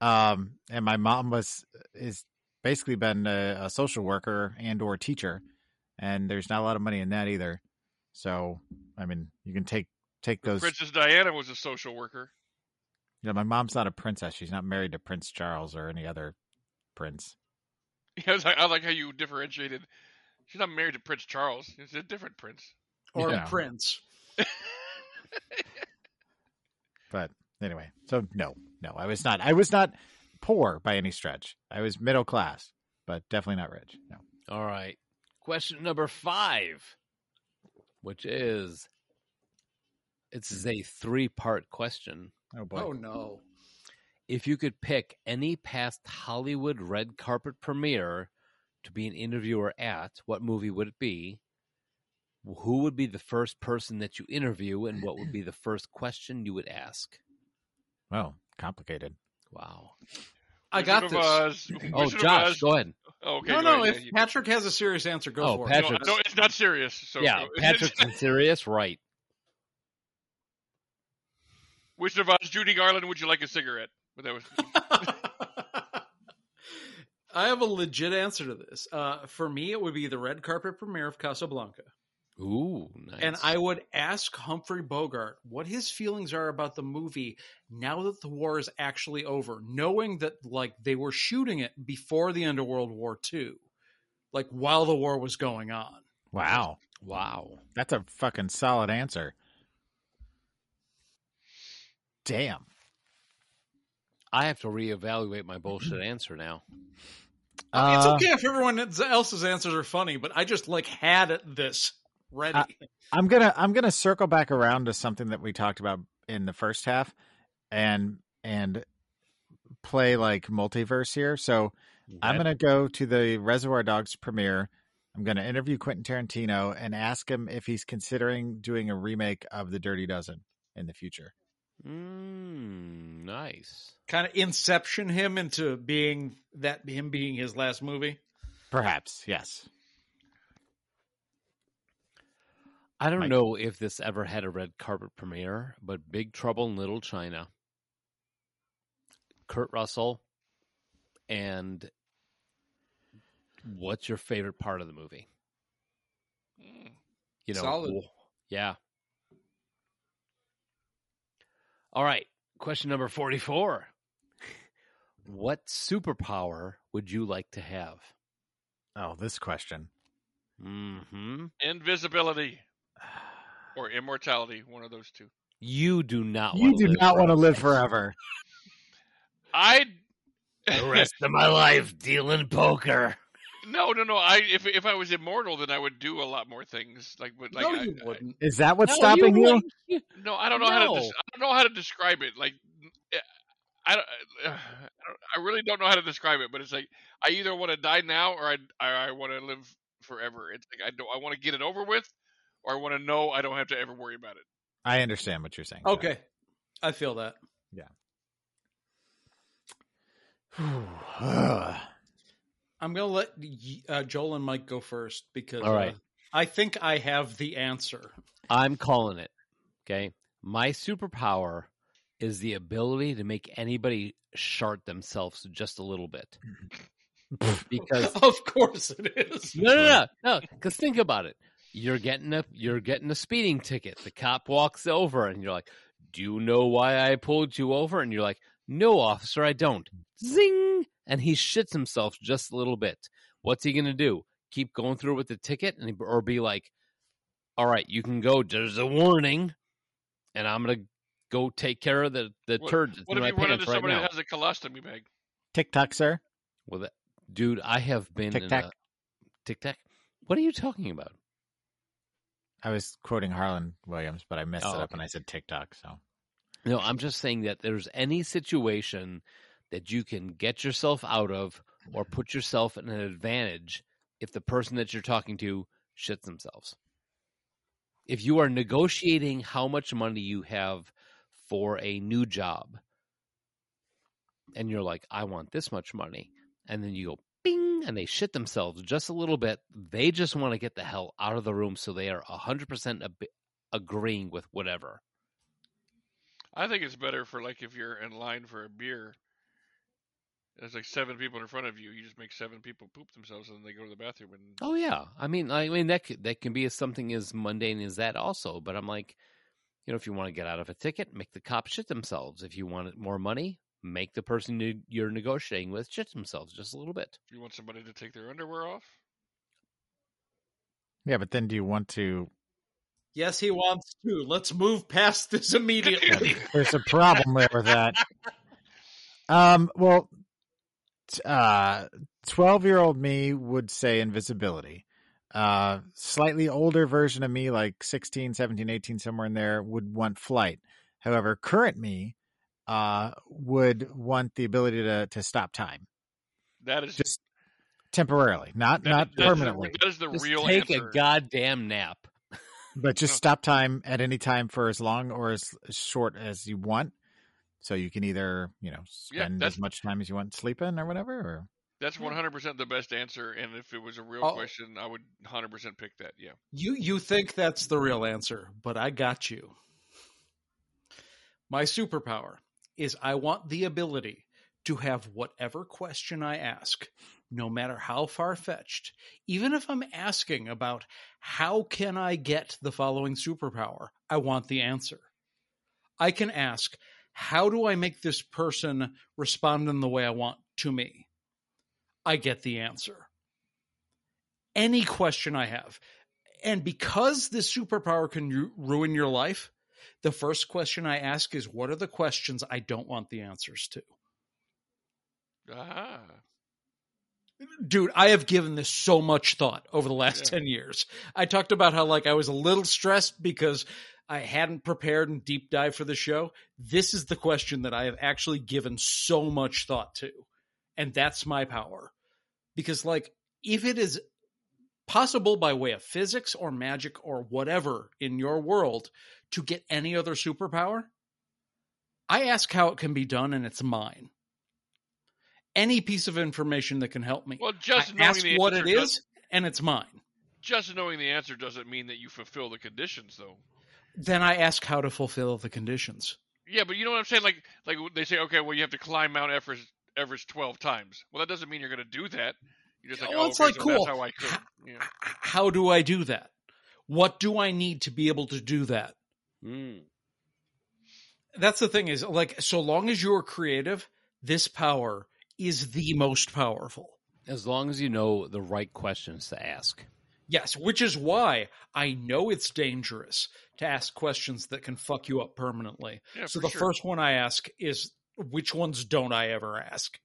Speaker 10: um, and my mom was is basically been a, a social worker and or teacher, and there's not a lot of money in that either. So, I mean, you can take take those.
Speaker 9: Princess Diana was a social worker.
Speaker 10: You know, my mom's not a princess; she's not married to Prince Charles or any other prince.
Speaker 9: I, was like, I like how you differentiated. She's not married to Prince Charles. It's a different prince.
Speaker 11: or
Speaker 10: Yeah.
Speaker 11: Prince.
Speaker 10: But anyway, so no, no, I was not. I was not poor by any stretch. I was middle class, but definitely not rich. No.
Speaker 8: All right. Question number five, which is this is a three part question.
Speaker 10: Oh boy.
Speaker 11: Oh no.
Speaker 8: If you could pick any past Hollywood red carpet premiere to be an interviewer at, what movie would it be? Who would be the first person that you interview, and what would be the first question you would ask?
Speaker 10: Well, complicated.
Speaker 8: Wow.
Speaker 11: I got
Speaker 9: Wizard
Speaker 11: this.
Speaker 9: of Oz. Wizard
Speaker 8: Oh,
Speaker 9: of
Speaker 8: Josh,
Speaker 9: Oz.
Speaker 8: go ahead.
Speaker 9: Oh, okay,
Speaker 11: no,
Speaker 9: go
Speaker 11: no.
Speaker 9: ahead.
Speaker 11: if
Speaker 9: Yeah, you-
Speaker 11: Patrick has a serious answer, go
Speaker 8: Oh,
Speaker 11: for
Speaker 8: Patrick.
Speaker 11: it.
Speaker 9: no, no, it's not serious. So
Speaker 8: yeah, Patrick's and serious, right?
Speaker 9: Wizard of Oz, Judy Garland. Would you like a cigarette? But that was
Speaker 11: I have a legit answer to this. Uh, for me, it would be the red carpet premiere of Casablanca.
Speaker 8: Ooh, nice.
Speaker 11: And I would ask Humphrey Bogart what his feelings are about the movie now that the war is actually over, knowing that like they were shooting it before the end of World War II, like while the war was going on.
Speaker 10: Wow,
Speaker 8: wow.
Speaker 10: that's a fucking solid answer. Damn.
Speaker 8: I have to reevaluate my bullshit answer now.
Speaker 11: it's
Speaker 10: Uh,
Speaker 11: okay if everyone else's answers are funny, but I just like had it this ready.
Speaker 10: Uh, I'm gonna I'm gonna circle back around to something that we talked about in the first half, and and play like multiverse here. So I'm gonna go to the Reservoir Dogs premiere. I'm gonna interview Quentin Tarantino and ask him if he's considering doing a remake of The Dirty Dozen in the future.
Speaker 8: Mm, nice.
Speaker 11: kind of inception him into being that him being his last movie.
Speaker 10: Perhaps, yes.
Speaker 8: I don't
Speaker 10: Mike.
Speaker 8: know if this ever had a red carpet premiere, but Big Trouble in Little China, Kurt Russell, and what's your favorite part of the movie? You know,
Speaker 11: Solid.
Speaker 8: yeah. All right, question number forty-four. What superpower would you like to have?
Speaker 10: Oh, this question.
Speaker 8: Mm-hmm.
Speaker 9: invisibility or immortality. One of those two.
Speaker 8: You do not.
Speaker 10: You
Speaker 8: wanna
Speaker 10: do
Speaker 8: live
Speaker 10: not want to
Speaker 8: forever.
Speaker 10: live forever.
Speaker 9: I.
Speaker 8: the rest of my life dealing poker.
Speaker 9: No, no, no. I if if I was immortal, then I would do a lot more things. Like, but like,
Speaker 11: no,
Speaker 9: I,
Speaker 11: you
Speaker 9: I-
Speaker 11: wouldn't.
Speaker 10: Is that what's stopping you?
Speaker 9: no, I don't know how to.
Speaker 8: No.
Speaker 9: Des- I don't know how to describe it. Like, eh, I, don't- I, don't- I really don't know how to describe it. But it's like I either want to die now or I I, I want to live forever. It's like I don't. I want to get it over with, or I want to know I don't have to ever worry about it.
Speaker 10: I understand what you're saying. Jack.
Speaker 11: Okay, I feel that. I'm gonna let y- uh, Joel and Mike go first because
Speaker 8: All right.
Speaker 11: uh, I think I have the answer.
Speaker 8: I'm calling it. Okay. My superpower is the ability to make anybody shart themselves just a little bit. because
Speaker 11: of course it is.
Speaker 8: no no no no because think about it. You're getting a you're getting a speeding ticket. The cop walks over and you're like, Do you know why I pulled you over? And you're like, No, officer, I don't. Zing and he shits himself just a little bit. What's he gonna do? Keep going through with the ticket and or be like, All right, you can go, there's a warning, and I'm gonna go take care of the, the
Speaker 9: What-
Speaker 8: turd that's
Speaker 9: What
Speaker 8: in
Speaker 9: if
Speaker 8: my
Speaker 9: you run into
Speaker 8: pants right
Speaker 9: somebody
Speaker 8: now.
Speaker 9: that has a colostomy bag?
Speaker 10: Tic Tac, sir.
Speaker 8: Well, that, dude, I have been in
Speaker 10: Tic-tac.
Speaker 8: a tic tac. What are you talking about?
Speaker 10: I was quoting Harlan Williams, but I messed
Speaker 8: Oh,
Speaker 10: it up
Speaker 8: okay.
Speaker 10: and I said Tic Tac. So
Speaker 8: No, I'm just saying that there's any situation that you can get yourself out of or put yourself in an advantage if the person that you're talking to shits themselves. If you are negotiating how much money you have for a new job and you're like, I want this much money, and then you go bing and they shit themselves just a little bit, they just want to get the hell out of the room so they are 100% ab- agreeing with whatever.
Speaker 9: I think it's better for like if you're in line for a beer. There's like seven people in front of you. You just make seven people poop themselves, and then they go to the bathroom. And
Speaker 8: Oh yeah, I mean, I mean that c- that can be as something as mundane as that also. But I'm like, you know, if you want to get out of a ticket, make the cops shit themselves. If you want more money, make the person you- you're negotiating with shit themselves just a little bit.
Speaker 9: You want somebody to take their underwear off?
Speaker 10: Yeah, but then do you want to?
Speaker 11: Yes, he wants to. Let's move past this immediately.
Speaker 10: There's a problem there with that. Um. Well, t- uh, twelve-year-old me would say invisibility. Uh, slightly older version of me, like 16, 17, 18, somewhere in there, would want flight. However, current me uh, would want the ability to to stop time
Speaker 9: That is
Speaker 10: Just temporarily, not
Speaker 9: that-
Speaker 10: not
Speaker 9: that's the-
Speaker 10: permanently,
Speaker 9: that is the
Speaker 8: Just
Speaker 9: real
Speaker 8: take
Speaker 9: answer.
Speaker 8: a goddamn nap.
Speaker 10: but
Speaker 9: Oh.
Speaker 10: just stop time at any time for as long or as, as short as you want. So you can either you know
Speaker 9: Yeah,
Speaker 10: spend
Speaker 9: that's-
Speaker 10: as much time as you want sleeping or whatever. Or
Speaker 9: That's 100% the best answer. And if it was a real
Speaker 11: Oh.
Speaker 9: question, I would 100% pick that. Yeah.
Speaker 11: You you think that's the real answer, but I got you. My superpower is I want the ability to have whatever question I ask, no matter how far fetched, even if I'm asking about how can I get the following superpower, I want the answer. I can ask, how do I make this person respond in the way I want to me? I get the answer. Any question I have, and because this superpower can ru- ruin your life, the first question I ask is what are the questions I don't want the answers to?
Speaker 9: Ah.
Speaker 11: Dude, I have given this so much thought over the last
Speaker 9: Yeah.
Speaker 11: 10 years. I talked about how like I was a little stressed because I hadn't prepared and deep dive for the show. This is the question that I have actually given so much thought to. And that's my power. Because like if it is possible by way of physics or magic or whatever in your world to get any other superpower, I ask how it can be done and it's mine. Any piece of information that can help me.
Speaker 9: Well, just
Speaker 11: I
Speaker 9: knowing
Speaker 11: ask
Speaker 9: the
Speaker 11: what
Speaker 9: answer
Speaker 11: it
Speaker 9: does-
Speaker 11: is and it's mine.
Speaker 9: Just knowing the answer doesn't mean that you fulfill the conditions, though.
Speaker 11: Then I ask how to fulfill the conditions.
Speaker 9: Yeah, but you know what I'm saying? Like, like they say, okay, well, you have to climb Mount Everest, Everest 12 times. Well, that doesn't mean you're going to do that. You're just like,
Speaker 11: Well,
Speaker 9: oh,
Speaker 11: it's
Speaker 9: okay,
Speaker 11: like,
Speaker 9: so
Speaker 11: cool.
Speaker 9: that's how I could. Yeah.
Speaker 11: H- How do I do that? What do I need to be able to do that?
Speaker 8: Mm.
Speaker 11: that's the thing is like so long as you're creative this power is the most powerful
Speaker 8: As long as you know the right questions to ask.
Speaker 11: yes which is why i know it's dangerous to ask questions that can fuck you up permanently
Speaker 9: Yeah,
Speaker 11: so
Speaker 9: for
Speaker 11: the
Speaker 9: sure.
Speaker 11: first one i ask is which ones don't i ever ask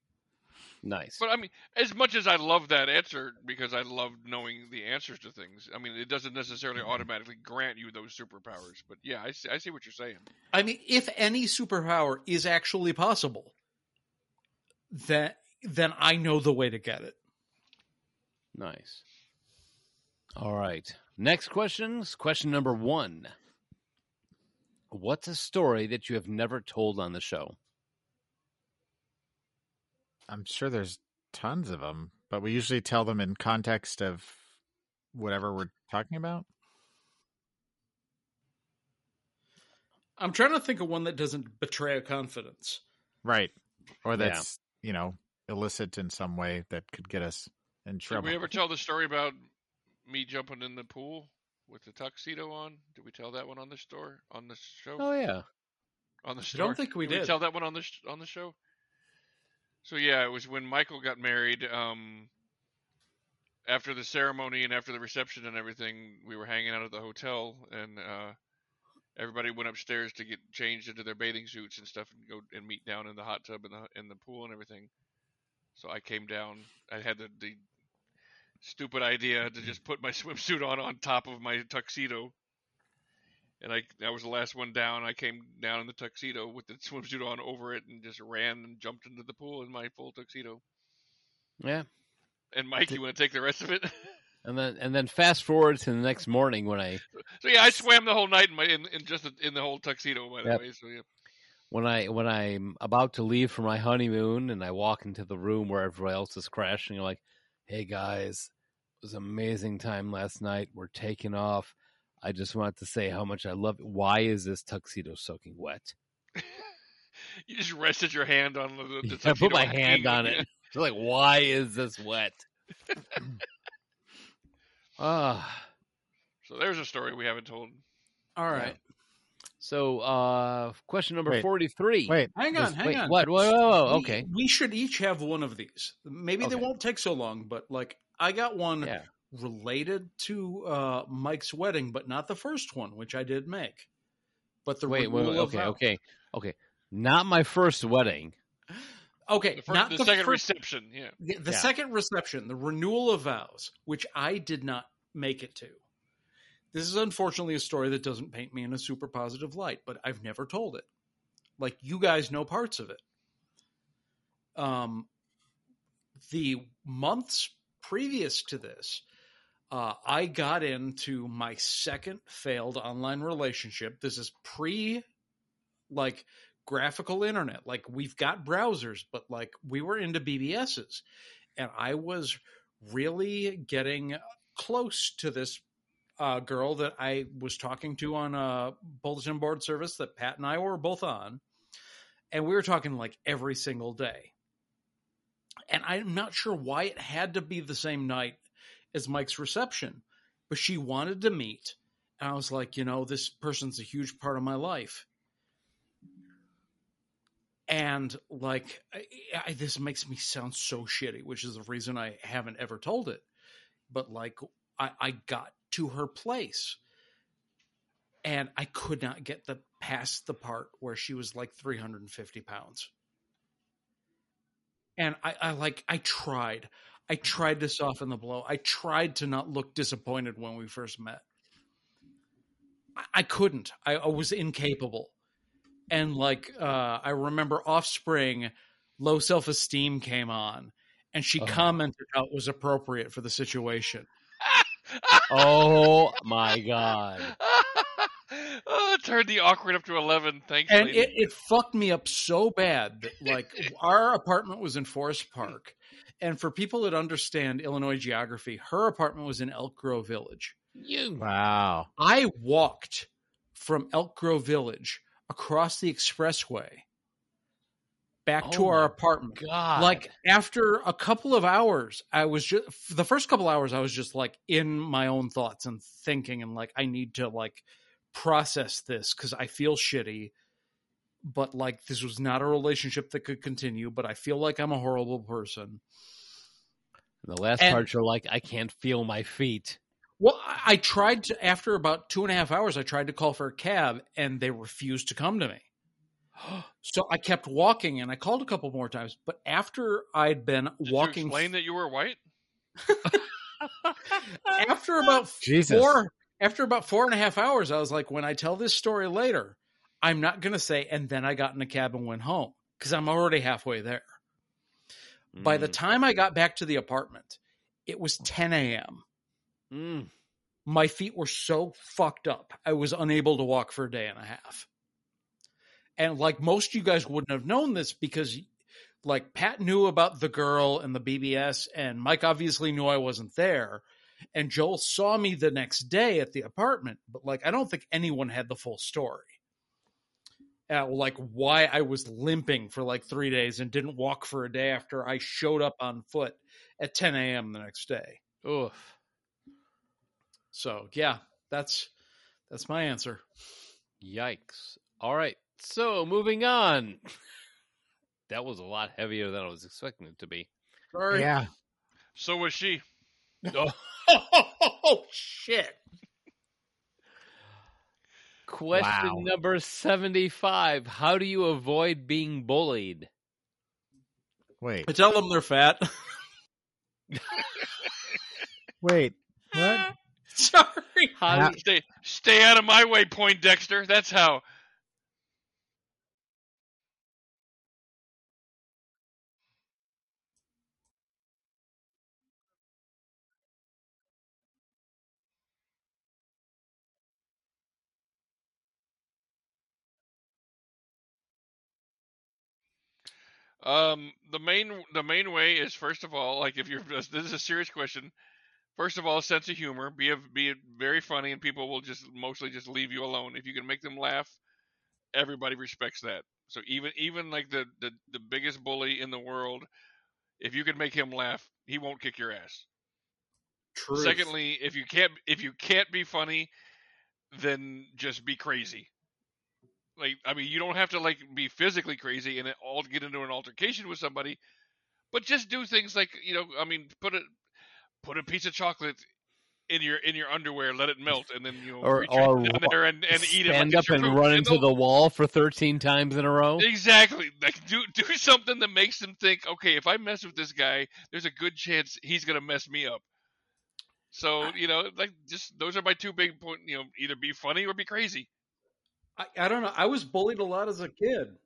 Speaker 8: Nice.
Speaker 9: But I mean, as much as I love that answer because I love knowing the answers to things, I mean, it doesn't necessarily automatically grant you those superpowers. But yeah, I see, I see what you're saying.
Speaker 11: i mean if any superpower is actually possible then then i know the way to get it
Speaker 8: Nice. All right. Next questions. Question number one. What's a story that you have never told on the show?
Speaker 10: I'm sure there's tons of them, but we usually tell them in context of whatever we're talking about.
Speaker 11: i'm trying to think of one that doesn't betray a confidence
Speaker 10: Right. Or
Speaker 8: Yeah.
Speaker 10: that's, you know, illicit in some way that could get us in
Speaker 9: Did
Speaker 10: trouble.
Speaker 9: we ever tell the story about me jumping in the pool with the tuxedo on? Did we tell that one on the store on the show?
Speaker 8: Oh yeah.
Speaker 9: on the
Speaker 11: I
Speaker 9: store.
Speaker 11: don't think we did.
Speaker 9: tell that one on the sh- on the show. So yeah, it was when Michael got married. Um, after the ceremony and after the reception and everything, we were hanging out at the hotel, and uh, everybody went upstairs to get changed into their bathing suits and stuff, and go and meet down in the hot tub and the in the pool and everything. So I came down. I had the, the stupid idea to just put my swimsuit on on top of my tuxedo and I I was the last one down. I came down in the tuxedo with the swimsuit on over it and just ran and jumped into the pool in my full tuxedo.
Speaker 8: Yeah.
Speaker 9: And Mike, you want to take the rest of it?
Speaker 8: And then and then fast forward to the next morning when I
Speaker 9: so yeah, I swam the whole night in my in, in just in the whole tuxedo by the
Speaker 8: Yep.
Speaker 9: way. So yeah,
Speaker 8: when I when I'm about to leave for my honeymoon and I walk into the room where everybody else is crashing, you're like, "Hey guys, it was an amazing time last night. We're taking off. I just wanted to say how much I love it. Why is this tuxedo soaking wet?
Speaker 9: you just rested your hand on the, the
Speaker 8: Yeah, I
Speaker 9: tuxedo
Speaker 8: put my
Speaker 9: and
Speaker 8: hand
Speaker 9: hanged
Speaker 8: on it. It's like, why is this wet? Ah,
Speaker 9: So there's a story we haven't told.
Speaker 11: all right
Speaker 8: So, uh, question number
Speaker 10: Wait.
Speaker 8: 43.
Speaker 10: Wait,
Speaker 11: Hang on,
Speaker 8: Does-
Speaker 11: hang
Speaker 8: wait,
Speaker 11: on.
Speaker 8: What? Whoa, whoa, whoa,
Speaker 11: We-
Speaker 8: Okay.
Speaker 11: We, should each have one of these. Maybe they
Speaker 8: Okay.
Speaker 11: won't take so long, but like I got one
Speaker 8: Yeah.
Speaker 11: related to uh, Mike's wedding, but not the first one, which I did make. But the
Speaker 8: Wait, wait,
Speaker 11: renewal
Speaker 8: wait.
Speaker 11: of
Speaker 8: Okay,
Speaker 11: vow-
Speaker 8: okay, okay. Not my first wedding.
Speaker 11: okay,
Speaker 9: The, first,
Speaker 11: not
Speaker 9: the, second
Speaker 11: first-
Speaker 9: reception, yeah.
Speaker 11: the, the
Speaker 8: Yeah.
Speaker 11: second reception, the renewal of vows, which I did not make it to. This is unfortunately a story that doesn't paint me in a super positive light, but I've never told it. Like you guys know parts of it. Um, the months previous to this, uh, I got into my second failed online relationship. This is pre, like graphical internet. Like we've got browsers, but like we were into BBSs, and I was really getting close to this uh, girl that I was talking to on a bulletin board service that Pat and I were both on, and we were talking like every single day. And I'm not sure why it had to be the same night as Mike's reception, but she wanted to meet. And I was like, you know, this person's a huge part of my life and like I, I, this makes me sound so shitty which is the reason i haven't ever told it but like I, I got to her place and i could not get the past the part where she was like 350 pounds and I, I like i tried i tried to soften the blow i tried to not look disappointed when we first met i, I couldn't I, I was incapable and like uh, I remember Offspring, low self esteem came on, and she
Speaker 8: Oh.
Speaker 11: commented how it was appropriate for the situation.
Speaker 8: Oh my god.
Speaker 9: oh, turn the awkward up to 11. Thanks,
Speaker 11: And
Speaker 9: lady.
Speaker 11: it, it fucked me up so bad that like our apartment was in Forest Park, and for people that understand Illinois geography, her apartment was in Elk Grove Village.
Speaker 8: You.
Speaker 10: Wow.
Speaker 11: I walked from Elk Grove Village across the expressway back to
Speaker 8: Oh
Speaker 11: our
Speaker 8: my
Speaker 11: apartment.
Speaker 8: God.
Speaker 11: Like after a couple of hours, I was just the first couple hours I was just like in my own thoughts and thinking and like I need to like process this cuz I feel shitty but like this was not a relationship that could continue but I feel like I'm a horrible person.
Speaker 8: The last
Speaker 11: And-
Speaker 8: part, you're like, I can't feel my feet.
Speaker 11: Well, I- I tried to, after about two and a half hours, I tried to call for a cab and they refused to come to me. So I kept walking and I called a couple more times. But after I'd been
Speaker 9: Did
Speaker 11: walking,
Speaker 9: you explain that you were white?
Speaker 11: after about
Speaker 10: Jesus.
Speaker 11: four, after about four and a half hours, I was like, when I tell this story later, I'm not going to say, and then I got in a cab and went home because I'm already halfway there. By the
Speaker 8: Mm.
Speaker 11: time I got back to the apartment, it was 10 a.m.
Speaker 8: Mm.
Speaker 11: my feet were so fucked up i was unable to walk for a day and a half and like most of you guys wouldn't have known this because like pat knew about the girl and the bbs and mike obviously knew i wasn't there and joel saw me the next day at the apartment but like i don't think anyone had the full story uh, like why i was limping for like three days and didn't walk for a day after i showed up on foot at 10 a.m the next day
Speaker 8: Oof.
Speaker 11: so yeah, that's that's my answer.
Speaker 8: Yikes. All right. So moving on. That was a lot heavier than I was expecting it to be.
Speaker 11: Sorry.
Speaker 10: Yeah.
Speaker 9: So was she.
Speaker 11: Oh shit.
Speaker 8: Question
Speaker 10: Wow.
Speaker 8: number 75 How do you avoid being bullied?
Speaker 10: Wait.
Speaker 11: I tell them they're fat.
Speaker 10: Wait. What?
Speaker 11: Sorry.
Speaker 8: How do
Speaker 9: Stay, stay out of my way, Poindexter. That's how. Um, the main the main way is first of all, like if you're this is a serious question. First of all, sense of humor. Be a, be very funny, and people will just mostly just leave you alone. If you can make them laugh, everybody respects that. So even even like the the, the biggest bully in the world, if you can make him laugh, he won't kick your ass.
Speaker 11: True.
Speaker 9: Secondly, if you can't if you can't be funny, then just be crazy. Like, I mean, you don't have to like be physically crazy and all get into an altercation with somebody, but just do things like you know, I mean, put a put a piece of chocolate in your in your underwear, let it melt, and then you know,
Speaker 8: Or-
Speaker 9: reach right
Speaker 8: or
Speaker 9: down there and, and eat it. like
Speaker 8: Stand
Speaker 9: it's
Speaker 8: up
Speaker 9: your
Speaker 8: and
Speaker 9: food.
Speaker 8: run
Speaker 9: You
Speaker 8: into
Speaker 9: know?
Speaker 8: the wall for 13 times in a row.
Speaker 9: Exactly. Like do do something that makes them think, okay, if I mess with this guy, there's a good chance he's gonna mess me up. So you know, like just those are my two big point. You know, either be funny or be crazy.
Speaker 11: I, I don't know. I was bullied a lot as a kid.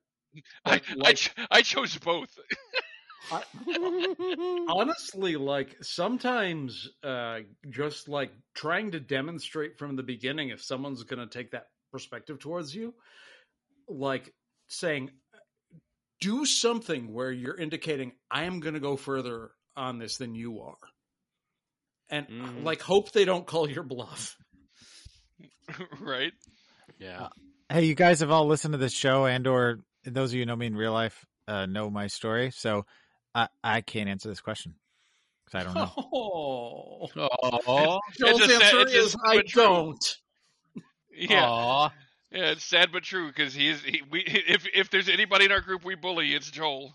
Speaker 9: I
Speaker 11: Like-
Speaker 9: I,
Speaker 11: like-
Speaker 9: ch- I chose both.
Speaker 11: honestly like sometimes uh just like trying to demonstrate from the beginning if someone's going to take that perspective towards you like saying do something where you're indicating i am going to go further on this than you are and uh,
Speaker 9: Mhm.
Speaker 11: like hope they don't call your bluff
Speaker 9: right?
Speaker 8: Yeah.
Speaker 10: Hey, you guys have all listened to this show, and or those of you who know me in real life uh, know my story. So I, I can't answer this question because I don't know.
Speaker 11: oh
Speaker 8: Oh,
Speaker 11: Joel's
Speaker 9: just sad-
Speaker 11: answer
Speaker 9: it's just
Speaker 11: is
Speaker 9: sad
Speaker 11: i
Speaker 9: but true."
Speaker 11: don't
Speaker 9: Yeah, yeah. It's sad but true because he is. He, we if if there's anybody in our group we bully, it's Joel.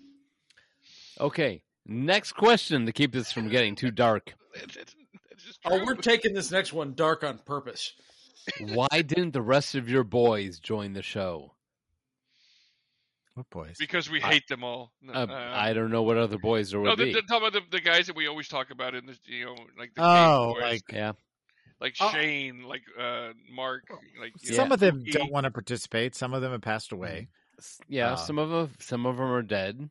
Speaker 8: Okay. Next question to keep this from getting too dark.
Speaker 9: That's, that's just
Speaker 11: oh
Speaker 9: true.
Speaker 11: we're taking this next one dark on purpose
Speaker 8: Why didn't the rest of your boys join the show?
Speaker 10: What Oh, boys?
Speaker 9: because we
Speaker 8: I-
Speaker 9: hate them all. No,
Speaker 8: Uh,
Speaker 9: uh,
Speaker 8: I don't know what other boys there would
Speaker 9: no, the,
Speaker 8: be.
Speaker 9: the, talking about the, the guys that we always talk about in the you know like the
Speaker 10: Oh,
Speaker 9: Cave Boys.
Speaker 10: like
Speaker 8: yeah.
Speaker 9: like
Speaker 11: Oh.
Speaker 9: Shane, like uh, Mark, like you
Speaker 10: some
Speaker 9: know,
Speaker 10: of them
Speaker 9: Pookie.
Speaker 10: don't want to participate. Some of them have passed away.
Speaker 8: S- Yeah,
Speaker 10: Uh,
Speaker 8: some of them, some of them are dead.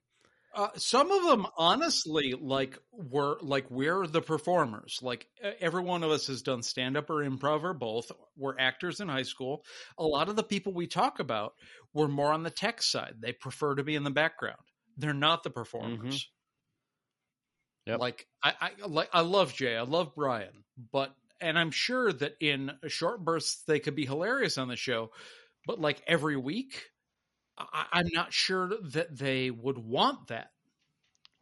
Speaker 11: Uh, some of them, honestly, like were like we're the performers. Like e- every one of us has done stand up or improv or both. We're actors in high school. A lot of the people we talk about were more on the tech side. They prefer to be in the background. They're not the performers.
Speaker 8: Yep.
Speaker 11: Like I, I like I love Jay. I love Brian, but and I'm sure that in short bursts they could be hilarious on the show, but like every week. I, I'm not sure that they would want that.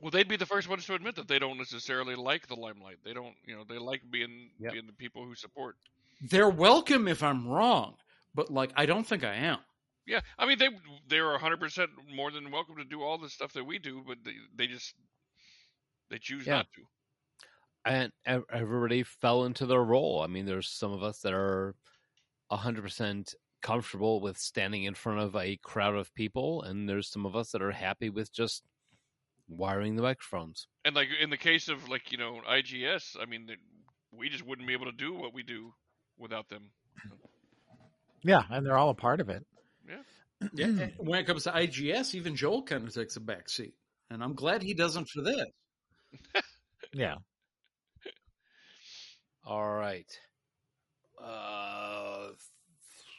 Speaker 9: Well, they'd be the first ones to admit that they don't necessarily like the limelight. They don't, you know, they like being
Speaker 8: Yep.
Speaker 9: being the people who support.
Speaker 11: they're welcome if I'm wrong, but like I don't think I am.
Speaker 9: Yeah, I mean they they are 100 percent more than welcome to do all the stuff that we do, but they, they just they choose
Speaker 8: Yeah.
Speaker 9: not to.
Speaker 8: And ev- everybody fell into their role. I mean, there's some of us that are 100% comfortable with standing in front of a crowd of people, and there's some of us that are happy with just wiring the microphones.
Speaker 9: And like in the case of like you know IGS, I mean they, we just wouldn't be able to do what we do without them. Mm-hmm.
Speaker 10: Yeah, and they're all a part of it.
Speaker 11: Yeah. when it comes to IGS, even Joel kind of takes a back seat, and I'm glad he doesn't for this.
Speaker 10: Yeah.
Speaker 8: All right. Uh,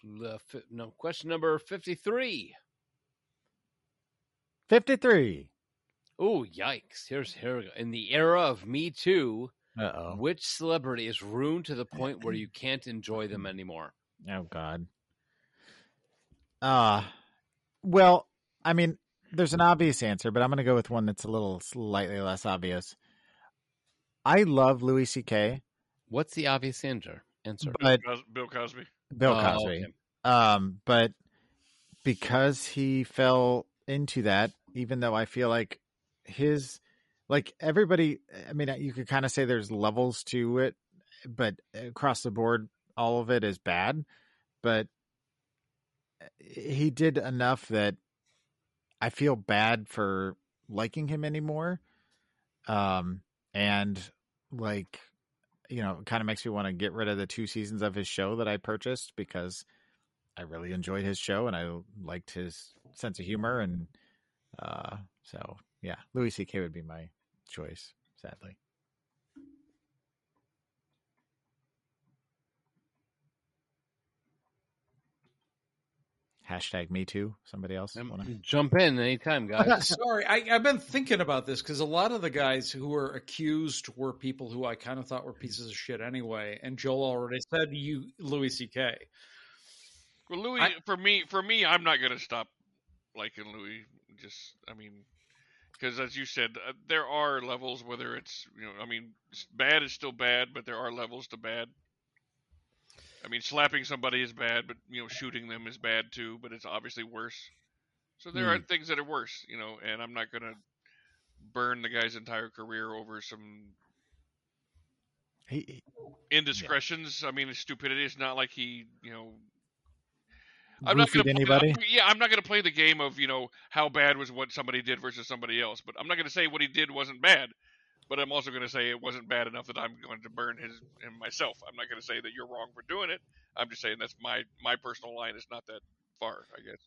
Speaker 8: the fi- no question number 53.
Speaker 10: 53.
Speaker 8: Oh, yikes. Here's here we go. In the era of Me Too,
Speaker 10: Uh oh.
Speaker 8: which celebrity is ruined to the point where you can't enjoy
Speaker 10: Mm.
Speaker 8: them anymore?
Speaker 10: Oh, God. Uh, well, I mean, there's an obvious answer, but I'm going to go with one that's a little slightly less obvious. I love Louis C.K.,
Speaker 8: What's the obvious answer? Answer.
Speaker 10: but
Speaker 9: Cos- Bill Cosby.
Speaker 10: Bill
Speaker 8: Oh,
Speaker 10: Cosby.
Speaker 8: okay.
Speaker 10: um but because he fell into that even though i feel like his like everybody i mean you could kind of say there's levels to it but across the board all of it is bad but eh, he did enough that i feel bad for liking him anymore um and like you know it kind of makes me want to get rid of the two seasons of his show that i purchased because I really enjoyed his show and I liked his sense of humor and uh so yeah, Louis CK would be my choice, sadly. Hashtag me too. Somebody else
Speaker 8: Um,
Speaker 10: wanna
Speaker 8: Jump in anytime, guys.
Speaker 11: Sorry, I, I've been thinking about this because a lot of the guys who were accused were people who I kind of thought were pieces of shit anyway, and Joel already said you Louis C.K.
Speaker 9: Well, Louis,
Speaker 11: I-
Speaker 9: for me, for me, I'm not gonna stop liking Louis. Just, I mean, because as you said, uh, there are levels. Whether it's, you know, I mean, s- bad is still bad, but there are levels to bad. I mean, slapping somebody is bad, but you know, shooting them is bad too. But it's obviously worse. So there are things that are worse, you know. And I'm not gonna burn the guy's entire career over some
Speaker 10: He, he-
Speaker 9: indiscretions. I mean, stupidity. It's not like he, you know,
Speaker 10: roofied
Speaker 9: gonna play-
Speaker 10: anybody?
Speaker 9: I'm- yeah, I'm not going to play the game of you know how bad was what somebody did versus somebody else. But I'm not going to say what he did wasn't bad. But I'm also going to say it wasn't bad enough that I'm going to burn his him myself. I'm not going to say that you're wrong for doing it. I'm just saying that's my my personal line is not that far, I guess.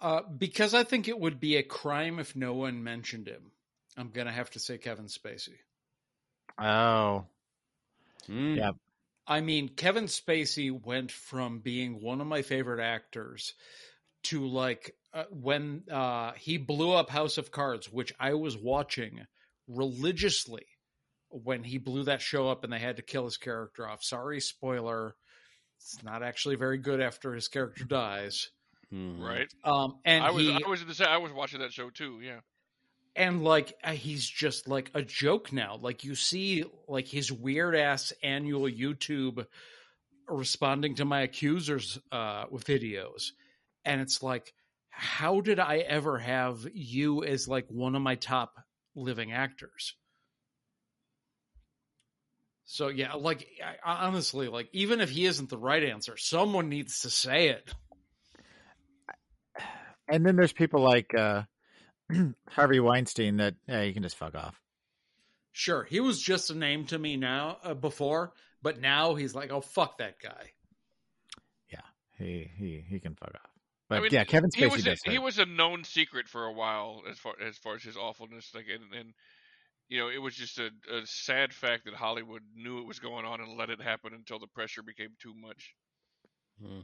Speaker 11: Uh, because I think it would be a crime if no one mentioned him. I'm going to have to say Kevin Spacey.
Speaker 10: Oh,
Speaker 8: Mm.
Speaker 10: Yeah.
Speaker 11: I mean, Kevin Spacey went from being one of my favorite actors to like uh, when uh, he blew up House of Cards, which I was watching religiously when he blew that show up and they had to kill his character off. Sorry, spoiler. It's not actually very good after his character dies.
Speaker 8: Mhm.
Speaker 9: Right?
Speaker 11: Um, and
Speaker 9: I was
Speaker 11: he,
Speaker 9: I was the same. I was watching that show too. Yeah.
Speaker 11: and like uh, he's just like a joke now like you see like his weird ass annual youtube responding to my accusers uh videos and it's like how did i ever have you as like one of my top living actors so yeah like I, I- honestly like even if he isn't the right answer someone needs to say it
Speaker 10: and then there's people like uh, Harvey Weinstein that yeah, you can just fuck off.
Speaker 11: sure he was just a name to me now uh, before but now he's like oh fuck that guy
Speaker 10: He he he can fuck off. But
Speaker 9: I mean,
Speaker 10: yeah, Kevin Spacey
Speaker 9: he was a,
Speaker 10: does.
Speaker 9: he
Speaker 10: hurt.
Speaker 9: was a known secret for a while as far as far as his awfulness like and, and you know it was just a, a sad fact that Hollywood knew it was going on and let it happen until the pressure became too much.
Speaker 8: Hmm.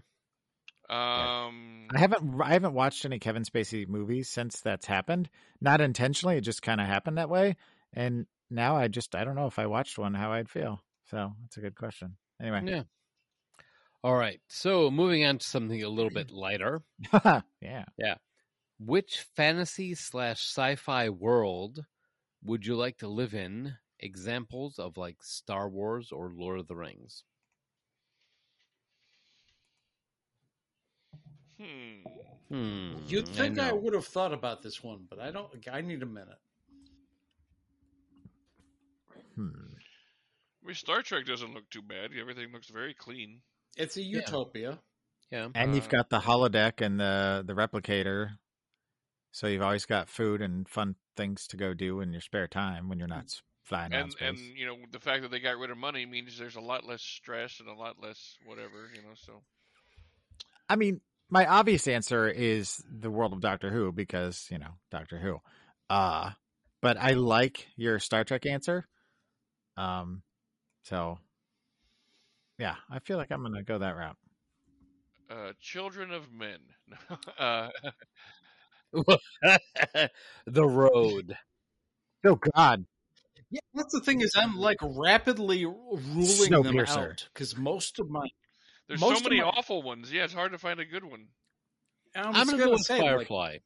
Speaker 9: Um,
Speaker 10: I haven't I haven't watched any Kevin Spacey movies since that's happened. Not intentionally, it just kind of happened that way. And now I just I don't know if I watched one how I'd feel. So that's a good question. Anyway,
Speaker 8: Yeah. All right. So moving on to something a little bit lighter.
Speaker 10: yeah.
Speaker 8: Which fantasy slash sci-fi world would you like to live in? Examples of like Star Wars or Lord of the Rings.
Speaker 9: hmm.
Speaker 8: Hmm.
Speaker 11: You'd think I,
Speaker 8: know.
Speaker 11: would have thought about this one, but I don't. I need a minute.
Speaker 10: Hmm.
Speaker 9: I mean, Star Trek doesn't look too bad. Everything looks very clean.
Speaker 11: It's a
Speaker 8: Yeah.
Speaker 11: utopia.
Speaker 8: Yeah.
Speaker 10: And
Speaker 9: Uh,
Speaker 10: you've got the holodeck and the the replicator, so you've always got food and fun things to go do in your spare time when you're not s- flying around
Speaker 9: And
Speaker 10: space.
Speaker 9: and you know the fact that they got rid of money means there's a lot less stress and a lot less whatever you know. So
Speaker 10: I mean, my obvious answer is the world of Doctor Who because, you know, Doctor Who. Uh but I like your Star Trek answer. Um so yeah, I feel like I'm going to go that route.
Speaker 9: uh, Children of Men. uh,
Speaker 8: the road.
Speaker 10: Oh god.
Speaker 11: Yeah, that's the thing is I'm like rapidly ruling them
Speaker 10: Snowpiercer.
Speaker 11: out because most of my
Speaker 9: there's
Speaker 11: Most
Speaker 9: so
Speaker 11: of
Speaker 9: many
Speaker 11: my-
Speaker 9: awful ones. Yeah, it's hard to find a good one.
Speaker 11: I'm,
Speaker 8: I'm,
Speaker 11: just
Speaker 8: gonna
Speaker 11: gonna,
Speaker 8: go with
Speaker 11: say like,
Speaker 8: Firefly.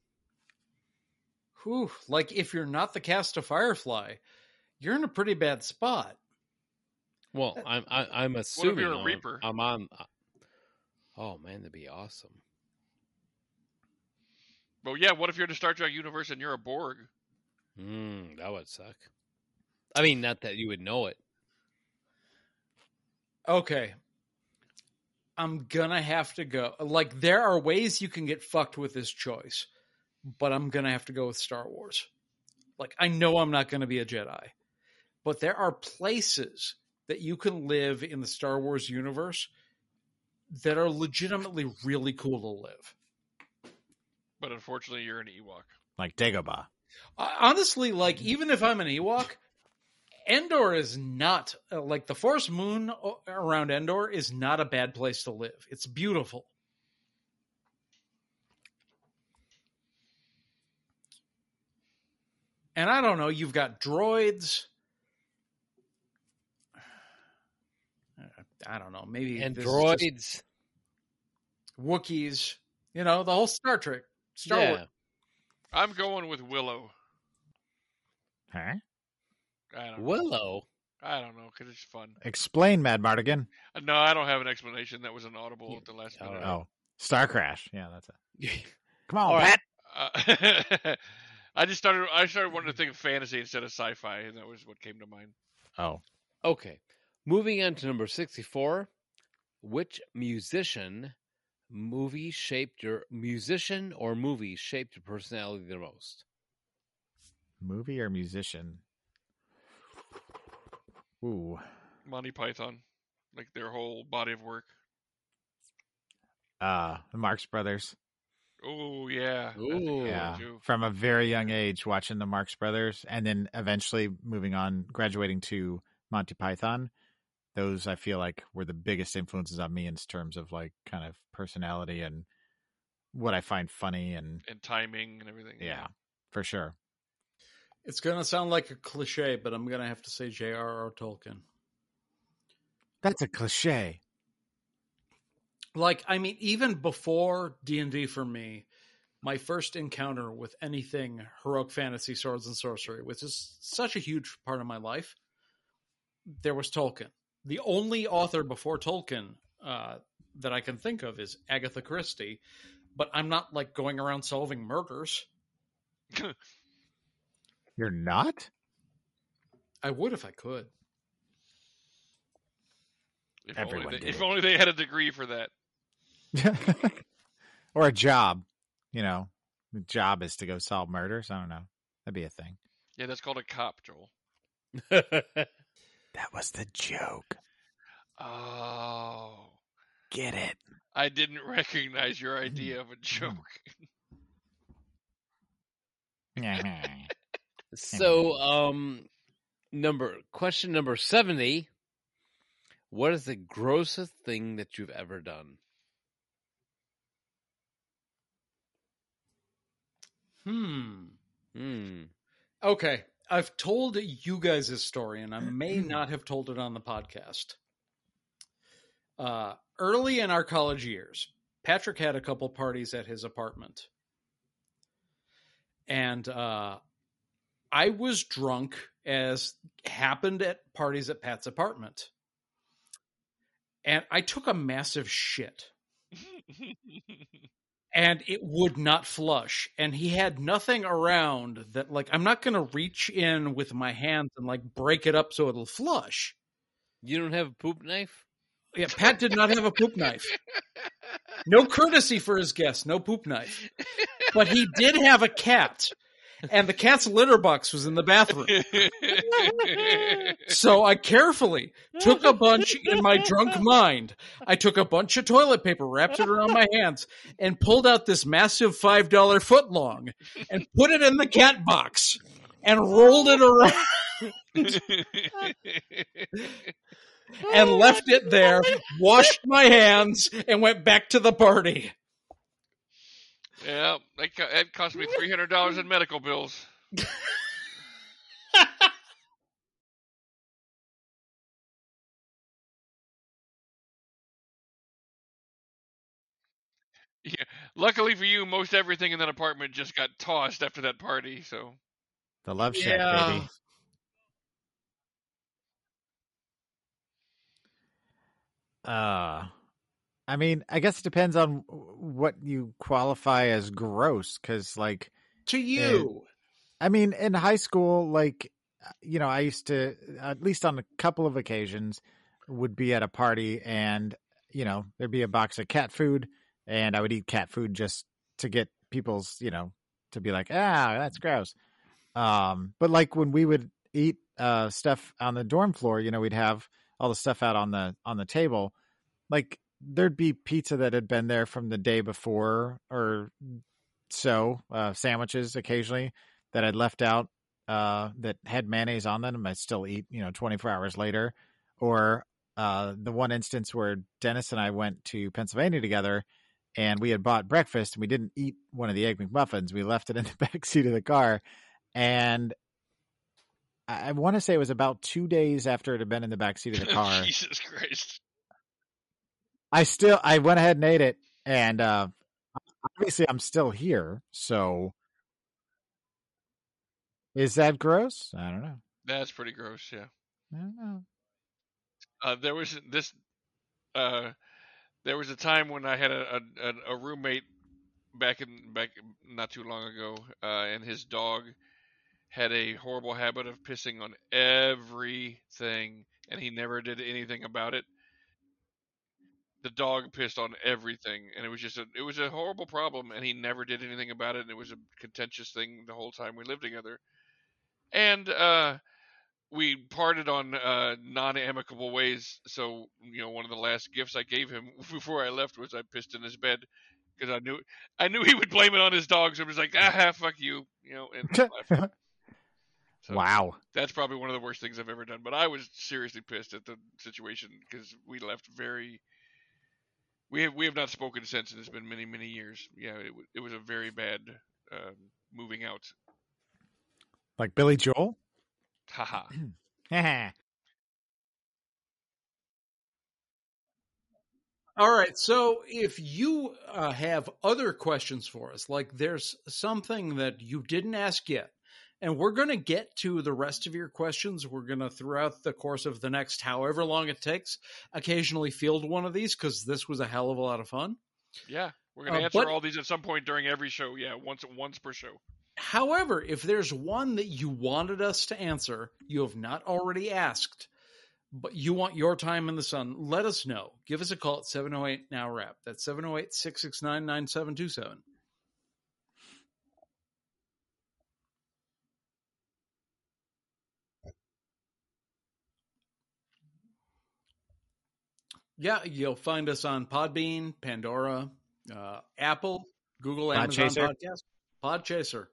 Speaker 11: whew, like if you're not the cast of Firefly, you're in a pretty bad spot.
Speaker 8: Well, I'm I, I'm
Speaker 9: you're
Speaker 8: assuming
Speaker 9: a
Speaker 8: I'm-
Speaker 9: reaper?
Speaker 8: I'm on. uh, Oh man, that'd be awesome.
Speaker 9: But yeah, what if you're in the Star Trek universe and you're a Borg?
Speaker 8: Mm, that would suck. I mean, not that you would know it.
Speaker 11: Okay. I'm gonna have to go. Like there are ways you can get fucked with this choice, but I'm gonna have to go with Star Wars. Like I know I'm not gonna be a Jedi, but there are places that you can live in the Star Wars universe that are legitimately really cool to live.
Speaker 9: But unfortunately, you're an Ewok.
Speaker 10: Like Dagobah.
Speaker 11: Uh, honestly,
Speaker 8: Mm-hmm.
Speaker 11: like even if I'm an Ewok, Endor is not uh, like the Force Moon o- around Endor is not a bad place to live. It's beautiful. And I don't know, you've got droids. Uh, I don't know, maybe
Speaker 8: And
Speaker 11: this is just-
Speaker 8: droids.
Speaker 11: Wookiees, you know, the whole Star Trek, Star
Speaker 8: yeah.
Speaker 11: Wars.
Speaker 9: I'm going with Willow.
Speaker 10: Huh?
Speaker 9: I don't know.
Speaker 8: Willow.
Speaker 9: I don't know because it's fun.
Speaker 10: Explain, Mad Mardigan.
Speaker 9: Uh, No, I don't have an explanation. That was an audible at the last
Speaker 8: All
Speaker 9: minute.
Speaker 8: right.
Speaker 10: Oh, Star Crash. Yeah, that's it. Come
Speaker 8: All
Speaker 10: on,
Speaker 8: right.
Speaker 10: Pat.
Speaker 9: Uh, I just started. I started wanting to think of fantasy instead of sci-fi, and that was what came to mind.
Speaker 10: Oh,
Speaker 8: Okay. Moving on to number 64. Which musician movie shaped your musician or movie shaped your personality the most?
Speaker 10: movie or musician? Ooh,
Speaker 9: Monty Python, like their whole body of work.
Speaker 10: uh, the Marx Brothers.
Speaker 9: Oh yeah. That's a good
Speaker 8: Ooh.
Speaker 9: one,
Speaker 10: yeah,
Speaker 9: too.
Speaker 10: from a very young age, watching the Marx Brothers, and then eventually moving on, graduating to Monty Python. Those I feel like were the biggest influences on me in terms of like kind of personality and what I find funny and
Speaker 9: And timing and everything.
Speaker 10: yeah, for sure.
Speaker 11: It's going to sound like a cliche, but I'm going to have to say J.R.R. Tolkien.
Speaker 10: That's a cliche.
Speaker 11: Like, I mean, even before D&D for me, my first encounter with anything heroic fantasy, swords and sorcery, which is such a huge part of my life, there was Tolkien. The only author before Tolkien uh, that I can think of is Agatha Christie, but I'm not like going around solving murders.
Speaker 10: You're not?
Speaker 11: I would if I could.
Speaker 9: If
Speaker 10: Everyone
Speaker 9: only
Speaker 10: did
Speaker 9: they, if
Speaker 10: it.
Speaker 9: only they had a degree for that.
Speaker 10: or a job. You know, the job is to go solve murders. I don't know. That'd be a thing.
Speaker 9: Yeah, that's called a cop, Joel.
Speaker 10: That was the joke.
Speaker 9: Oh.
Speaker 10: Get it.
Speaker 9: I didn't recognize your idea of a joke.
Speaker 8: so, um, number question number 70. What is the grossest thing that you've ever done?
Speaker 11: Hmm.
Speaker 8: Hmm.
Speaker 11: Okay. I've told you guys this story, and I may not have told it on the podcast. Uh, early in our college years, Patrick had a couple parties at his apartment. And uh, I was drunk, as happened at parties at Pat's apartment. And I took a massive shit and it would not flush and he had nothing around that like i'm not going to reach in with my hands and like break it up so it'll flush
Speaker 8: You don't have a poop knife?
Speaker 11: yeah pat did not have a poop knife no courtesy for his guests no poop knife but he did have a cat and the cat's litter box was in the bathroom so I carefully took a bunch in my drunk mind. I took a bunch of toilet paper, wrapped it around my hands, and pulled out this massive five dollar foot long and put it in the cat box and rolled it around and left it there, washed my hands, and went back to the party.
Speaker 9: yeah, that, co- that cost me three hundred dollars in medical bills. Yeah. Luckily for you, most everything in that apartment just got tossed after that party. So
Speaker 10: the Love Shack,
Speaker 11: Yeah.
Speaker 10: baby. Uh, I mean, I guess it depends on what you qualify as gross. Because, like,
Speaker 11: To you.
Speaker 10: I mean, in high school, like, you know, I used to, at least on a couple of occasions, would be at a party and, you know, there'd be a box of cat food and I would eat cat food just to get people's, you know, to be like, ah, that's gross. Um, but like when we would eat uh, stuff on the dorm floor, you know, we'd have all the stuff out on the on the table. Like there'd be pizza that had been there from the day before or so, uh, sandwiches occasionally that I'd left out uh, that had mayonnaise on them. I still eat, you know, 24 hours later. Or uh, the one instance where Dennis and I went to Pennsylvania together and we had bought breakfast and we didn't eat one of the Egg McMuffins. We left it in the back seat of the car. And I, I want to say it was about two days after it had been in the back seat of the car.
Speaker 9: Jesus Christ.
Speaker 10: I still I went ahead and ate it, And uh, obviously, I'm still here. So is that gross? I don't know.
Speaker 9: That's pretty gross. Yeah.
Speaker 10: I don't know.
Speaker 9: Uh, there was this. Uh, there was a time when I had a a, a roommate back in back not too long ago, uh, and his dog had a horrible habit of pissing on everything, and he never did anything about it. The dog pissed on everything, and it was just a it was a horrible problem, and he never did anything about it, and it was a contentious thing the whole time we lived together. And uh, we parted on uh, non-amicable ways. So you know, one of the last gifts I gave him before I left was I pissed in his bed because I knew I knew he would blame it on his dog. So I was like, ah, fuck you, you know. And left. So
Speaker 10: wow,
Speaker 9: that's probably one of the worst things I've ever done. But I was seriously pissed at the situation because we left very. We have we have not spoken since, and it's been many many years. Yeah, it, w- it was a very bad um, moving out.
Speaker 10: Like Billy Joel.
Speaker 9: Haha.
Speaker 11: All right. So if you uh, have other questions for us, like there's something that you didn't ask yet, and we're going to get to the rest of your questions. We're going to, throughout the course of the next however long it takes, occasionally field one of these because this was a hell of a lot of fun.
Speaker 9: Yeah. We're going to
Speaker 11: Uh,
Speaker 9: answer
Speaker 11: but-
Speaker 9: all these at some point during every show. Yeah, once once per show.
Speaker 11: However, if there's one that you wanted us to answer, you have not already asked, but you want your time in the sun, let us know. Give us a call at 708 Now Wrap. That's 708 669 9727. Yeah, you'll find us on Podbean, Pandora, uh, Apple, Google, Amazon
Speaker 10: Podchaser.
Speaker 11: Podcast, Podchaser.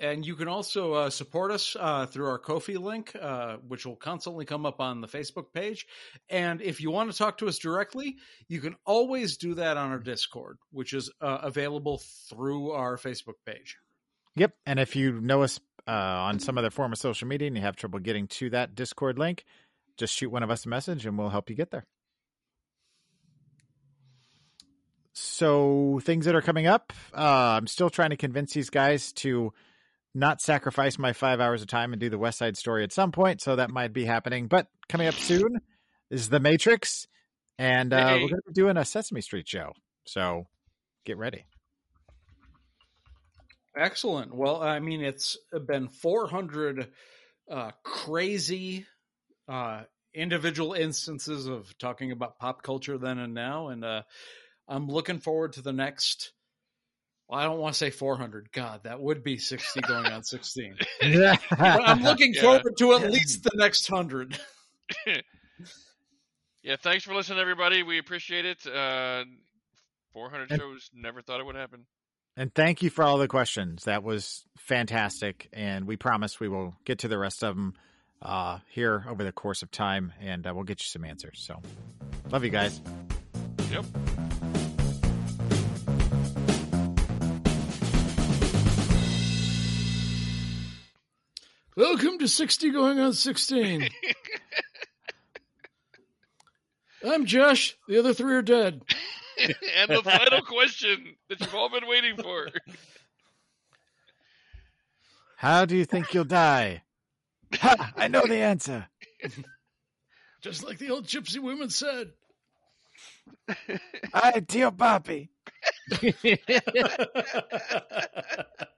Speaker 11: And you can also uh, support us uh, through our Kofi link, uh, which will constantly come up on the Facebook page. And if you want to talk to us directly, you can always do that on our Discord, which is uh, available through our Facebook page.
Speaker 10: Yep. And if you know us uh, on some other form of social media and you have trouble getting to that Discord link, just shoot one of us a message and we'll help you get there. So, things that are coming up, uh, I'm still trying to convince these guys to not sacrifice my five hours of time and do the West Side Story at some point. So, that might be happening. But coming up soon is The Matrix. And uh,
Speaker 9: Hey.
Speaker 10: we're going to be doing a Sesame Street show. So, get ready.
Speaker 11: Excellent. Well, I mean, it's been 400 uh, crazy uh, individual instances of talking about pop culture then and now. And uh, I'm looking forward to the next. Well, I don't want to say 400. God, that would be 60 going on 16. But I'm looking
Speaker 9: Yeah.
Speaker 11: forward to at least the next 100.
Speaker 9: Yeah, thanks for listening, everybody. We appreciate it. Uh, 400
Speaker 10: And-
Speaker 9: shows. Never thought it would happen.
Speaker 10: And thank you for all the questions. That was fantastic. And we promise we will get to the rest of them uh, here over the course of time and uh, we'll get you some answers. So, love you guys.
Speaker 9: Yep.
Speaker 11: Welcome to 60 going on 16. I'm Josh. The other three are dead.
Speaker 9: and the final question that you've all been waiting for.
Speaker 10: How do you think you'll die? Ha, I know the answer.
Speaker 11: Just like the old gypsy women said.
Speaker 10: I deal Bobby.
Speaker 11: Ha ha ha ha!